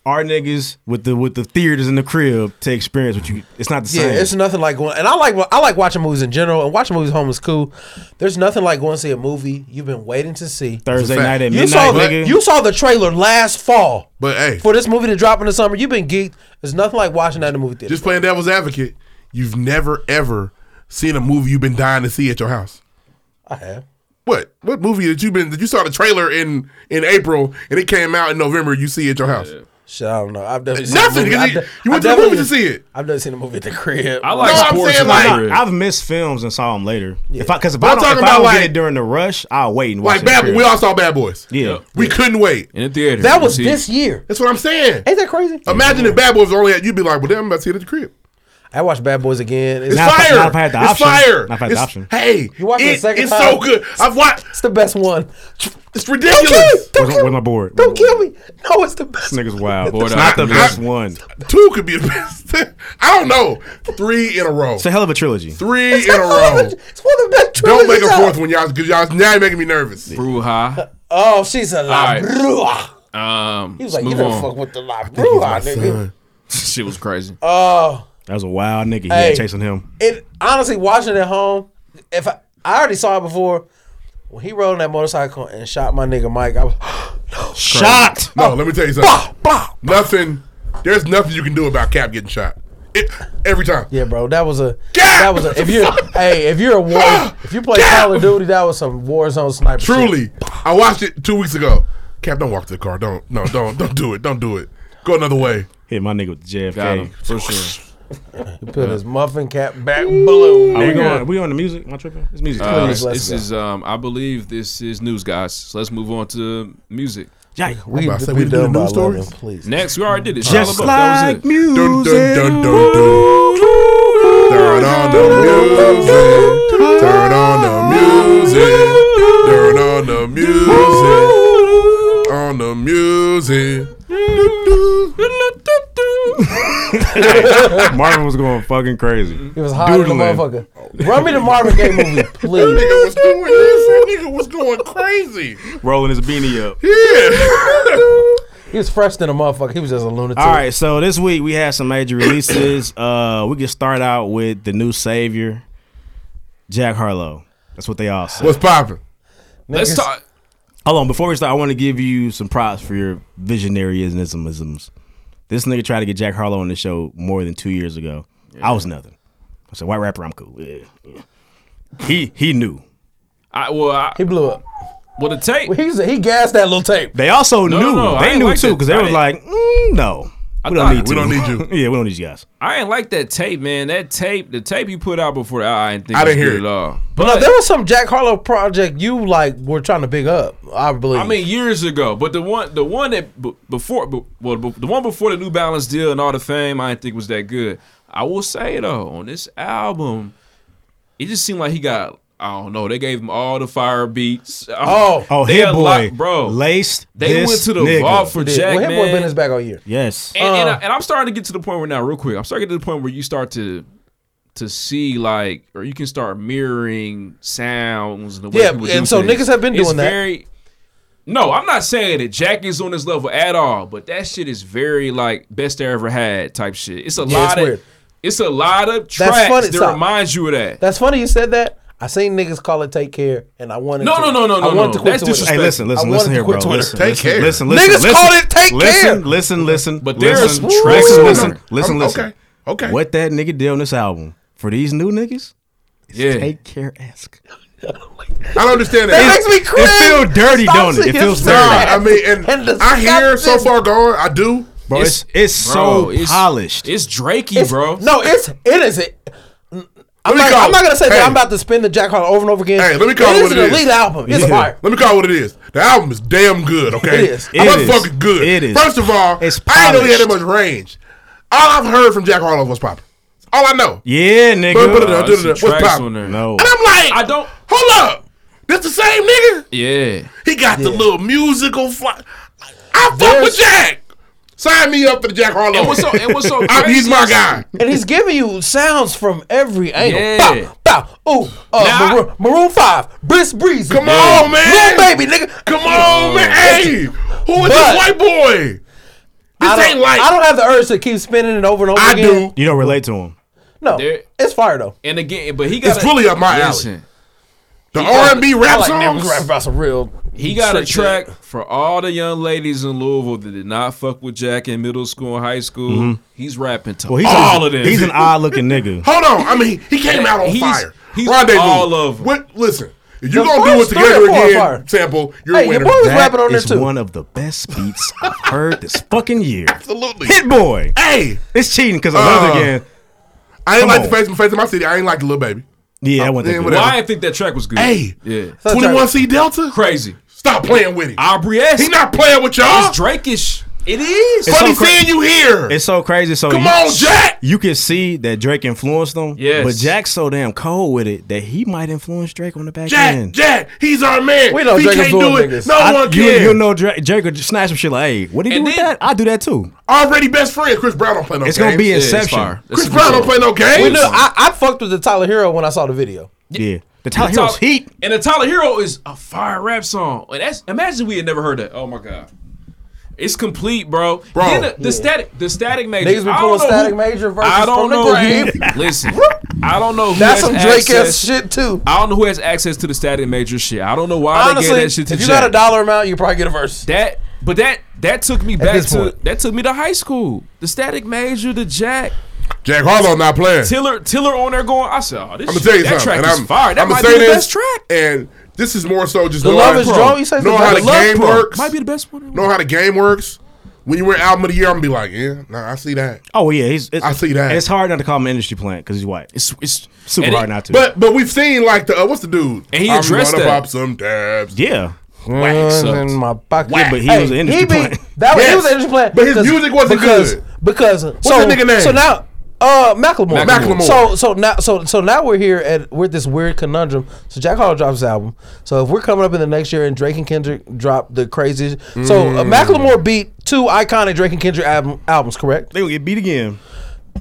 our niggas with the with the theaters in the crib to experience what you. It's not the Yeah, same. it's nothing like going. And I like I like watching movies in general, and watching movies home is cool. There's nothing like going to see a movie you've been waiting to see. Thursday It's a fact. night at You midnight, saw the, nigga. you saw the trailer last fall But hey, for this movie to drop in the summer. You've been geeked. There's nothing like watching that in the movie theater. just playing devil's advocate, you've never ever seen a movie you've been dying to see at your house. I have. What? What movie did you been? Did you saw the trailer in in April and it came out in November? You see at your house? Shit, I don't know. I've definitely Nothing, seen the movie. 'cause I've you- de- you went I've to the movie definitely- to see it. I've never seen a movie at the crib. I like No, I'm sports. saying, in my like- crib. I've missed films and saw them later. If I because if But I I'm don't, if talking I don't about get like- it during the rush, I'll wait and Like watch. it in the Bad, Boys- crib. we all saw Bad Boys. Yeah. we couldn't wait. in the theater. that You was see- this year. That's what I'm saying. Ain't that crazy? Imagine if Bad Boys was only at you'd be like, well, damn, I'm about to see it at the crib. I watched Bad Boys again. It's It's, Not if I- fire. not if I had the it's option. fire. Not if I had the it's, option. Hey, You watched it it, the second it's time? so good. I've watched. it's the best one. It's Don't kill me. ridiculous. Don't Where's- kill me. where's my board? Don't kill me. No, it's the best. This niggas wild. Bored it's out. not the Not- best one. Two could be the best. I don't know. Three in a row. It's a hell of a trilogy. Three It's in a one of row. the- It's one of the best Don't make trilogies a out. fourth one, y'all. Cause y'all now you're making me nervous. Bruja. Oh, she's a la right. brua. Um, He was like, move you don't on. fuck with the la brua, nigga. Shit was crazy. Oh, That was a wild nigga. He Hey. had chasing him. it honestly watching it at home. If I, I already saw it before, when he rode on that motorcycle and shot my nigga Mike, I was Shot. No, let me tell you something. Nothing. There's nothing you can do about Cap getting shot. every time. Yeah, bro, that was a that was a if you hey if you're a war if you play Call of Duty that was some Warzone sniper. shit. Truly, I watched it two weeks ago. Cap, don't walk to the car. Don't, no, don't, don't do it. Don't do it. Go another way. Hit my nigga with the JFK. Got him, for sure. He put his muffin cap back below. Are we nigga. going? Are we on the music? Am I tripping? It's music. Uh, Please, let's this is, go. um, I believe, this is news, guys. So let's move on to music. Yeah. We, about to say, we we didn't do done the by news 11, stories? please. Next, we already did it. Shia Just LaBeouf, that was like it. Dun, dun, music. dun, dun, dun. Turn on the music. Turn on the music. Turn on the music. On the music. Marvin was going fucking crazy. It was hot as a Doodling. motherfucker. Run me the Marvin Gaye movie, please. Nigga was doing this. That nigga was going crazy. Rolling his beanie up. Yeah. He was fresh than a motherfucker. He was just a lunatic. All right, so this week we had some major releases. uh, we can start out with the new savior, Jack Harlow. That's what they all say. What's poppin'? Let's talk. Hold on, before we start, I want to give you some props for your visionaryisms. This nigga tried to get Jack Harlow on the show more than two years ago. I was nothing. I said, white rapper, I'm cool. Yeah, yeah. He he knew. I, well, I, He blew up. well, the tape. He's, he gassed that little tape. They also No, no, knew. no, I they ain't knew like too, that. because they I was like, mm, no. thought- We don't need we to. don't need you. yeah, we don't need you guys. I ain't like that tape, man. That tape, the tape you put out before, I, I didn't think I it was didn't hear good it. at all. But no, there was some Jack Harlow project you like were trying to big up. I believe. I mean, years ago. But the one, the one that b- before, b- well, b- the one before the New Balance deal and all the fame, I didn't think was that good. I will say though, on this album, it just seemed like he got. I don't know. They gave him all the fire beats. Oh. Oh, They Hit a Boy, lot- bro. laced. they this went to the nigga. vault for He did. Jack, well, him boy man. been his back all year. Yes. and, and, I, Uh. and I'm starting to get to the point where now, real quick, I'm starting to get to the point where you start to to see like, or you can start mirroring sounds and the way Yeah, people and do so things. niggas have been It's doing that. Very, no, I'm not saying that Jack is on this level at all, but that shit is very like best I ever had type shit. It's a lot it's of weird. it's a lot of tracks funny. that So- reminds you of that. That's funny you said that. I seen niggas call it take care, and I wanted No, to, no, no, no, I no, wanted no. to quit That's Twitter. disrespect. Hey, listen, I listen, wanted listen to here, bro. quit Twitter. Listen, Take listen, care. Listen, listen, Niggas listen, call it take listen, care. Listen, listen, But there are listen, some tracks- listen, Ooh. listen, listen, I'm- listen. Okay. Okay. What that nigga did on this album for these new niggas? Is Yeah. Take care, ask. I don't understand That that. makes me cringe. It feel dirty, Stop don't it? It saying feels Nah, that. dirty. I mean, and, And the I hear so Scotsman- far gone. I do. Bro, it's it's so bro, it's- polished. It's Drakey, It's- bro. No, it's it is it. Let I'm me not, call- I'm not gonna say Hey. that I'm about to spin the Jack Harlow over and over again. Hey, let me call it it is what an it is. elite album. It's Yeah. fire. Let me call it what it is. The album is damn good, okay? It is. It is. Motherfucking good. It is. First of all, It's I ain't know he had that polished. much range. All I've heard from Jack Harlow was popping. All I know. yeah, nigga. Put- put it Uh, up. there's some What's tracks poppin'? on there. No. And I'm like, I don't. hold up. That's the same nigga. Yeah, He got the Yeah. little musical fly. I fuck There's- with Jack. Sign me up for the Jack Harlow. and what's so and what's so I, crazy? he's my is- guy. And he's giving you sounds from every angle. Yeah. Bow, bow. Ooh, Now I- uh, Maroon, Maroon Five, Briss Breezy. Come on, man. Lil baby, nigga. Come on, man. Hey, who is this But- white boy? This I don't, ain't like. I don't have the urge to keep spinning it over and over I again. do. You don't relate to him. No, There- it's fire though. And again, but he got It's fully up my alley. Listen, The R and B rap I like niggas songs. rap about some real. He got a trick track for all the young ladies in Louisville that did not fuck with Jack in middle school and high school. He's rapping to Well, he's all a, of them. He's an odd looking nigga. Hold on. I mean, he came out on He's- fire. he's Rendezvous. all of 'em. What, listen, if you The gonna do it first three together or four are again, fire. sample, you're Hey, a your winner. boy was That rapping on there is too. one of the best beats I've heard this fucking year. Absolutely. Hit boy. Hey, It's cheating because I love Uh, it again. I ain't Come like on. the face, face of my city. I ain't like the little baby. Yeah, I uh, want yeah, that. Well, whatever. I didn't think that track was good. Hey. yeah, So- Twenty one C Delta. crazy. Stop playing with it. Aubrey S. He not playing with y'all. It's Drakeish. It is. It's Funny so cra- seeing you here. It's so crazy. So Come you, on, Jack. you can see that Drake influenced them. Yes. But Jack's so damn cold with it that he might influence Drake on the back Jack, end. Jack, he's our man. We know he Drake can't is do doing it. niggas. No I- one you, can. you know Drake, Drake would snatch some shit like, hey, what do you And do with then- that? I do that too. Already best friend. Chris Brown don't play no It's games. gonna be Yeah, it's Inception. fire. That's Chris a good Brown don't song. play no games. We know. I, I fucked with the Tyler Hero when I saw the video. yeah. The Tyler And Tyler- Hero's heat. And the Tyler Hero is a fire rap song. And that's imagine we had never heard that. Oh my god. It's complete, bro. Bro. Then the, the static, the static major. Niggas be I pulling don't know who- Static Major verses I don't from the know. who- grave. listen, I don't know. Who That's has some Drake ass access- shit too. I don't know who has access to the static major shit. I don't know why they Honestly, gave that if shit you to Jack. got a dollar amount, you probably get a verse. that, but that that took me back this to point. that took me to high school. The static major, the Jack. Jack Harlow not playing. Tiller, Tiller on there going. I said, oh, this I'm gonna shit- tell you that something. track and is I'm, fire. That I'm might gonna be say the this, best track. And this is more so just The know Love how, Is Drone, you say know it's the how best- the Love game Pro. works. Might be the best one. Know how the game works. When you win album of the year, I'm gonna be like, yeah, nah, I see that. Oh yeah, he's. It's, I see that. It's hard not to call him an industry plant because he's white. It's it's super And hard it- not to. But but we've seen like the uh, what's the dude? And he I'm addressed gonna that. pop some dabs. yeah, Guns in my pocket. Yeah, but he was an industry he plant. That was, he was Yes. an industry plant. But his because- music wasn't because, good. Because what's that nigga name? So now, uh, Macklemore. Macklemore. So so now so so now we're here at we're at this weird conundrum. So Jack Harlow drops his album. So if we're coming up in the next year and Drake and Kendrick drop the craziest, so uh, Mm. Macklemore beat two iconic Drake and Kendrick album, albums, correct? They gonna get beat again.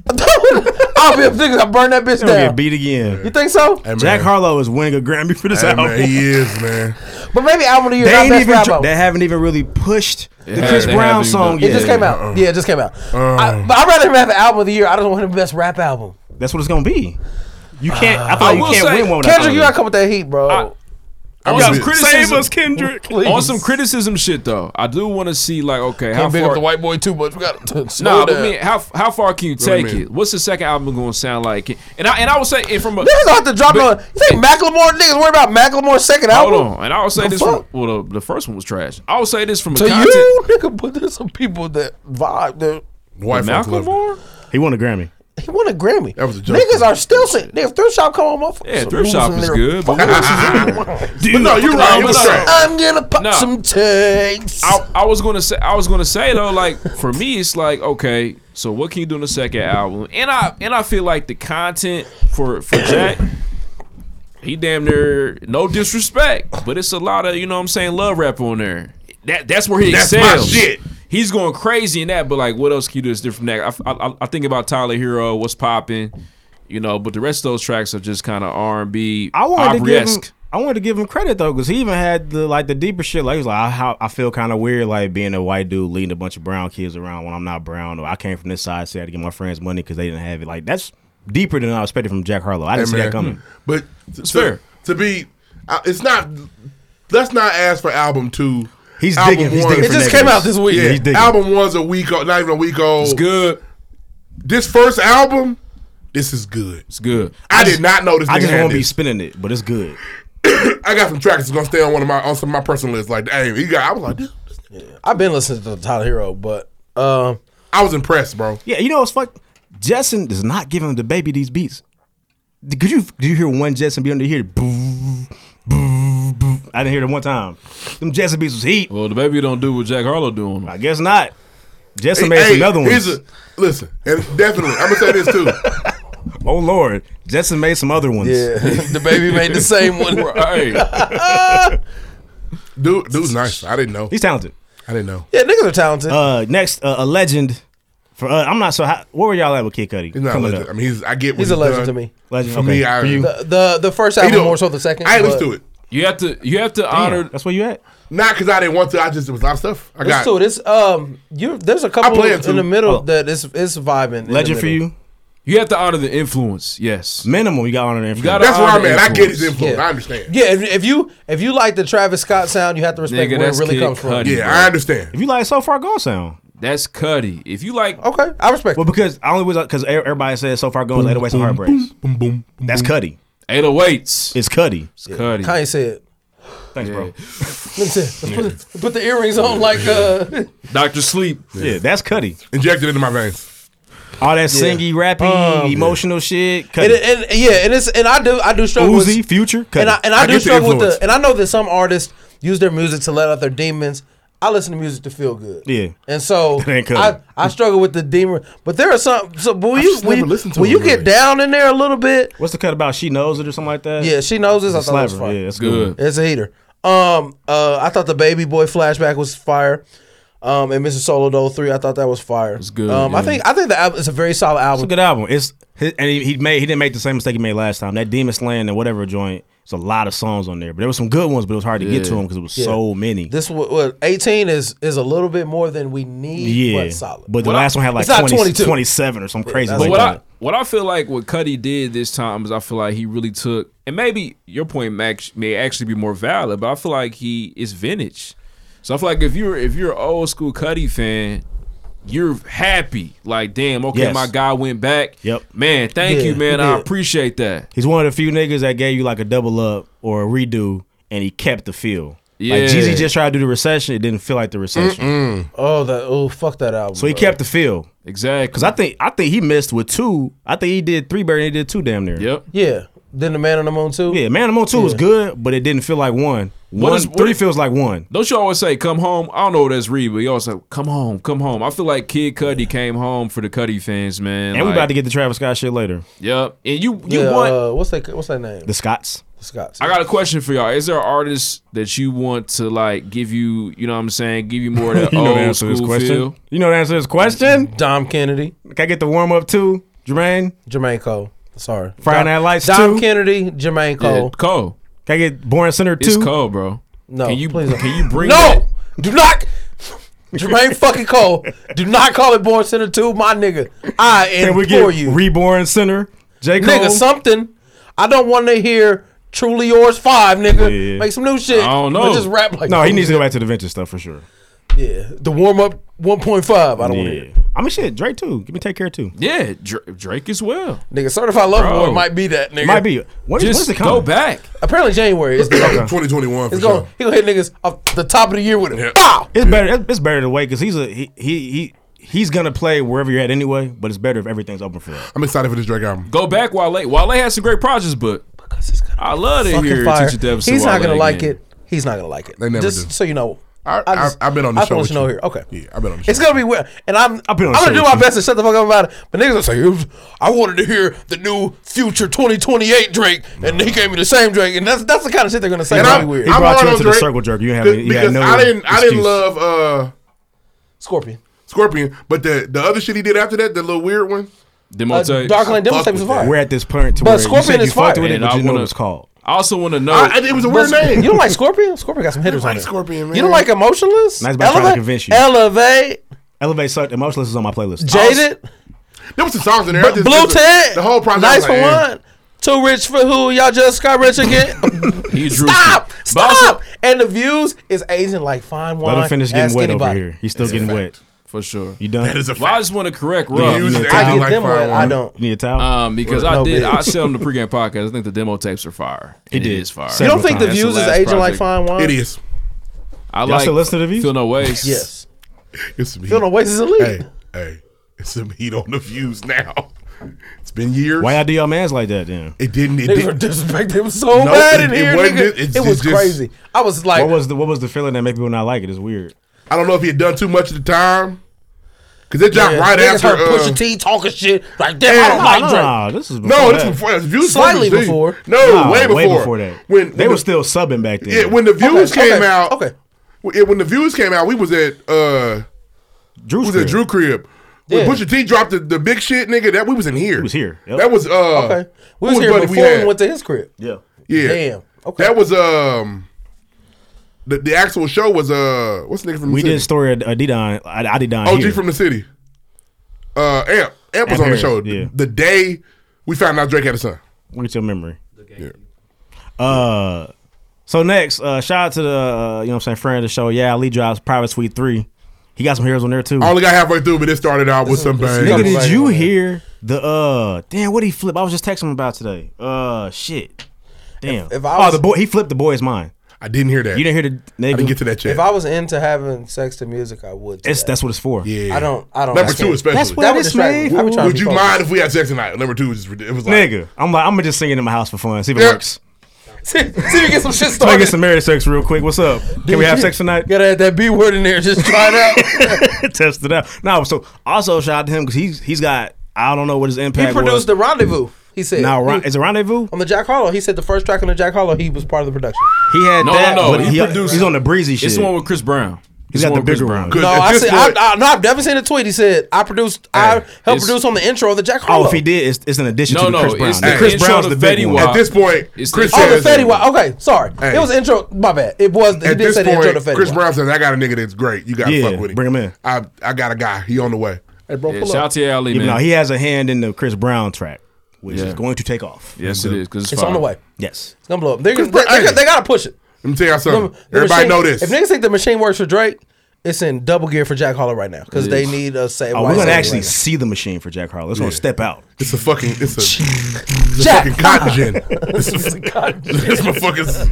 I'll be a nigga. I burn that bitch They gonna get down. beat again. You think so? Jack Harlow is winning a Grammy for this Hey, album. man, he is man. But maybe album of the year, They, not ain't best even rap tr- album. they haven't even really pushed the Yeah, Chris they Brown haven't even song done- yet. It just came out. Uh-uh. Yeah, it just came out. I, but I'd rather him have an album of the year. I don't want him best rap album. That's what it's gonna be. You can't. I I thought you will can't say- win one. without Kendrick, the you other. gotta come with that heat, bro. I I'm want good. some criticism. Save us, Kendrick. Please. On some criticism shit though, I do want to see like okay, how Can't big far up the white boy too much. We got to No, slow nah, but down. man, how how far can you What do you take mean? it? What's the second album going to sound like? And I and I would say and from a Niggas don't have to drop but- on. You think Macklemore niggas worry about Macklemore's second Hold album? on, and I would say The this. fuck? From, well, the, the first one was trash. I would say this from a to content. you, nigga, but there's some people that vibe. That White folks love Macklemore, He won a Grammy. he won a Grammy. That was a joke. Niggas are still saying, nigga, thrift shop come on, motherfucker. Yeah, Some thrift rules shop in is there. good, but what else is there? But no, you're right. It was trash. I'm gonna pop No. some tags. I, I was gonna say I was gonna say though, like for me, it's like okay, so what can you do in the second album? And I and I feel like the content for for Jack, he damn near no disrespect, but it's a lot of you know what I'm saying love rap on there. That that's where he That's my excels. shit. He's going crazy in that, but like, what else can you do that's different? From that? I, I, I think about Tyler Hero, what's popping, you know. But the rest of those tracks are just kind of R and B, I wanted to give him. Aubrey-esque. I wanted to give him credit though, because he even had the like the deeper shit. Like he was like, I, how- I feel kind of weird, like being a white dude leading a bunch of brown kids around when I'm not brown, or I came from this side, so I had to give my friends money because they didn't have it. Like that's deeper than I expected from Jack Harlow. I didn't Hey, see man. that coming. Hmm. But to, It's fair. to be, I- it's not. Let's not ask for album two. He's album digging- he's digging It for just negatives. came out this week. Yeah, He's digging. album one's a week old, not even a week old. It's good. This first album, this is good. It's good. I, did not know this. I nigga just had won't be this. spinning it, but it's good. I got some tracks that's gonna stay on one of my on some of my personal lists. Like, dang, he got. I was like, this- I've been listening to Tyler Hero, but um, I was impressed, bro. Yeah, you know what's fuck? Jetson does not give him the baby these beats. Did- Could you did you hear one Jetson beat on the hear boo boo boo? I didn't hear it one time. Them Jetson beats was heat. Well, the baby don't do what Jack Harlow doing. I guess not. Jetson made some other here's ones. a- listen, and definitely, I'm gonna say this too. oh Lord, Jetson made some other ones. the baby made the same one. Right. Dude, dude's nice. I didn't know. He's talented. I didn't know. Yeah, niggas are talented. Uh, next uh, a legend. For uh, I'm not so. How, where were y'all at with Kid Cudi? He's not a coming legend. I mean, he's. I get. What He's a legend done. to me. Legend. For okay. me, I. For you. The the, the first He album don't- more so the second. I ain't but- listened to it. You have to you have to Damn, honor that's where you at. Not because I didn't want to. I just it was a lot of stuff. I It's got. two. This um, you there's a couple play it in too. the middle Oh. that it's it's vibing. in the Legend for middle. you. you have to honor the influence. Yes. Minimum. You got on there. You gotta- That's where I'm at. Influence. I get his influence. Yeah. I understand. Yeah, if, if you if you like the Travis Scott sound, you have to respect Nigga, where it that's really Kid comes from. Cudi. Yeah, I understand. If you like so far gone sound. That's Cuddy. If you like Okay, I respect. Well, because I only was because everybody says so far gone is 808s and heartbreaks. Boom, boom. That's Cuddy. 808s, It's Cuddy. it's Cuddy. it. Kanye said, Thanks, bro. "Let me tell you, let's put, put the earrings on like uh." Dr. Sleep. Yeah, that's Cuddy. Injected into my veins. All that singy, rappy, emotional shit. And, Cuddy. and yeah, and it's and I do I do struggle with Uzi, Future, Cuddy. and I and I, I do get the struggle with influence. the and I know that some artists use their music to let out their demons. I listen to music to feel good. Yeah. and so That ain't I, cutting. I struggle with the demon. But there are some. So but when you just when, never you, listened to when it you get really. down in there a little bit, What's the cut about? She knows it or something like that. yeah, she knows this. I It's thought it was Slaver. fire. Yeah, that's Good. good. It's a heater. Um, uh, I thought the baby boy flashback was fire. Um, and Mrs. Solo Dole three, I thought that was fire. It's good, Um, I yeah. think I think the album is a very solid It's a album. good album. It's his, and he, he made he didn't make the same mistake he made last time. That Demon Slaying and whatever joint. It's a lot of songs on there, but there were some good ones. But it was hard to get to them because it was Yeah. so many. This what, what eighteen is is a little bit more than we need, yeah, but solid. but the What I- last one had like It's not 20, 22. 27 or some crazy. that's like But what that. I what I feel like what Cuddy did this time is I feel like he really took and maybe your point Max may actually be more valid, but I feel like he is vintage. So I feel like if you're if you're an old school Cuddy fan, you're happy. Like, damn, okay, Yes. my guy went back. Yep. Man, thank Yeah, you, man. he I did. appreciate that. He's one of the few niggas that gave you like a double up or a redo, and he kept the feel. Yeah. Like Jeezy just tried to do the recession, it didn't feel like the recession. Oh, that oh fuck that album. So he bro. kept the feel. Exactly. Cause I think I think he missed with two. I think he did three better than he did two damn near. Yep. Yeah. Then the Man on the Moon too. Yeah, Man on the Moon two was Yeah. good, but it didn't feel like one. What One is- what three is- feels like one. Don't you always say come home? I don't know what that's read, but you always say come home, come home. I feel like Kid Cudi came home for the Cudi fans, man. And we Like, about to get the Travis Scott shit later. Yep. And you you yeah, want uh, what's that what's that name? The Scots. The Scots. I got a question for y'all. Is there an artist that you want to like give you, you know what I'm saying, give you more of that You know old the answer to school this question. feel? You know the answer to this question? Dom Kennedy. Can I get the warm up too, Jermaine? Jermaine Cole. Sorry. Friday Dom- Night Lights Dom too? Kennedy, Jermaine Yeah, Cole. Cole. Can I get Born Center It's too? Cole, bro. No, Can you please don't. can you bring no, that? do not. Jermaine fucking Cole, do not call it Born Center 2, my nigga. I Can implore we get you. Reborn Center? J Cole. nigga, something. I don't want to hear Truly Yours 5, nigga. Yeah. Make some new shit. I don't But know. Just rap like no, he needs to go back to the venture stuff for sure. Yeah, the warm up 1.5. I don't want to hear Yeah. it. I mean, shit, Drake too. Give me take care too. Yeah, Dra- Drake as well. Nigga, Certified Lover Bro. Boy might be that, nigga. Might be. What is, what is Just the go comment? back. Apparently, January is the. 2021 for It's sure. going, he gonna hit niggas off the top of the year with it. Yeah. Bow! It's better. It's better to wait because he's a he he he. He's gonna play wherever you're at anyway, but it's better if everything's open for him. I'm excited for this Drake album. Go back Wale. Wale has some great projects, but I love to Fucking hear fire. Teacher Dev He's not gonna like it. He's not gonna like it. They never Just do. so you know. I, I, just- I've been on the I show. want with you to know you. here. Okay. Yeah, I've been on the show. It's gonna be weird, and I'm I'm I've been on the gonna show do my with you. best to shut the fuck up about it. But niggas are saying, "I wanted to hear the new Future 2028 Drake, and he gave me the same Drake," and that's that's the kind of shit they're gonna say. And It's gonna I'm, be weird. He I'm brought hard you on into the Drake circle jerk. You have because- you because had no I didn't. I didn't excuse. love uh, Uh, Scorpion, Scorpion, but the the other shit he did after that, the little weird one. uh, Demonte. I Darkland fuck Demonstrators with is fire. We're at this point to But where Scorpion you said you is fire. fucked with it, And but I you know wanna- what it's called. I also want to know. I, it was a weird name. Oh, You don't like Scorpion? Scorpion got some hitters like on it. Scorpion, man. You don't like Emotionless? Nice about trying to convince you. Elevate, Elevate sucked. Emotionless is on my playlist. Jaded. There was some songs in there. I just- Blue just- Ted. The whole project. Nice I was for like, eh. one. Too rich for who? Y'all just got rich again. he drew stop! But also- Stop! And the views is aging like fine wine. Let him finish getting Ask wet over anybody. here. He's still getting wet. for sure. You done? That is a Well, I fact. just want to correct The Rob views you is know, acting I get like them wet. fire. I don't. You need a towel? um, because I No, did. bitch. I said on the pregame podcast. I think the demo tapes are fire. He And did. It is fire. Seven. You don't think the That's the views is last aging like project. fine wine? It is. I Y'all like. still listen to the views? Feel no ways. Yes. It's me. Feel no waste is elite. Hey, hey, it's some heat on the views now. It's been years. Why y'all do y'all mans like that then? It didn't. It Niggas were didn't. disrespecting him so No, bad it- in it here, wasn't nigga. it. It's- It was it's just- crazy. I was like, What was the what was the feeling that made people not like it? It's weird. I don't know if he had done too much at the time. Cause it dropped yeah, right niggas after. heard uh, Pusha T talking shit like that. I Yeah. don't like Nah, Drake. nah, this No, is before this that. was before. Views Slightly Pusha T. before. No, Nah, way before. that. When they when were the- still subbing back then. Yeah, when the views Okay, came okay, out. okay. Yeah, when the views came out, we was at uh, Drew we was at Drew crib. When Yeah. Pusha T dropped the, the big shit, nigga, that we was in here. We was here, yep. That was uh, Okay. We who was here buddy before we had? went to his crib. Yeah. Yeah. Damn. Okay. That was um the, the actual show was uh what's the nigga from the We city? did a story at uh, Adidon Adidon OG here. from the city. Uh Amp. Amp was Amp on the Harris, show. yeah. The day we found out Drake had a son. What's your memory? Uh, so next, uh, shout out to the uh, you know what I'm saying friend of the show. Yeah, Lee drops Private Suite three. He got some heroes on there too. I only got halfway through, but it started out with some this bang. Nigga, Nigga, did like- you hear the uh? Damn, what he flip? I was just texting him about today. Uh, shit. Damn. if I was- oh, the boy, he flipped the boy's mind. I didn't hear that. You didn't hear the nigga. I didn't get to that yet. If I was into having sex to music, I would. It's, that's what it's for. yeah. I don't. I don't. Number I two can't. especially. That's what That would it's distract me. made I would for. try to Would you focus. mind if we had sex tonight? Number two is it was like Nigga, I'm like, I'm gonna just sing it in my house for fun. See if it Yeah. works. See, see if you get some shit Try to started. get some marriage sex real quick. What's up? Can we have sex tonight? Gotta add that B word in there. Just try it out. Test it out. No, so also shout out to him because he's he's got I don't know what his he impact was. produced the Oh, rendezvous. He said. now Ron- He- is it rendezvous? on the Jack Harlow, he said the first track on the Jack Harlow, he was part of the production. He had No, that, no, no, but he he, produced- he's on the breezy shit. It's the one with Chris Brown. he's It's got the one with Chris bigger Brown. one. Good. No, At I this see. I, point- I, no, I've never seen a tweet. He said, "I produced. I helped it's- produce on the intro of the Jack Harlow." Oh, if he did, it's, it's an addition No, to the no, Chris Brown. it's The the Chris intro Brown's to the big Fetty one. Wap. at this point, It's Chris the- Oh, the says Fetty Wap. Okay, sorry. Hey. It was intro. My bad. It was. He At did this say the intro to point, Fetty Chris Wap. Brown says, "I got a nigga that's great. You got to Yeah, fuck with him. bring him in. I I got a guy. He on the way. Hey, bro, Yeah, pull shout out up. to Ali, You man. know, he has a hand in the Chris Brown track, which Yeah. is going to take off. yes, it is. 'cause it's, It's on fire. the way. Yes. It's gonna blow up. They're, Chris they, Brown- they, they gotta push it. Let me tell y'all The- something. the Everybody machine- know this. If niggas think the machine works for Drake, It's in double gear for Jack Harlow right now because they need a save. Oh, white we're gonna savior actually right now. see the machine for Jack Harlow. It's gonna Yeah. step out. It's a fucking. It's a. Jack! fucking cotton gin. It's a cotton gin. This motherfucker's-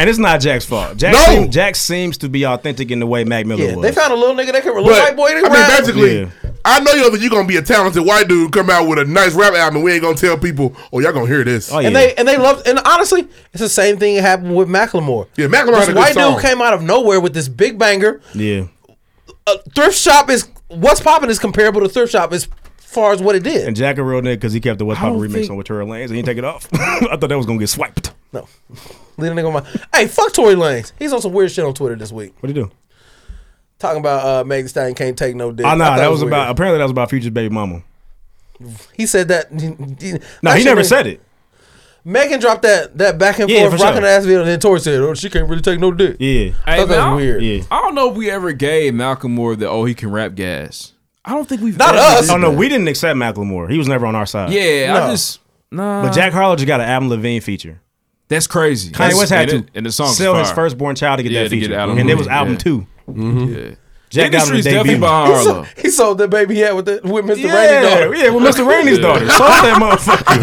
And it's not Jack's fault. Jack, No! seem- Jack seems to be authentic in the way Mac Miller Yeah, was. they found a little nigga that can little white boy. I that mean, can rap. basically, Yeah. I know you that you're gonna be a talented white dude come out with a nice rap album. and We ain't gonna tell people, oh, y'all gonna hear this. and they and they loved and honestly, it's the same thing that happened with Macklemore. Yeah, Macklemore This had a good white song. dude came out of nowhere with this big banger. yeah. Uh, thrift shop is what's popping is comparable to thrift shop as far as what it did. And Jack a real nigga because he kept the West I Pop don't remix think- on with Tory Lanez and he didn't take it off. I thought that was gonna get swiped. No. Lead a nigga on my. Hey, fuck Tory Lanez. He's on some weird shit on Twitter this week. What would he do? Talking about uh, Megan Thee Stallion can't take no dick. Oh I nah, thought that it was weird. about apparently that was about Future's baby mama. He said that. No, he never said it. Megan dropped that that back and Yeah, forth for sure. rocking ass video, and then Tori said, "Oh, she can't really take no dick." Yeah, I Hey, thought that man, was weird. I, I don't know if we ever gave Malcolm Moore the oh he can rap gas. I don't think we've Not ever us. did Oh no, that. we didn't accept Macklemore. He was never on our side. Yeah, I No. just nah. But Jack Harlow just got an Adam Levine feature. that's crazy. Kanye That's- West and had to it- and the song sell his firstborn child to get Yeah, that to get feature, Adam and it Levine, was album yeah. 2 Yeah. Jack the got him industry's his definitely debut. behind He Harlow. sold, he sold that baby he had with the, with Mr. Yeah, Rainey's daughter. yeah, with Mr. Rainey's daughter. Sold that motherfucker.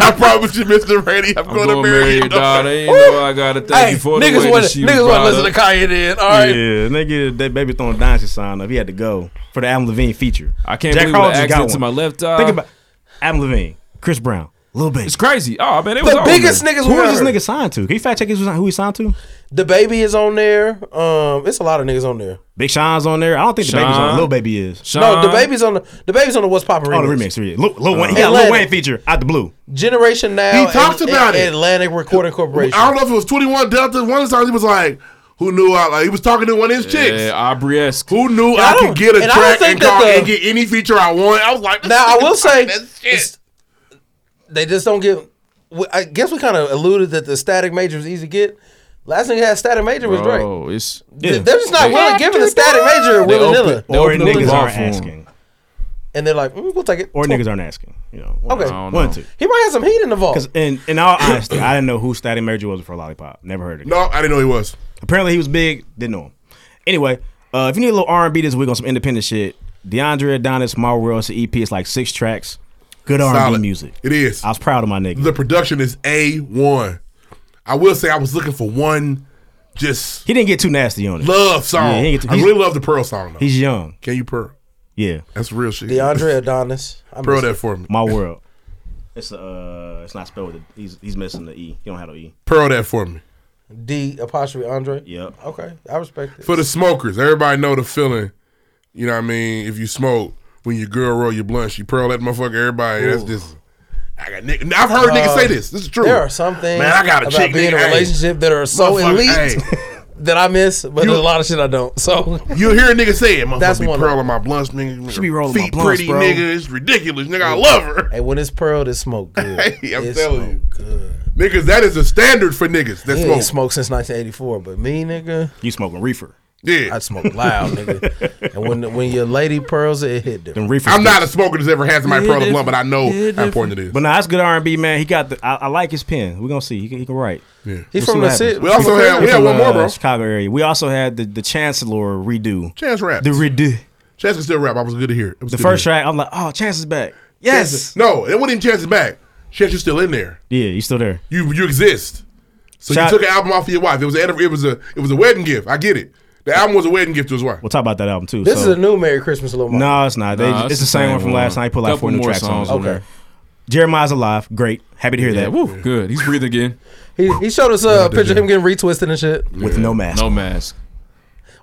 I promise you, Mr. Brady, I'm, I'm gonna, going to marry marry you. your daughter. You know I gotta thank Hey, you for the way niggas that want she to was niggas brought want to listen to up. Kanye then. All right, Yeah, nigga, that baby throwing dynasty sign up. He had to go for the Adam Levine feature. I can't Jack believe Harlow what just got accident to one. my left eye. Think about Adam Levine, Chris Brown, Lil Baby. Uh, it's crazy. Oh man, it was the all biggest over. niggas. Who we was this ever- nigga signed to? Can you fact check his- who he signed to? The baby is on there. Um, it's a lot of niggas on there. Big Sean's on there. I don't think the baby's on. Sean. Lil Baby is. Sean, No, the baby's on the the baby's on the what's poppin' remix. Oh, the remix. Yeah. Lil, Lil Wayne. He got a Atlanta. Lil Wayne feature out the blue. Generation Now. He talked and- about and it. Atlantic Recording Corporation. I don't know if it was 21 Delta. One of the times he was like, "Who knew?" I like he was talking to one of his yeah, chicks. Aubrey-esque. Who knew I I, don't- could get a and I don't track think and, that call, the- and get any feature I want? I was like, this Now I nigga will talking say, that shit. it's- they just don't get. we- I guess we kind of alluded that the static major was easy to get. Last nigga had static major was Drake. Bro, Oh, it's Yeah. Th- They're just not They- willing to give it the static major They willy open- nilly, they Or opened up the niggas bar aren't for him. asking. and they're like, mm, we'll take it. Or Cool. niggas aren't asking. You know. one- Okay. I don't One, know. two. He might have some heat in the vault. Because in, in all honesty, I didn't know who Static Major was for Lollipop. Never heard of him. No, I didn't know he was. Apparently he was big. Didn't know him. Anyway, uh, if you need a little R&B this week on some independent shit, DeAndre Adonis, Small World, it's an EP. It's like six tracks. Good R&B Solid. music. It is. I was proud of my nigga. the production is a one. I will say I was looking for one just he didn't get too nasty on it. love song. Yeah, he ain't get- I he's- really love the Pearl song though. He's young. Can you Pearl? Yeah. That's real shit. DeAndre Adonis. I Pearl miss- that for me. My world. It's uh, it's not spelled with. A, he's he's missing the e. He don't have no e. Pearl that for me. D apostrophe Andre. Yep. Okay, I respect it. For the smokers, everybody know the feeling. You know what I mean? If you smoke, when your girl roll your blunt, she pearl that motherfucker. Everybody, that's just. I got nigga. I've heard niggas say this. This is true. Uh, there are some things Man, I got a about chick. being in nigga, a hey, relationship that are so motherfucker, elite hey. that I miss, but You- there's a lot of shit I don't. So You'll hear a nigga say it. Motherfucker That's be one of pearling my blunts, nigga. She be rolling my Feet blunts, pretty, bro. nigga. It's ridiculous, nigga. I love her. Hey, when it's pearled, it smoke good. Hey, I'm It telling you. smoke good. Niggas, that is a standard for niggas that Yeah, smoke. ain't smoked since 1984, but me, nigga, You smoking reefer? yeah. I smoke loud, nigga. And when when your lady pearls it, it hit different. Them reefer. I'm not a smoker that's ever had somebody pearl a blunt, but I know how important it is. But nah, that's good R and B, man. He got the. I, I like his pen. We gonna see. He can, he can write. He's We'll from see the what city. happens. We also had we had From, one more, uh, bro. Chicago area. We also had the the Chancellor redo. Chance rap. The redo. Chance can still rap. I was good to hear. It was The good to first hear. track. I'm like, oh, Chance is back. Chance- Yes. No, it wasn't even Chance's back. Chance, you're still in there. Yeah, he's still there. You you exist. So Shout- you took an album off of your wife. It was a, it was a it was a wedding gift. I get it. The album was a wedding gift to his wife. We'll talk about that album too. This so. is a new Merry Christmas, little No, mama. it's not. They, Nah, it's, the same, one from last night. He put like Couple four new more tracks on. songs it. on Okay. there. Jeremiah's alive. Great. Happy to hear Yeah, that. woo, good. He's breathing again. He, he showed us a picture of him getting retwisted and shit. With no mask. No mask.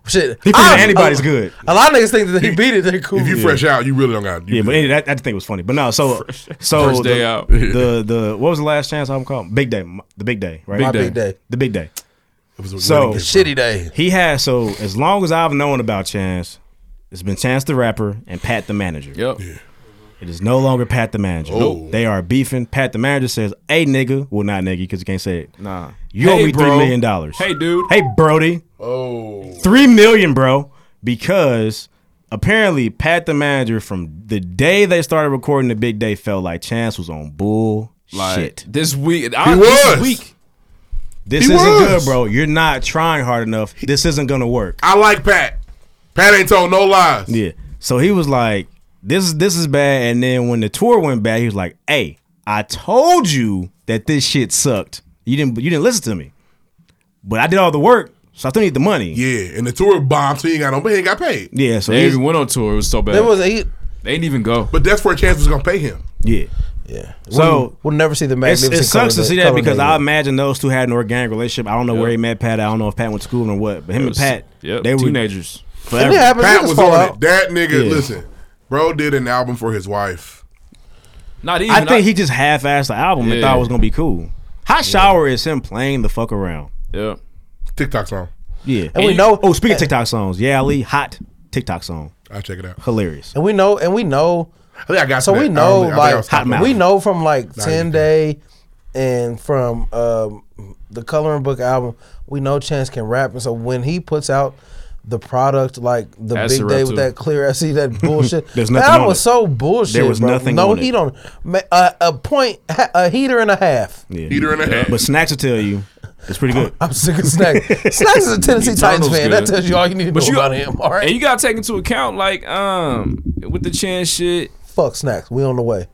Shit, He I- Ah! oh, thinking Oh. anybody's good. A lot of niggas think that he beat it. They cool. If you fresh out, you really don't got. You Yeah, but anyway, that, that thing was funny. But no, so so First day the, out. the the what was the last chance I'm called? Big day, M- the big day, right? my big day, the big day. it was a So- wedding gift. shitty day. He has so as long as I've known about Chance, it's been Chance the rapper and Pat the manager. Yep. It is no longer Pat the manager. Oh. They are beefing. Pat the manager says, "Hey nigga, well not nigga because you can't say it. Nah. You owe Hey, me three bro. million dollars. Hey, dude. Hey Brody, Oh, three million, bro, because apparently Pat the manager from the day they started recording the Big Day felt like Chance was on bull Like, shit. This week. I, He This was. week. This He isn't was. good, bro. You're not trying hard enough. This isn't gonna work. I like Pat. Pat ain't told no lies. Yeah. So he was like, "This is this is bad." And then when the tour went back, he was like, "Hey, I told you that this shit sucked. You didn't you didn't listen to me, but I did all the work, so I still need the money." Yeah, and the tour bombed, so he ain't got no, but he ain't got paid. Yeah, so They he's, even went on tour. It was so bad. There was a, they didn't even go. But that's where Chance was gonna pay him. yeah. yeah. So- we'll, we'll never see the It's, magnificent. it sucks color to see that color because man. I imagine those two had an organic relationship. I don't know where he met Pat. I don't know if Pat went to school or what, but him It and was- Pat, Yep. they were teenagers. forever. It happened. Pat Niggas was fall on out. it. That nigga, Yeah. listen, bro did an album for his wife. Not even. I think he just half-assed the album and Yeah. thought it was gonna be cool. Hot shower is him playing the fuck around. Yeah. TikTok song. Yeah. and we you- know. Oh, speaking of TikTok songs, yeah, Ali, hot TikTok song, I'll check it out. hilarious. and we know, and we know. I think Oh, I got So to we that. I know, don't think- I think I was like, talking Hot about- Mouth. we know from like Nah, you Ten good. Day, and from um, the Coloring Book album, we know Chance can rap, and so when he puts out the product, like the That's the big day rap with too. that clear, I see that bullshit. There's that nothing album on was it. so bullshit. There was bro. nothing No on it. heat on it. Ma- A, a point, ha- a heater and a half. Yeah. Peter and a half. But Snacks will tell you it's pretty good. I'm sick of Snacks. Snacks is a Tennessee Titans Eternal's fan. That good. tells you all you need to know about him. All right, And you gotta take into account, like, um, with the chance shit, fuck Snacks. We on the way.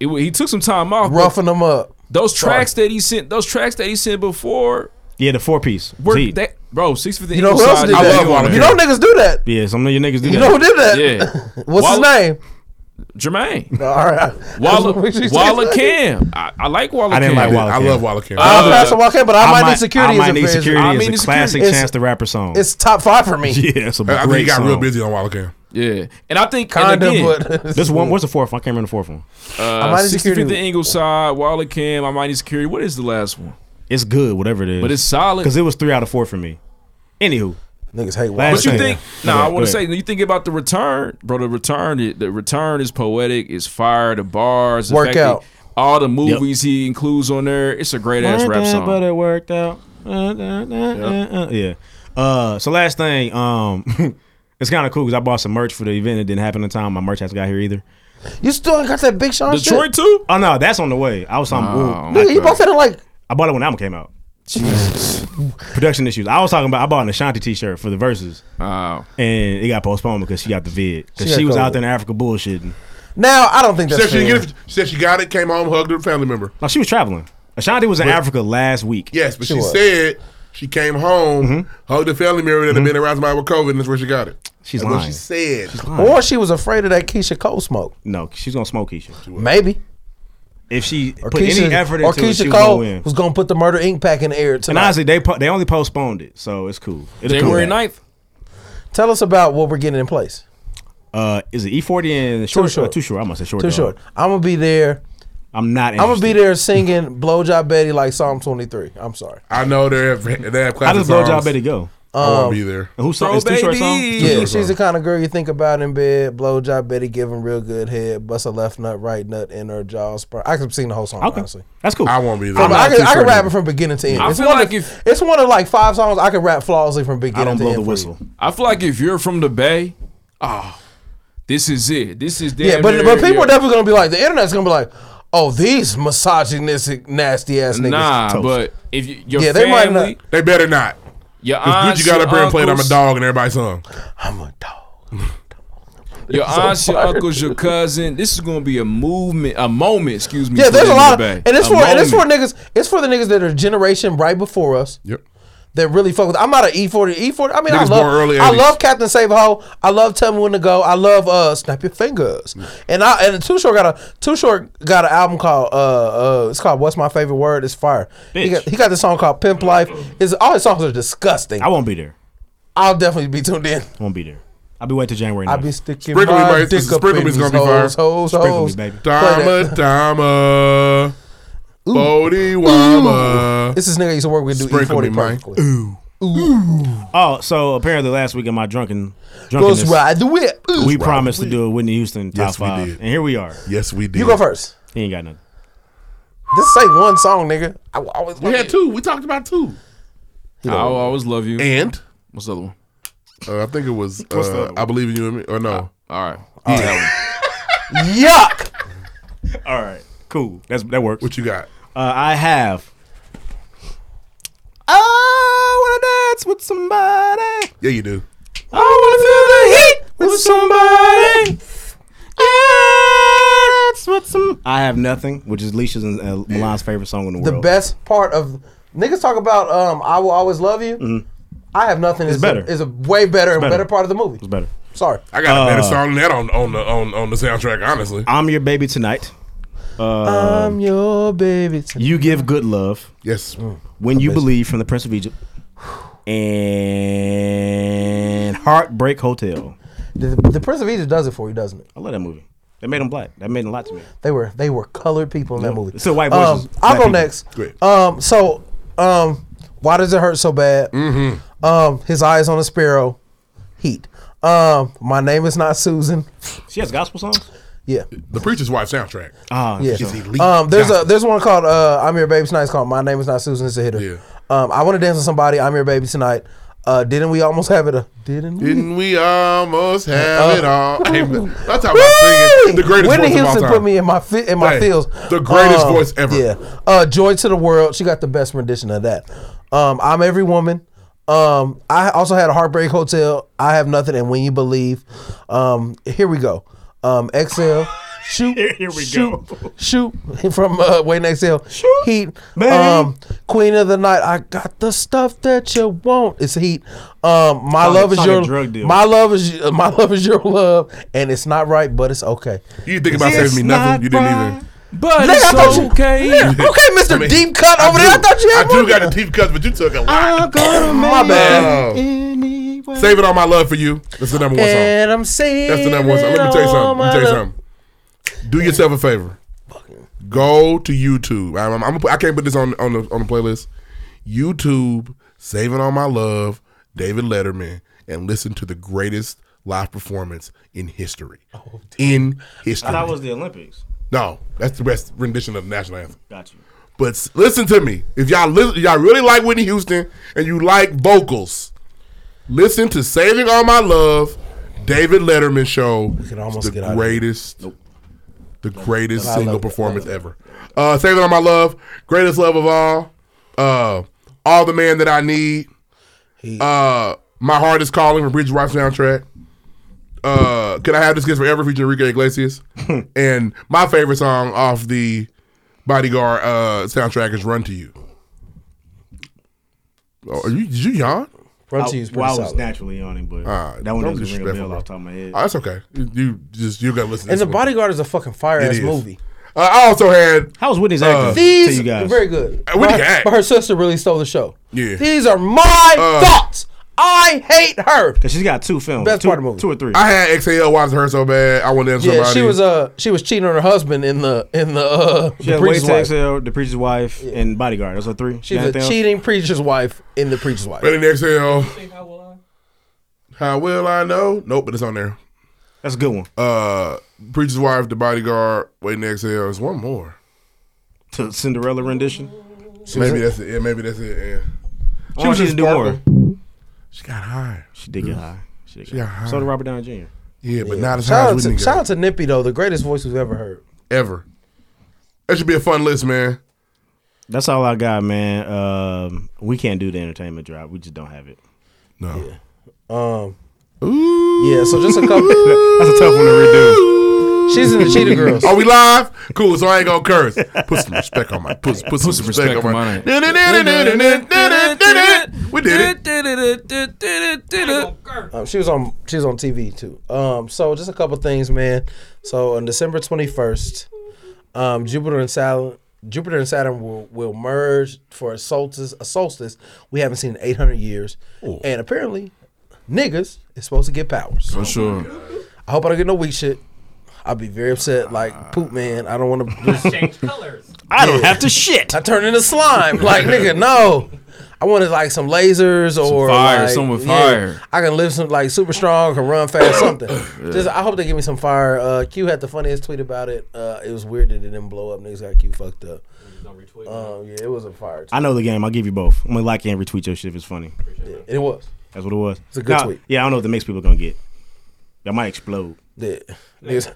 it, wa- he took some time off. but Roughing them up. those tracks that he sent, those tracks that he sent before, Yeah, the four piece. were See, that, bro, six fifty. You know who else did I that? love Watermelon. you know niggas do that. yeah, some of your niggas do You that. know who did that? Yeah. What's Walla- his name? Jermaine, All right. Walla, That's what Walla she said. Cam. I, I like Walla. I didn't Cam. like Walla. I Cam. love Walla Cam. I'm past the Walla Cam, but I, might need security. I is might a- need is- security. I is mean, a it's classic security. Chance the Rapper song. It's top five for me. yeah, it's a great I think he got song. real busy on Walla Cam. Yeah, and I think Kind and again, of, but This one, what's the fourth? one? I can't remember the fourth one. uh, Almighty 650 Security. Ingleside, Walla Cam, Almighty Security. What is the last one? It's good, whatever it is. But it's solid. because it was three out of four for me. Anywho, niggas hate But Walla. Last- you Yeah. think? Go Nah, I ahead, want to go say. ahead. You think about the return, bro. The return. The, the return is poetic. It's fire. The bars. The fact that Workout. All the movies he includes on there. It's a great ass rap song. but it worked out. Uh, uh, uh, uh, uh. Yeah. Uh, so last thing, um, it's kind of cool because I bought some merch for the event. It didn't happen in time. My merch hasn't got here either. You still ain't got that Big Sean Detroit too. Oh no, that's on the way. I was talking. Oh, shit? Nigga, you both had like I bought it when the album came out. Production issues. I was talking about. I bought an Ashanti T-shirt for the verses, Oh. and it got postponed because she got the vid. Because She she, got was COVID. out there in Africa bullshitting. now. I don't think She that's said she, fair. didn't get it, she said she got it, came home, hugged her family member. No, she was traveling. Ashanti was in Africa last week. Yes, but she, She was. said she came home, hugged her family member that had been around somebody with COVID, and that's where she got it. she's That's what lying. she said. or she was afraid of that Keisha Cole smoke. no, she's gonna smoke Keisha. Maybe. If she Or put Keisha, any effort or into it, Keisha she was gonna Cole win. was gonna put the Murder Inc. pack in the air And tonight. honestly, they po- they only postponed it, so it's cool. It'll January come back. 9th. Tell us about what we're getting in place. Uh, is it E forty and short? Too short. short. Uh, too short. I must say short. Too dog. short. I'm gonna be there. I'm not. I'm gonna be interested. there singing "Blowjob Betty" like Psalm 23. I'm sorry. I know they have, they have How classic does blowjob songs. Betty go? I want to be there. And Who's song? Throw Is too short baby. song? Yeah. Yeah, Sure, she's bro. the kind of girl you think about in bed. Blowjob Betty giving real good head. Bust a left nut, right nut in her jaw. Spur. I could sing the whole song Okay, honestly. that's cool. I won't be there. I, I'm mean, not I too can, I short can rap either. it from beginning to end. I it's, feel one like of, if- it's one of like five songs I can rap flawlessly from I beginning. don't to blow end the for whistle. you. I feel like if you're from the Bay, ah, this is it. This is damn Yeah, but near but people your- are definitely gonna be like the internet's gonna be like, oh these misogynistic nasty ass niggas. Nah, toast. but if you, your Yeah, they might family, not- They better not. your aunts, Because Gucci got your up here and played I'm a uncles- dog and everybody's song. I'm a dog. Your so aunts, your fire. uncles, your cousin. This is gonna be a movement, a moment. Excuse me. Yeah, for there's a them lot, of, today. and it's A for and it's for moment. niggas. It's for the niggas that are generation right before us. Yep. that really fuck with. I'm not E an E40. E40. I mean, I Niggas love. born early I 80s. love Captain Save a Ho. I love Tell Me When to Go. I love uh Snap Your Fingers. And I and Too Short got a Too Short got an album called uh uh it's called What's My Favorite Word? It's Fire. He Bitch. got, he got this song called Pimp Life. His all his songs are disgusting. I won't be there. I'll definitely be tuned in. I won't be there. I'll be waiting till January. I'll be 9th. sticking Sprinkle me, my baby. dick up Sprinkle in me's gonna these be hoes, fire. hoes, Sprinkle me, hoes. baby. Dama, Dama. Bodie Wama. This is nigga I used to work with do Sprinkle me, E40 man. perfectly. Oh, so apparently last week in my drunken Let's drunkenness, ride the whip. Ooh. we promised to do a Whitney Houston top Yes, we five, did. and here we are. Yes, we did. You go first. He ain't got nothing. This ain't one song, nigga. I I always We had two. We talked about two. I'll always love you. And What's the other one? uh, I think it was uh, I Believe in You and Me. Or no. All right. Yeah. Yuck. All right, cool. That's that works. What you got? Uh, I have. I wanna dance with somebody. Yeah, you do. I want to feel the heat with somebody. That's what some. I have nothing, which is Leisha's and uh, Milan's favorite song in the The world. best part of niggas talk about um, I will always love you. Mm-hmm. Mhm. I have nothing It's is better. A, is a way better and better. better part of the movie. It's better. Sorry, I got a better Uh, song than that on, on the on, on the soundtrack. Honestly, I'm your baby tonight. Um, Uh, I'm your baby. you give good love. Yes. Mm. When you believe from the Prince of Egypt. And Heartbreak Hotel. The, the Prince of Egypt does it for you, doesn't it? I love that movie. That made him black. That made a lot to me. They were they were colored people in that Yeah. movie. So white Um, voices, black I'll go people. next. Great. Um, so um, why does it hurt so bad? Mm-hmm. Um, his eyes on a sparrow, heat. Um, my name is not Susan. She has gospel songs? Yeah. the preacher's wife soundtrack. Ah, Yeah. is elite. Um, there's a there's one called uh, I'm Your Baby Tonight. It's called My Name Is Not Susan. It's a hitter. Um, I want to dance with somebody. I'm Your Baby Tonight. Uh, didn't we almost have it? A, didn't we? Didn't we almost have Uh, it all? Hey, that's how I'm singing. The greatest Whitney voice of all Houston time. put me in my fi- in my Hey, feels. Um, the greatest voice ever. Yeah. Uh, Joy to the world. She got the best rendition of that. Um, I'm every woman. Um, I also had a heartbreak hotel. I have nothing, and when you believe, um, here we go. Um, XL. Shoot, here we shoot, go. Shoot from uh, Wayne XL. Shoot, heat, baby. um, Queen of the Night. I got the stuff that you want. It's heat. Um, my Sound- love is sound like your a drug deal. my love is uh, my love is your love, and it's not right, but it's okay. You think about It's saving me nothing? You didn't even. But Nigga, I thought you- it's okay. Yeah, okay, Mr. I mean, deep Cut over there. I thought you had I do one. got a deep cut, but you took a lot. My bad. Oh. Save it on my love for you. That's the number one song. And I'm saying That's the number one song. Let me tell you something. Let me tell you something. Do yourself a favor. Go to YouTube. I'm, I'm, I'm, I can't put this on on the on the playlist. YouTube, saving all my love, David Letterman, and listen to the greatest live performance in history. in history. Oh, I thought it was the Olympics. No, that's the best rendition of the national anthem. Got you. But s- listen to me. If y'all listen, y'all really like Whitney Houston and you like vocals, listen to "Saving All My Love," David Letterman show. We could almost the get out of here. greatest, the greatest I love single it. performance ever. Uh, "Saving All My Love," greatest love of all. Uh, "All the Man That I Need." Uh, "My Heart Is Calling" from Bridget White soundtrack. Uh, "Could I Have This Kiss Forever" featuring Enrique Iglesias. and my favorite song off the Bodyguard uh, soundtrack is "Run to You." Oh, are you did you yawn? Oh, Run to you is pretty well, I was solid. naturally yawning, but Ah, that one don't doesn't ring a disrespectful, bell bro. off the top of my head. Oh, that's okay. You, you just you gotta listen. to And this one. the Bodyguard is a fucking fire It ass is. movie. Uh, I also had How was Whitney's Uh, acting? to These you guys. very good. Uh, Whitney can But- act. But her sister really stole the show. Yeah. These are my Uh, thoughts. I hate her. Cause she's got two films. Best two, part of the movie. Two or three. I had XAL watch her so bad. I wanted to dance Yeah, somebody. she was uh she was cheating on her husband in the in the uh she the had Wait preacher's to wife. Exhale, The Preacher's Wife, and Bodyguard. Those are three. She's got a anything else? cheating preacher's wife in the preacher's wife. But in XAL, how will I know? Nope, but it's on there. That's a good one. Uh, Preacher's Wife, The Bodyguard, Waiting to Exhale. There's one more. To Cinderella rendition. Maybe that's it. Yeah, maybe that's it. Yeah. She was just just do more. She got high. She did get high. She did She get got high. high. So did Robert Downey Jr. yeah, but not as high Shout as out, we to, nigga shout out to Nippy though, the greatest voice we've ever heard. ever. That should be a fun list, man. That's all I got, man. Um, we can't do the entertainment drop. We just don't have it. No. Um, yeah. So just a couple. That's a tough one to redo. she's in the Cheetah Girls. Are we live? Cool. So I ain't gonna curse. Put some respect on my put, put, some, respect, on my. We did it. it. Um, she was on she was on TV too. Um, so just a couple things, man. So on December twenty first, um, Jupiter and Saturn Jupiter and Saturn will, will merge for a solstice. A solstice we haven't seen in eight hundred years, and apparently, niggas is supposed to get powers. For sure. I hope I don't get no weak shit. I'll be very upset, like poop man. I don't want to. Change colors. I don't have to shit. I turn into slime, like nigga. No, I wanted like some lasers or fire, like, something with yeah, fire. I can live some like super strong, can run fast, something. Just I hope they give me some fire. Uh, Q had the funniest tweet about it. Uh, it was weird that it didn't blow up. Niggas got Q fucked up. Um, yeah, it was a fire. Tweet. I know the game. I'll give you both. I'm gonna like and retweet your shit if it's funny. It was. That's what it was. It's a good tweet. Yeah, I don't know if the mixed people are gonna get. That might explode. Yeah. Niggas,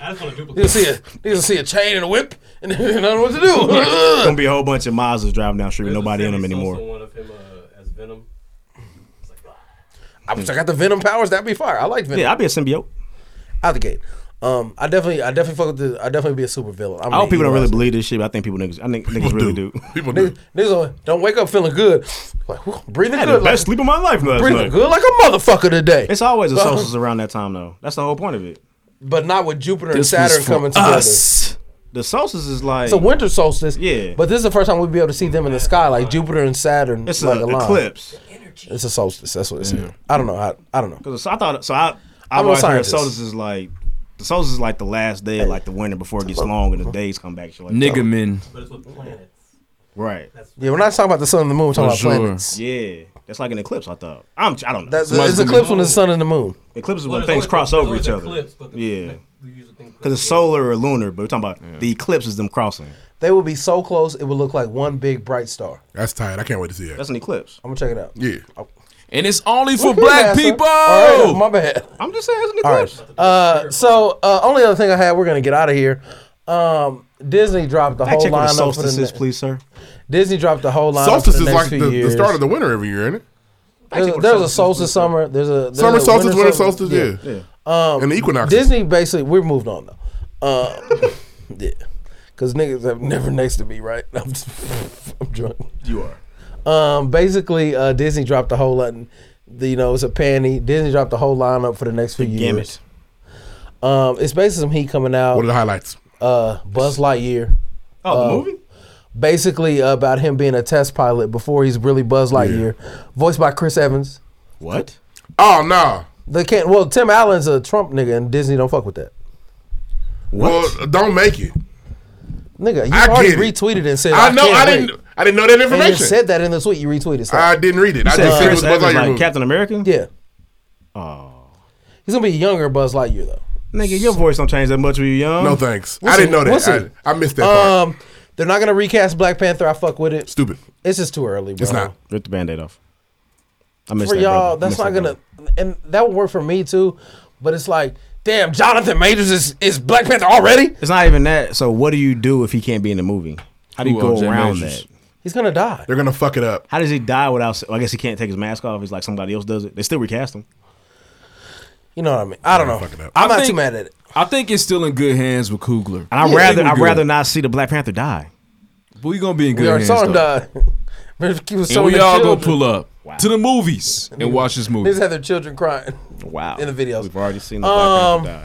I just want to duplicate. niggas see a niggas see a chain and a whip and they don't know what to do. It's gonna be a whole bunch of Mazdas driving down the street with There's a nobody in them series also anymore. One of him uh, as Venom. It's like, ah. I wish I got the Venom powers. That'd be fire. I like Venom. Yeah, I'd be a symbiote. Out the gate. Um, I definitely, I definitely fuck with the. I definitely be a super villain. I hope people don't really believe this shit, but I think people niggas, I think niggas really do. People do. Niggas don't- don't wake up feeling good. Like whew, breathing I had good. the best like, sleep of my life last breathing night. good like a motherfucker today. It's always a But- solstice around that time, though. That's the whole point of it. But not with Jupiter This and was Saturn for coming together. us. The solstice is like It's a winter solstice. Yeah. But this is the first time we'd be able to see them in the sky, like Jupiter and Saturn. It's like a line. eclipse. It's a solstice. That's what it's. I don't know. I, I don't know. Because so I thought so. I I I'm a always heard scientist. solstice is like the solstice is like the last day, of like the winter before it gets long and the days come back. Shit like that. Nigga men. Mm-hmm. right? Yeah, we're not talking about the sun and the moon. We're talking about planets. Yeah, that's like an eclipse. I thought. I'm. I don't know. That's, it's eclipse when the sun and the moon. Eclipse is Well, when it's things always- cross it's over always each other. eclipse, but the- yeah. we usually think Because it's solar or lunar, but we're talking about the eclipse is them crossing. They would be so close, it would look like one big bright star. That's tight. I can't wait to see it. That's an eclipse. I'm gonna check it out. Yeah. And it's only Look for at black that, son. people. All right, my bad. I'm just saying it's an All right. Uh, so uh, only other thing I had, we're gonna get out of here. Um, Disney dropped the Fact whole check what a lineup for solstice the is, ne- please, sir. Disney dropped the whole lineup. Solstice for is the next like the, few the years. start of the winter every year, isn't it? There's, a- there's a solstice summer. There's a there's Summer a solstice, winter solstice, yeah. Um, And the equinox. Disney basically, we're moved on though. Um, yeah. Because niggas have never next to me, right? I'm, just, I'm drunk. You are. Um, basically, uh, Disney dropped the whole lot. The, you know, it's a panty. Disney dropped the whole lineup for the next few years. Um, it's basically some heat coming out. What are the highlights? Uh, Buzz Lightyear. Oh, Uh, the movie? Basically about him being a test pilot before he's really Buzz Lightyear, voiced by Chris Evans. What? Oh no. They can't. Well, Tim Allen's a Trump nigga, and Disney don't fuck with that. Well, don't make it. Nigga, you I already get it. retweeted and said I know. can't I wait." didn't. I didn't know that And you information. said that in the tweet. You retweeted. So. I didn't read it. You I said just seen it was Chris hmm, Buzz Evans Lightyear like movie. Captain America? yeah, Oh. he's gonna be a younger Buzz Lightyear though. Nigga, your voice don't change that much when you're young. No thanks. We'll I didn't know see. We'll that. see. I, I missed that part. Um, they're not gonna recast Black Panther. I fuck with it. Stupid. It's just too early, bro. It's not. Rip the band-aid off. I missed for that, y'all. brother. I That's missed not that, gonna, and that would work for me too. But it's like, damn, Jonathan Majors is, is Black Panther already. It's not even that. So what do you do if he can't be in the movie? How do you Who, go O.J. around Majors? that? He's gonna die. They're gonna fuck it up. How does he die without? I guess he can't take his mask off. He's like somebody else does it. They still recast him. You know what I mean? I don't know. Fuck it up. I'm I not too think- mad at it. I think it's still in good hands with Kugler. And I'd Yeah, rather they were I'd good. rather not see the Black Panther die. But we gonna be in We good already hands. saw him though. die. He was And showing we their all gonna children. pull up to the movies and watch this Niggas movie. had their children crying. Wow. In the videos. We've already seen the Um, Black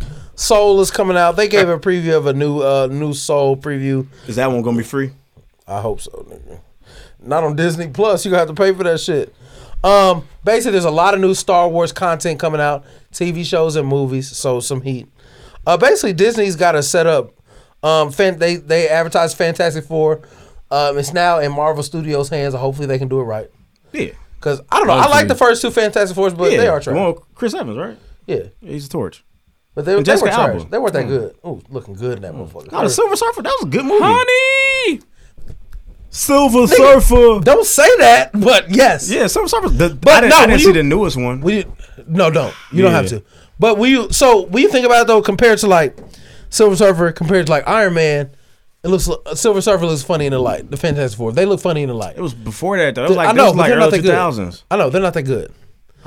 Panther Soul is coming out. They gave a preview of a new uh new Soul preview. die. Is that one gonna be free? I hope so, nigga. Not on Disney Plus. You gonna have to pay for that shit. Um, basically, there's a lot of new Star Wars content coming out, TV shows and movies. So some heat. Uh, basically, Disney's got to set up. Um, fan- they they advertised Fantastic Four. Um, it's now in Marvel Studios' hands. Hopefully, they can do it right. Yeah. Cause I don't know. I like the first two Fantastic Fours, but yeah. they are The one trash. with Chris Evans, right? Yeah, Yeah, he's a torch. but they, they were And Jessica trash. Alba. They weren't that good. Ooh, looking good in that motherfucker. Oh, the Silver Surfer. That was a good movie. Honey, Silver Nigga. Surfer. Don't say that, but yes. Yeah, Silver Surfer. The, But I didn't, no, I didn't when see you- the newest one. We no, don't. You don't have Yeah. to. But when you so when you think about it though, compared to like Silver Surfer, compared to like Iron Man, it looks uh, Silver Surfer looks funny in the light. The Fantastic Four, they look funny in the light. it was before that though. It was like, I know, this was but like they're not early that two good. thousands. I know they're not that good.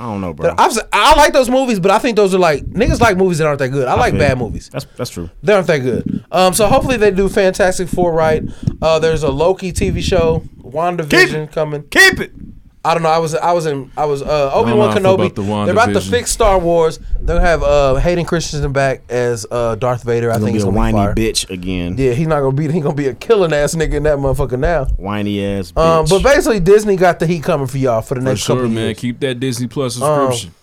I don't know, They're- bro. I've, I like those movies, but I think those are like niggas like movies that aren't that good. I like feel bad you. movies. That's that's true. They aren't that good. Um, so hopefully they do Fantastic Four right. Uh, there's a Loki TV show, WandaVision coming. Keep it. I don't know. I was I was in I was uh, Obi Wan I don't know Kenobi. about the They're about to WandaVision. fix Star Wars. They're gonna have uh, Hayden Christensen back as uh, Darth Vader. I Gonna think be it's a gonna whiny be fire. bitch again. Yeah, he's not gonna be he gonna be a killing ass nigga in that motherfucker now. Whiny ass bitch. Um, but basically Disney got the heat coming for y'all for the for next sure, couple man. years. Keep that Disney Plus Um, subscription.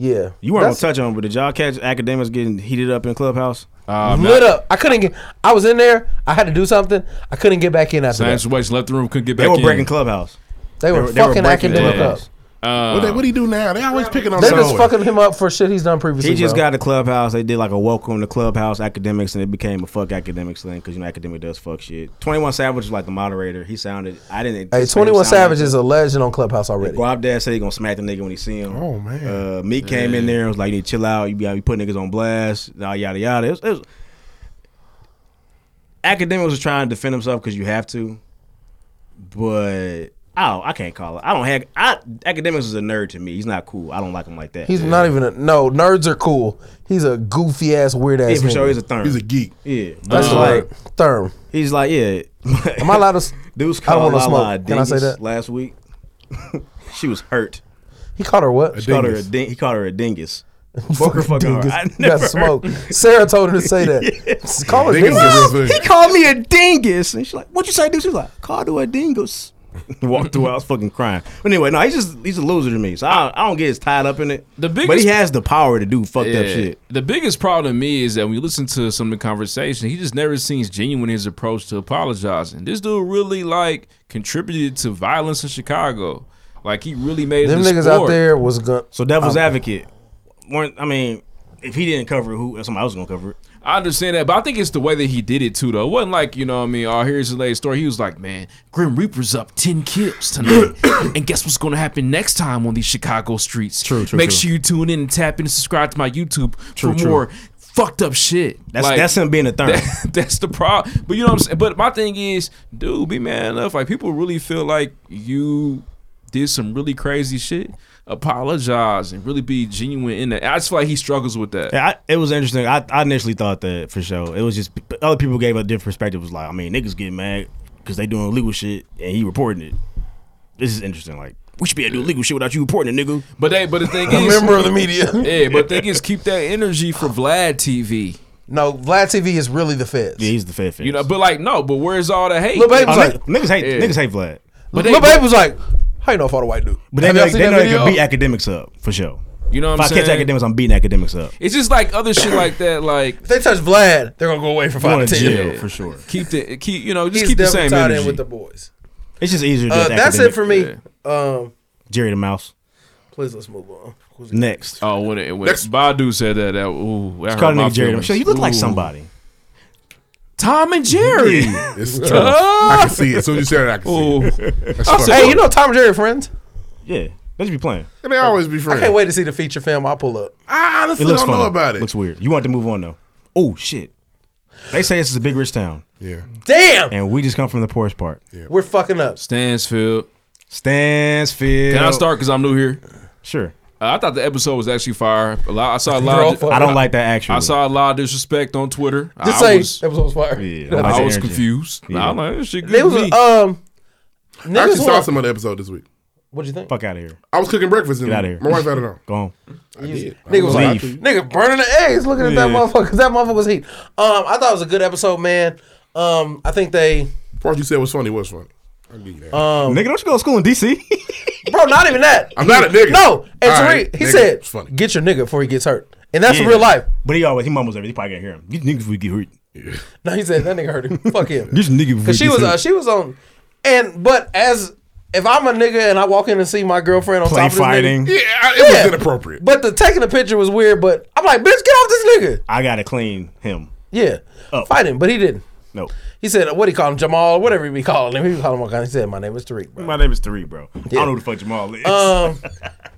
Yeah, You weren't That's gonna touch on, it, but did y'all catch academics getting heated up in clubhouse? Ah, lit up. I couldn't get. I was in there. I had to do something. I couldn't get back in after Science that. situation left the room, couldn't get back. They were in. breaking clubhouse. They were fucking academic up. Uh, Um, what, they, what do you do now? They always picking on They Star just Wars. fucking him up for shit he's done previously. He just bro. got to clubhouse. They did like a welcome to clubhouse academics, and it became a fuck academics thing because you know academic does fuck shit. Twenty One Savage was like the moderator. He sounded I didn't. Hey, anticipate Twenty One him sounding Savage is a legend on Clubhouse like already. that. Guap Dad said he gonna smack the nigga when he see him. Oh, man. Uh, Meek came in there and was like, "You need to chill out. You be you put niggas on blast. Yada yada yada." It was, it was, academics was trying to defend himself because you have to, but I don't, I can't call it. I don't have I, academics is a nerd to me. He's not cool. I don't like him like that. He's not even a no. Nerds are cool. He's a goofy ass weird ass. Yeah, for sure, he's a therm. He's a geek. Yeah, that's Um, like therm. He's like yeah. Am I allowed to? s- Dude's I don't called want to Lala a smoke. Can I say dingus that? last week. she was hurt. He called her what? She called her a ding- he called her a dingus. Fuck her fucking Dingus. hard. I You got never smoke. Sarah told her to say that. Call her Dingus dingus. is a real thing. Oh, He called me a dingus. And she's like, what you say, dude? She was like, call to a dingus. Walked through. I was fucking crying. But anyway, no, he's just he's a loser to me. So I, I don't get as tied up in it. The biggest, but he has the power to do fucked up Yeah. shit. The biggest problem to me is that when you listen to some of the conversation, he just never seems genuine in his approach to apologizing. This dude really like contributed to violence in Chicago. Like he really made Them it a niggas sport. out there was gun. So devil's Um, advocate. Weren't I mean, if he didn't cover it, who somebody else was gonna cover it? I understand that, but I think it's the way that he did it too, though. It wasn't like, you know what I mean? Oh, here's the latest story. He was like, man, Grim Reaper's up 10 kills tonight. and guess what's going to happen next time on these Chicago streets? True, true, Make true. sue you tune in and tap in and subscribe to my YouTube True, for true. more fucked up shit. That's that's him being a third. that- that's the problem. But you know what I'm saying? But my thing is, dude, be man enough. Like, people really feel like you did some really crazy shit. Apologize and really be genuine in that. I just feel like he struggles with that. Yeah, I, it was interesting. I, I initially thought that for sure. It was just but other people gave a different perspective. It was like, I mean, niggas get mad because they doing illegal shit and he reporting it. This is interesting. Like, we should be able to do legal shit without you reporting it, nigga. But they, but the thing is, Yeah, but the thing is, keep that energy for Vlad TV. No, Vlad TV is really the feds. Yeah, he's the fed feds. You know, but like, no, but where's all the hate? Lil Baby was Oh, like, nigga- niggas hate Yeah. niggas hate Vlad. But But they- Lil Baby was like, how you know if all the white dude? But they Have know, y'all seen they that know they video? can beat academics up for sure. You know what if I'm I catch saying? academics, I'm beating academics up. It's just like other shit like that. Like if they touch Vlad, they're gonna go away for Going five to to jail ten. for sure. keep the keep you know just He's keep the definitely same tied energy. in with the boys. It's just easier. Uh, to that's it for me. Um, Jerry the Mouse. please let's move on. Who's Next. Oh, when it when Badu said that, that ooh, that It's hurt called my nigga Jerry. the- feelings. Sure, you look like Ooh. somebody. Tom and Jerry. It's true. I can see it. As soon as you said it, I can see it. That's fucked hey, up. you know Tom and Jerry friends? Yeah, they should be playing. And they always be friends. I can't wait to see the feature film. I'll pull up. I honestly don't know about it. Looks weird. You want to move on though. Oh shit. They say this is a big rich town. Yeah. Damn, And we just come from the poorest part. we're fucking up. Stansfield. Stansfield. Can I start because I'm new here? Sure. Uh, I thought the episode was actually fire. A lot, I saw a lot. all of- fucked I don't up. like that, actually. I saw a lot of disrespect on Twitter. Just I say was, episode was fire. Yeah, I like the was energy. confused. Yeah. I'm like, this shit They good. was to me. um. I Niggas actually saw want- some of the episode this week. What'd you think? Fuck out of here. I was cooking breakfast. And Get out of here. My wife had it on. Go home. I did. Nigga was like, Leave. nigga burning the eggs looking at that Yeah. motherfucker 'cause that motherfucker was heat. Um, I thought it was a good episode, man. Um, I think they, Part you said was funny was funny. I'll give you that. um, Nigga, don't you go to school in DC? bro, not even that. I'm not a nigga. No, and All Tariq, right, he nigga, said, it's funny. "Get your nigga before he gets hurt," and that's Yeah. real life. But he always he mumbles everything. He probably can't hear him. These niggas would get hurt. No, he said that nigga hurt him. Fuck him. This nigga would Cause she get was, uh, hurt. she was on, and but as if I'm a nigga and I walk in and see my girlfriend on play top of this fighting. nigga, Yeah, I- it Yeah. was inappropriate. but the taking the picture was weird. But I'm like, bitch, get off this nigga. I gotta clean him. Yeah, Oh. fight him, but he didn't. No. He said, what he call him, Jamal, whatever he be calling him. He be calling him all kinds. He said, my name is Tariq, bro. My name is Tariq, bro. I don't know who the fuck Jamal is. Um,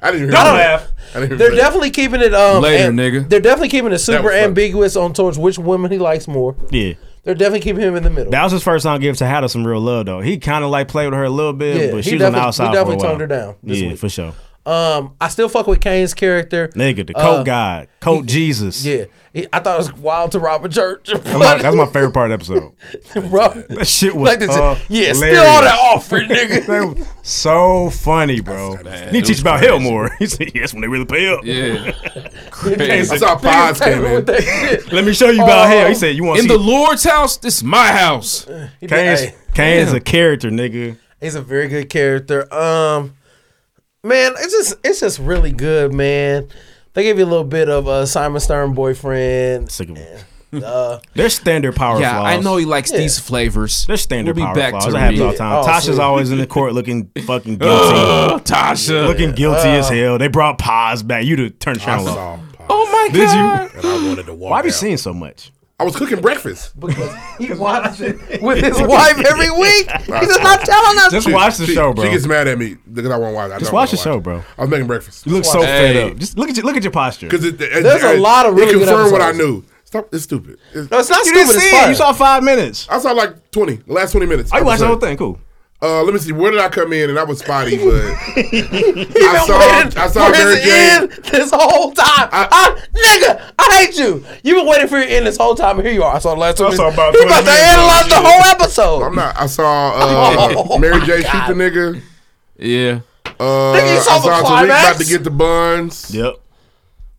I didn't hear Don't that. laugh. I didn't hear they're that. definitely keeping it um Later, and- nigga. They're definitely keeping it super was funny. ambiguous on towards which woman he likes more. yeah. They're definitely keeping him in the middle. That was his first song give to Hada some real love though. He kinda like played with her a little bit, Yeah, but he she was on definitely- the he outside. for a definitely while. toned her down this Yeah, week. for sure. um, I still fuck with Kane's character. Nigga, the Uh, coat guy, coat Jesus. Yeah, He- I thought it was wild to rob a church. That's my, that's my favorite part of the episode. bro. That shit was uh, Like this, yeah, hilarious. steal all that offering, nigga. That was so funny, bro. Need to teach about hell more. He said, "Yes, when they really pay up." yeah, I crazy. saw pods came in. Let me show you about Oh. hell. He said, "You want to In the see Lord's house, this is my house. Kane's, Hey, Kane's a character, nigga." he's a very good character. Um, man, it's just it's just really good, man. They give you a little bit of uh, Simon Stern boyfriend. Sick of him. They're standard power Yeah, flaws. I know he likes these flavors. They're standard We'll be power back flaws. to That happens all read. the time. Oh, Tasha's sweet. always in the court looking fucking guilty, Oh, Tasha. looking guilty as hell. They brought Paz back. You to turn the channel I off. saw pods. Oh my Did god. you? And I wanted to walk Why be out. seeing so much? I was cooking breakfast. He watched it with his wife every week. He's just not telling us. Just watch the She- show, bro. She gets mad at me because I won't watch. it. I Just know I watch the won't show, it. bro. I was making breakfast. You look so Hey. fed up. Just look at your, look at your posture. Because it, it- There's a it- lot of it really good confirmed what I episodes. knew. Stop. It's stupid. It's- No, it's not you stupid. didn't It's see fire. it. You saw five minutes. I saw like twenty. The last twenty minutes. I I watched the was whole like, thing. Cool. Uh, let me see. Where did I come in? And I was spotty, but I saw- I saw Mary Jane. this whole time. I, nigga, I hate you. You've been waiting for your end this whole time, and here you are. I saw the last two I saw minutes. about you 20 about to minutes analyze the of whole episode. I'm not. I saw uh, Oh, Mary my J. Shoot God. the nigga. Yeah. Uh, Nigga, you saw I the saw Tariq climax? about to get the buns. Yep.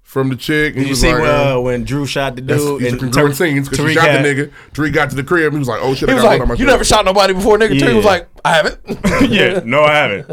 From the chick. Did you see when, uh, when Drew shot the That's, dude he's and and Tariq- congruent scenes because Tariq he shot had- the nigga. Tariq got to the crib. He was like, "Oh shit!" He I was got blood like, on my "You shirt." never shot nobody before, nigga." Tariq was Yeah. like, "I haven't." yeah, no, I haven't.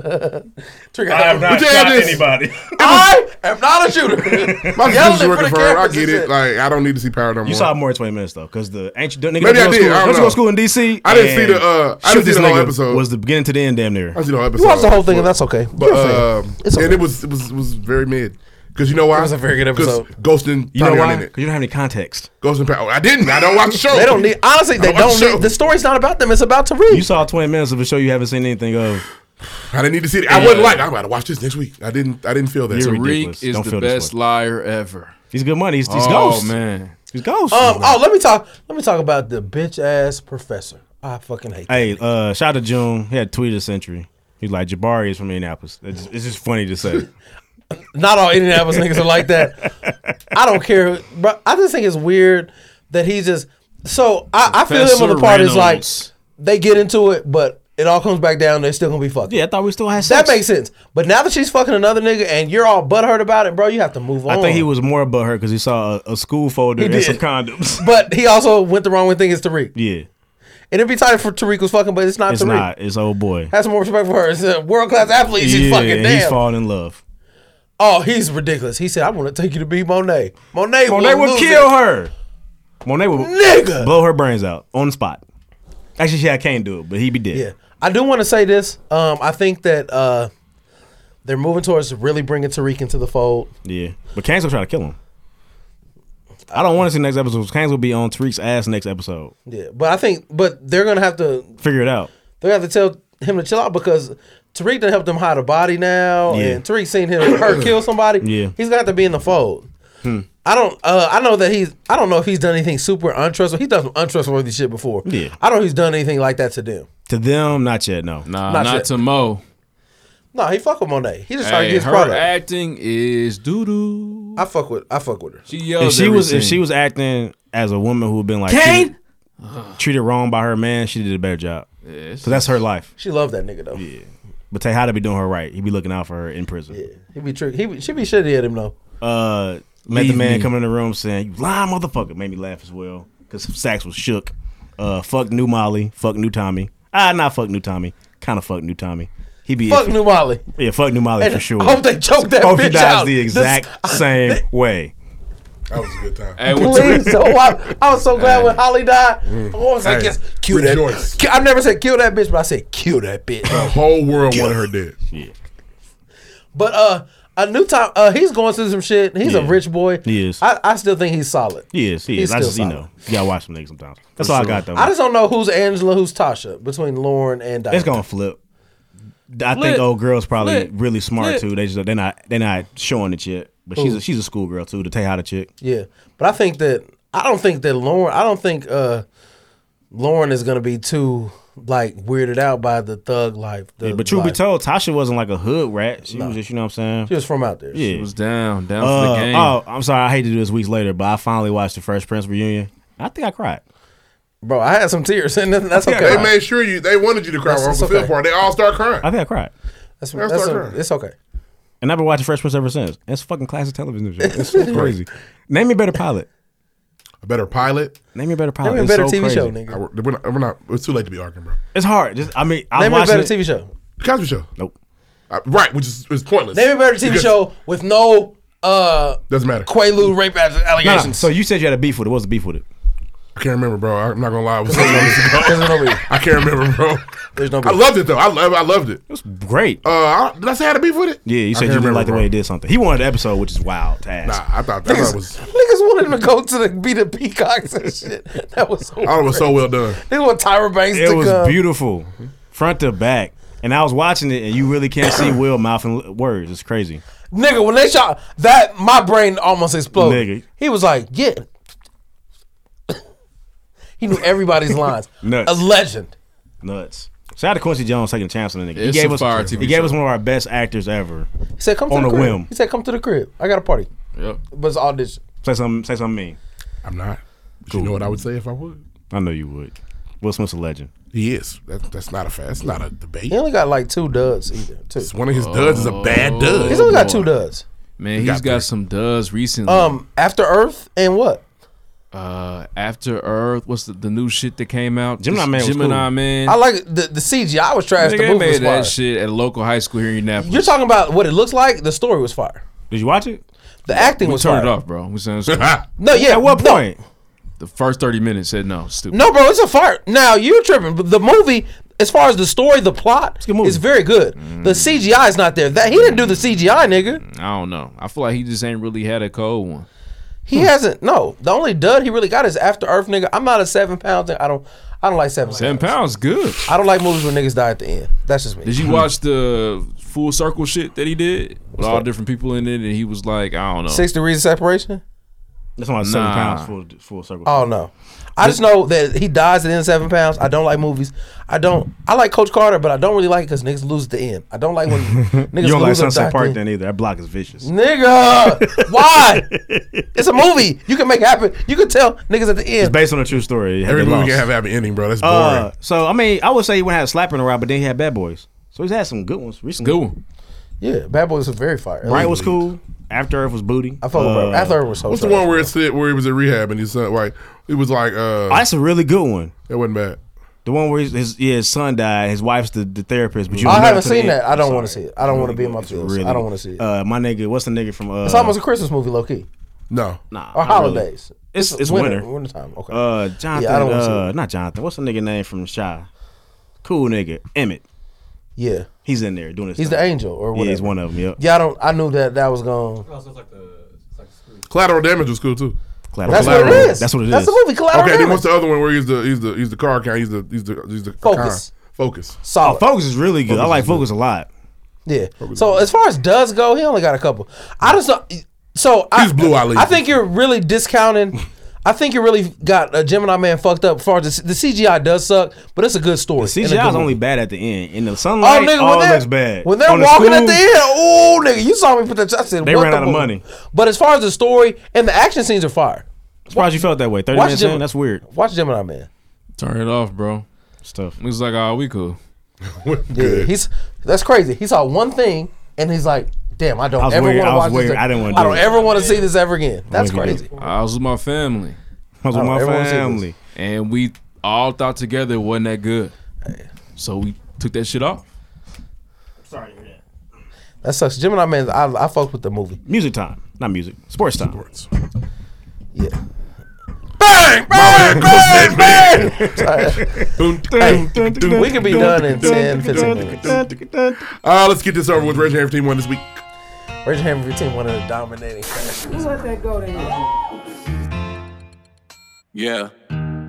Trigger, I have not But you had shot this- anybody. I am not a shooter. My Yelling sister's for working the for her. I cameras get and it. shit. Like, I don't need to see Power no more. You saw more than 20 minutes though, because the ancient nigga Maybe don't I go to did, School, I don't don't you go know. to school in DC. I didn't see And the, uh, I didn't shoot see this the whole nigga episode. Was the beginning to the end damn near. I see the whole episode. You watched the whole thing, and that's okay. But You're a fan. um, It's and okay. it was it was it was very mid because you know why It was a very good 'Cause episode. Ghost and You know Tommy why? in it. 'Cause you don't have any context. Ghost and Power. Oh, I didn't. I don't watch the show. They don't need. Honestly, I they watch don't the show. need. The story's not about them. It's about Tariq. Um, You saw 20 minutes of a show you haven't seen anything of. I didn't need to see it. I wasn't like I'm about to watch this next week. I didn't. I didn't feel that. You're Tariq ridiculous. is Don't the feel this best liar ever. He's good money. He's, he's oh, ghost. man. He's ghost. Um. Oh, let me talk. Let me talk about the bitch ass professor. I fucking hate. Hey, uh, shout out to June. He had tweeted a century. He's like Jabari is from Indianapolis. It's, it's just funny to say. Not all Indianapolis niggas are like that. I don't care, but I just think it's weird that he just. So I, I feel him on the Professor part is like Reynolds. they get into it, but it all comes back down. They're still gonna be fucking. yeah, I thought we still had That sex. makes sense. But now that she's fucking another nigga and you're all butthurt about it, bro, you have to move on. I think he was more about her because he saw a, a school folder He and did. some condoms. But he also went the wrong way thing is Tariq. yeah, And it'd be tight if Tariq was fucking, but it's not it's Tariq. not. It's old boy. Have some more respect for her. It's a world class athlete. She's yeah, fucking and damn. he's falling in love. oh, he's ridiculous. He said, I want to take you to be Monet. Monet, Monet will would lose kill it. her. Monet would Nigga! blow her brains out on the spot. Actually, yeah, I can't do it, but he be dead. Yeah. I do want to say this. Um, I think that uh, they're moving towards really bringing Tariq into the fold. Yeah. But Kane's gonna try to kill him. I don't want to see next episode. Kane's will be on Tariq's ass next episode. Yeah. But I think, but they're going to have to Figure it out. They have to tell him to chill out because Tariq done helped him hide a body now, Yeah. and Tariq seen him her kill somebody. Yeah. he's got to be in the fold. Hmm. I don't. Uh, I know that he's. I don't know if he's done anything super untrustworthy. He's done some untrustworthy shit before. Yeah. I don't. know if He's done anything like that to them. To them, not yet, no. Nah, Not not, yet. to Mo. No, he fuck with Monet. He just trying to Hey, get his her product. acting is doo doo. I fuck with. I fuck with her. She If yells. she was if everything. she was acting as a woman who had been like Kane? treated, treated wrong by her man, she did a better job. Yeah, so that's her life. She loved that nigga though. Yeah. But Tejada be doing her right. He be looking out for her in prison. He be trick. He be, she be shitty at him though. Uh met the Leave man me. come in the room saying, You lying motherfucker. Made me laugh as well. Cause Sax was shook. Uh fuck new Molly. Fuck new Tommy. Ah, not fuck new Tommy. Kinda fuck new Tommy. He be Fuck New Molly. Yeah, fuck New Molly And for sure. I hope they choke that Hope she bitch dies out. the This- exact same way. That was a good time. Hey, when Tariq- Please, so I, I was so glad when Holly died. Mm. Oh, I was like, Hey, yes, kill that. rejoice. Ki- I never said kill that bitch, but I said kill that bitch. Oh. The whole world wanted her dead. But uh, a new time. Uh, he's going through some shit. He's a Yeah. rich boy. He is. I, I still think he's solid. He is, he is. He's I still just you solid. know. You gotta watch some niggas sometimes. That's all I got though. I just don't know who's Angela, who's Tasha between Lauren and Diana. it's gonna flip. I Flip. think old girl's probably Flip. really smart Flip. too. They just they're not they're not showing it yet. But she's Who? a she's a schoolgirl too, the Tejada chick. Yeah, but I think that I don't think that Lauren. I don't think uh, Lauren is gonna be too like weirded out by the thug life. The Yeah, but truth be life. told, Tasha wasn't like a hood rat. She was just, you know what I'm she saying? was from out there. Yeah. She was down, down for Uh, the game. oh, I'm sorry. I hate to do this weeks later, but I finally watched the Fresh Prince reunion. I think I cried. Bro, I had some tears, and that's okay. They made sure you. They wanted you to cry. That's- on that's Uncle Phil okay. part. They all start crying. I think I cried. That's, That's that's not a- fair. it's okay. And I've been watching Fresh Prince ever since. That's a fucking classic television show. It's so crazy. Name me a better pilot. A better pilot. Name me a better pilot. Name me a Oh, It's better TV so crazy. show, I, nigga. we're, we're not, we're not. It's too late to be arguing, bro. It's hard. Just I mean, I Name me a watched better it. TV show. The Cosby Show. Nope. Uh, right, which is, is pointless. Name me a better TV Because- show with no uh Doesn't matter. Quaalude rape a- No, no, allegations. So you said you had a beef with it. What was the beef with it? I can't remember, bro. I'm not gonna lie. It was so long ago. There's no beef. I can't remember, bro. There's no I beef. loved it though. I love. I loved it. Great. Uh, I, did I say I had a beef with it? yeah, you I said you can't didn't like the way he bro. did something. He wanted the episode, which is wild to ask. Nah, I thought that, I thought it was. Niggas wanted him to go to the be the peacocks and shit. That was so. I thought it was so well done. They want Tyra Banks It to was come. beautiful, front to back. And I was watching it, and you really can't see Will mouthing l- words. It's crazy. Nigga, when they shot that, my brain almost exploded. Nigga. He was like, yeah. he knew everybody's lines. Nuts. A legend. Nuts. Shout out to Quincy Jones taking a chance on the nigga. He It's gave a us fire TV he gave show. us one of our best actors ever. He said, "Come to on the a crib." whim. He said, "Come to the crib. I got a party." Yep. But it's audition. Say something. Say something mean. I'm not. But You know what I would say if I would? I know you would. Will Smith's a legend. He is. That, that's not a fact. That's not a debate. He only got like two duds either. Too. One of his duds is a bad dud. He's only got two duds. Man, He he's got got some duds recently. Um, After Earth and what? uh, After Earth, what's the, the new shit that came out? Gemini This Man was Gemini cool. Man. I like the the CGI was trash. Nigga, the they movie made was fire. that shit at a local high school here in Indianapolis. You're talking about what it looks like. The story was fire. Did you watch it? The acting we was turned fire. it off, bro. We said No, yeah. At what point? the first thirty minutes said no, stupid. No, bro, it's a fire. Now you're tripping. But the movie, as far as the story, the plot, is very good. The CGI is not there. That he didn't do the CGI, nigga. I don't know. I feel like he just ain't really had a cold one. Hmm. He hasn't. No, the only dud he really got is After Earth, nigga. I'm not a seven pounds. I don't. I don't like seven. Seven pounds, good. I don't like movies where niggas die at the end. That's just me. Did you watch the full circle shit that he did with all different people in it? And he was like, I don't know. Six degrees of separation. That's only seven pounds full full circle. Oh no. I just know that he dies at the end of seven pounds. I don't like movies. I don't. I like Coach Carter, but I don't really like it because niggas lose at the end. I don't like when niggas you don't like lose at Sunset the Park end. then either. That block is vicious. Nigga, why? It's a movie. You can make happen. You can tell niggas at the It's end. based on a true story. Every They movie lost. can have a happy ending, bro. That's boring. Uh, so I mean, I would say he went had a slap in the ride, but then he had Bad Boys. So he's had some good ones recently. Good one. Yeah, Bad Boys was very fire. Brian was cool. After Earth was booty. Uh, I fuck with Brian. After Earth was so What's the trash, one where it said where he was in rehab and his son like it was like uh Oh, that's a really good one. That wasn't bad. The one where his, his yeah his son died, his wife's the, the therapist. But you I don't know haven't till the seen end. that. I I'm don't want to see sorry. it. I don't want to be in my It's feelings. really I don't good. want to see it. Uh, my nigga, what's the nigga from? Uh, it's almost a Christmas movie, low key. no, nah, Or not really. holidays. It's It's uh, it's winter- winter. wintertime, okay. Uh, Jonathan. Yeah, I don't wanna see uh, not Jonathan. What's the nigga name from Shy? Cool nigga, Emmett. Yeah, he's in there doing his. He's thing. the angel or Yeah, he's whatever. one of them. Yep. Yeah, I don't. I knew that that was gone. Oh, Collateral Damage was cool too. Collateral That's what it Collateral. is. That's what it That's is. the movie, Collateral Okay, Damage. then what's the other one where he's the he's the he's the car count? He's the he's the he's the Focus. con. Focus. Solid. Oh, Focus is really good. I Focus like is good. Focus a lot. Yeah. So as far as does go, he only got a couple. I just don't- so I blue eye I think you're really discounting. I think you really got a Gemini man fucked up. As far as the, the CGI does suck, but it's a good story. and a good CGI is movie. only bad at the end. In the Oh, sunlight, nigga, all when they're, looks bad. when they're On the walking at school, the end, oh nigga, you saw me put that. I said They what ran the out of fuck? money. But as far as the story and the action scenes are fire. Surprised you felt that way. Thirty Watch minutes Jim- in, that's weird. Watch Gemini Man. Turn it off, bro. Stuff. It was like, oh, we cool. Yeah, he's that's crazy. He saw one thing and he's like, "Damn, I don't I was ever weird. want I to was watch weird. this. I didn't wanna I do don't it. ever want to see this ever again." That's crazy. I was with my family. I was with Oh, my everyone said this. family. And we all thought together it wasn't that good. So we took that shit off. Sorry to hear that. That sucks. Gemini Man, I, I fuck with the movie. Music time, not music. Sports time. Sports. Yeah. Bang! Bang! Bang! Bang! Hey, we could be done in 10, 15 minutes. Uh, let's get this over with. Raise your hand for team one this week. Raise your hand if your team wanted a dominating fashion. You let that go there. Yeah,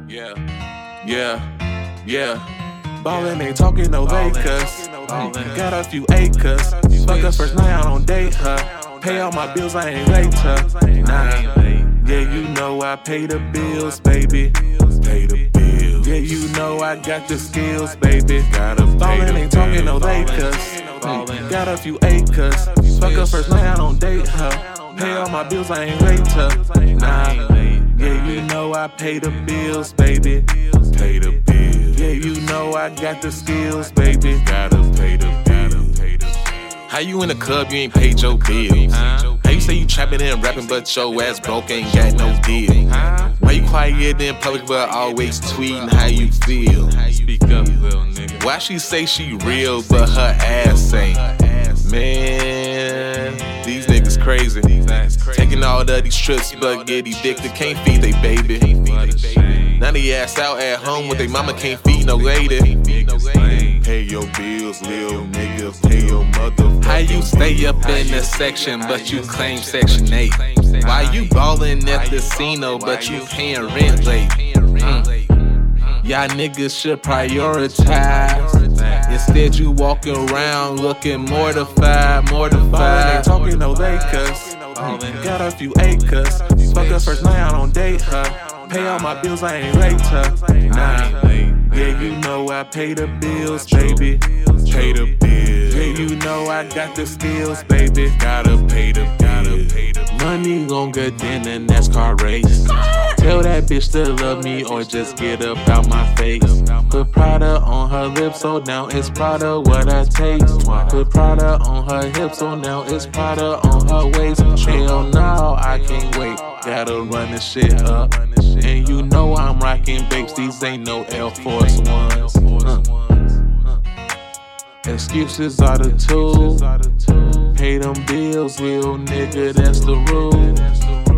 yeah, yeah, yeah. Ballin' ain't talking no vacus. Got a few acres. Fuck her first night, I don't date her. Pay all my bills, I ain't late her. Nah, yeah, you know I pay the bills, baby. Pay the bills. Yeah, you know I got the skills, baby. Gotta Ballin' ain't talking no vacus. Got a few acres. Fuck her first night, I don't date her. Pay all my bills, I ain't late her. Nah. Yeah, you know I pay the bills, baby. Pay the bills. Yeah, you know I got the skills, baby. Gotta pay the bills. How you in the club, you ain't paid your bills? How you say you trapping and rapping, but your ass broke, ain't got no deal? Why you quiet in public, but always tweeting how you feel? Speak up, little nigga. Why she say she real, but her ass ain't? Man, these niggas crazy. Taking all of these trips, but get addicted. Can't feed they baby. Now they ass out at home with they mama can't feed no lady. Pay your bills, lil nigga. Pay your mother. How you stay up in the section, but you claim section eight? Why you ballin' at the casino, but you paying rent late? Mm. Y'all niggas should prioritize. Instead, you walking around looking mortified, mortified. Ain't talking no acres. Got a few acres. Fuck her first night, I don't date her. Pay all my bills, I ain't late her. Nah. Yeah, you know I pay the bills, baby. Pay the bills. Yeah, you know I got the skills, baby. Gotta pay the gotta pay the money longer than a NASCAR race. Tell that bitch to love me or just get up out my face. Put Prada on her lips, so now it's Prada what I taste. Put Prada on her hips, so now it's Prada on her waist. Hell no, I can't wait. Gotta run this shit up. And you know I'm rocking babes, these ain't no Air Force Ones. Uh. Excuses are the tool. Pay them bills, real nigga, that's the rule.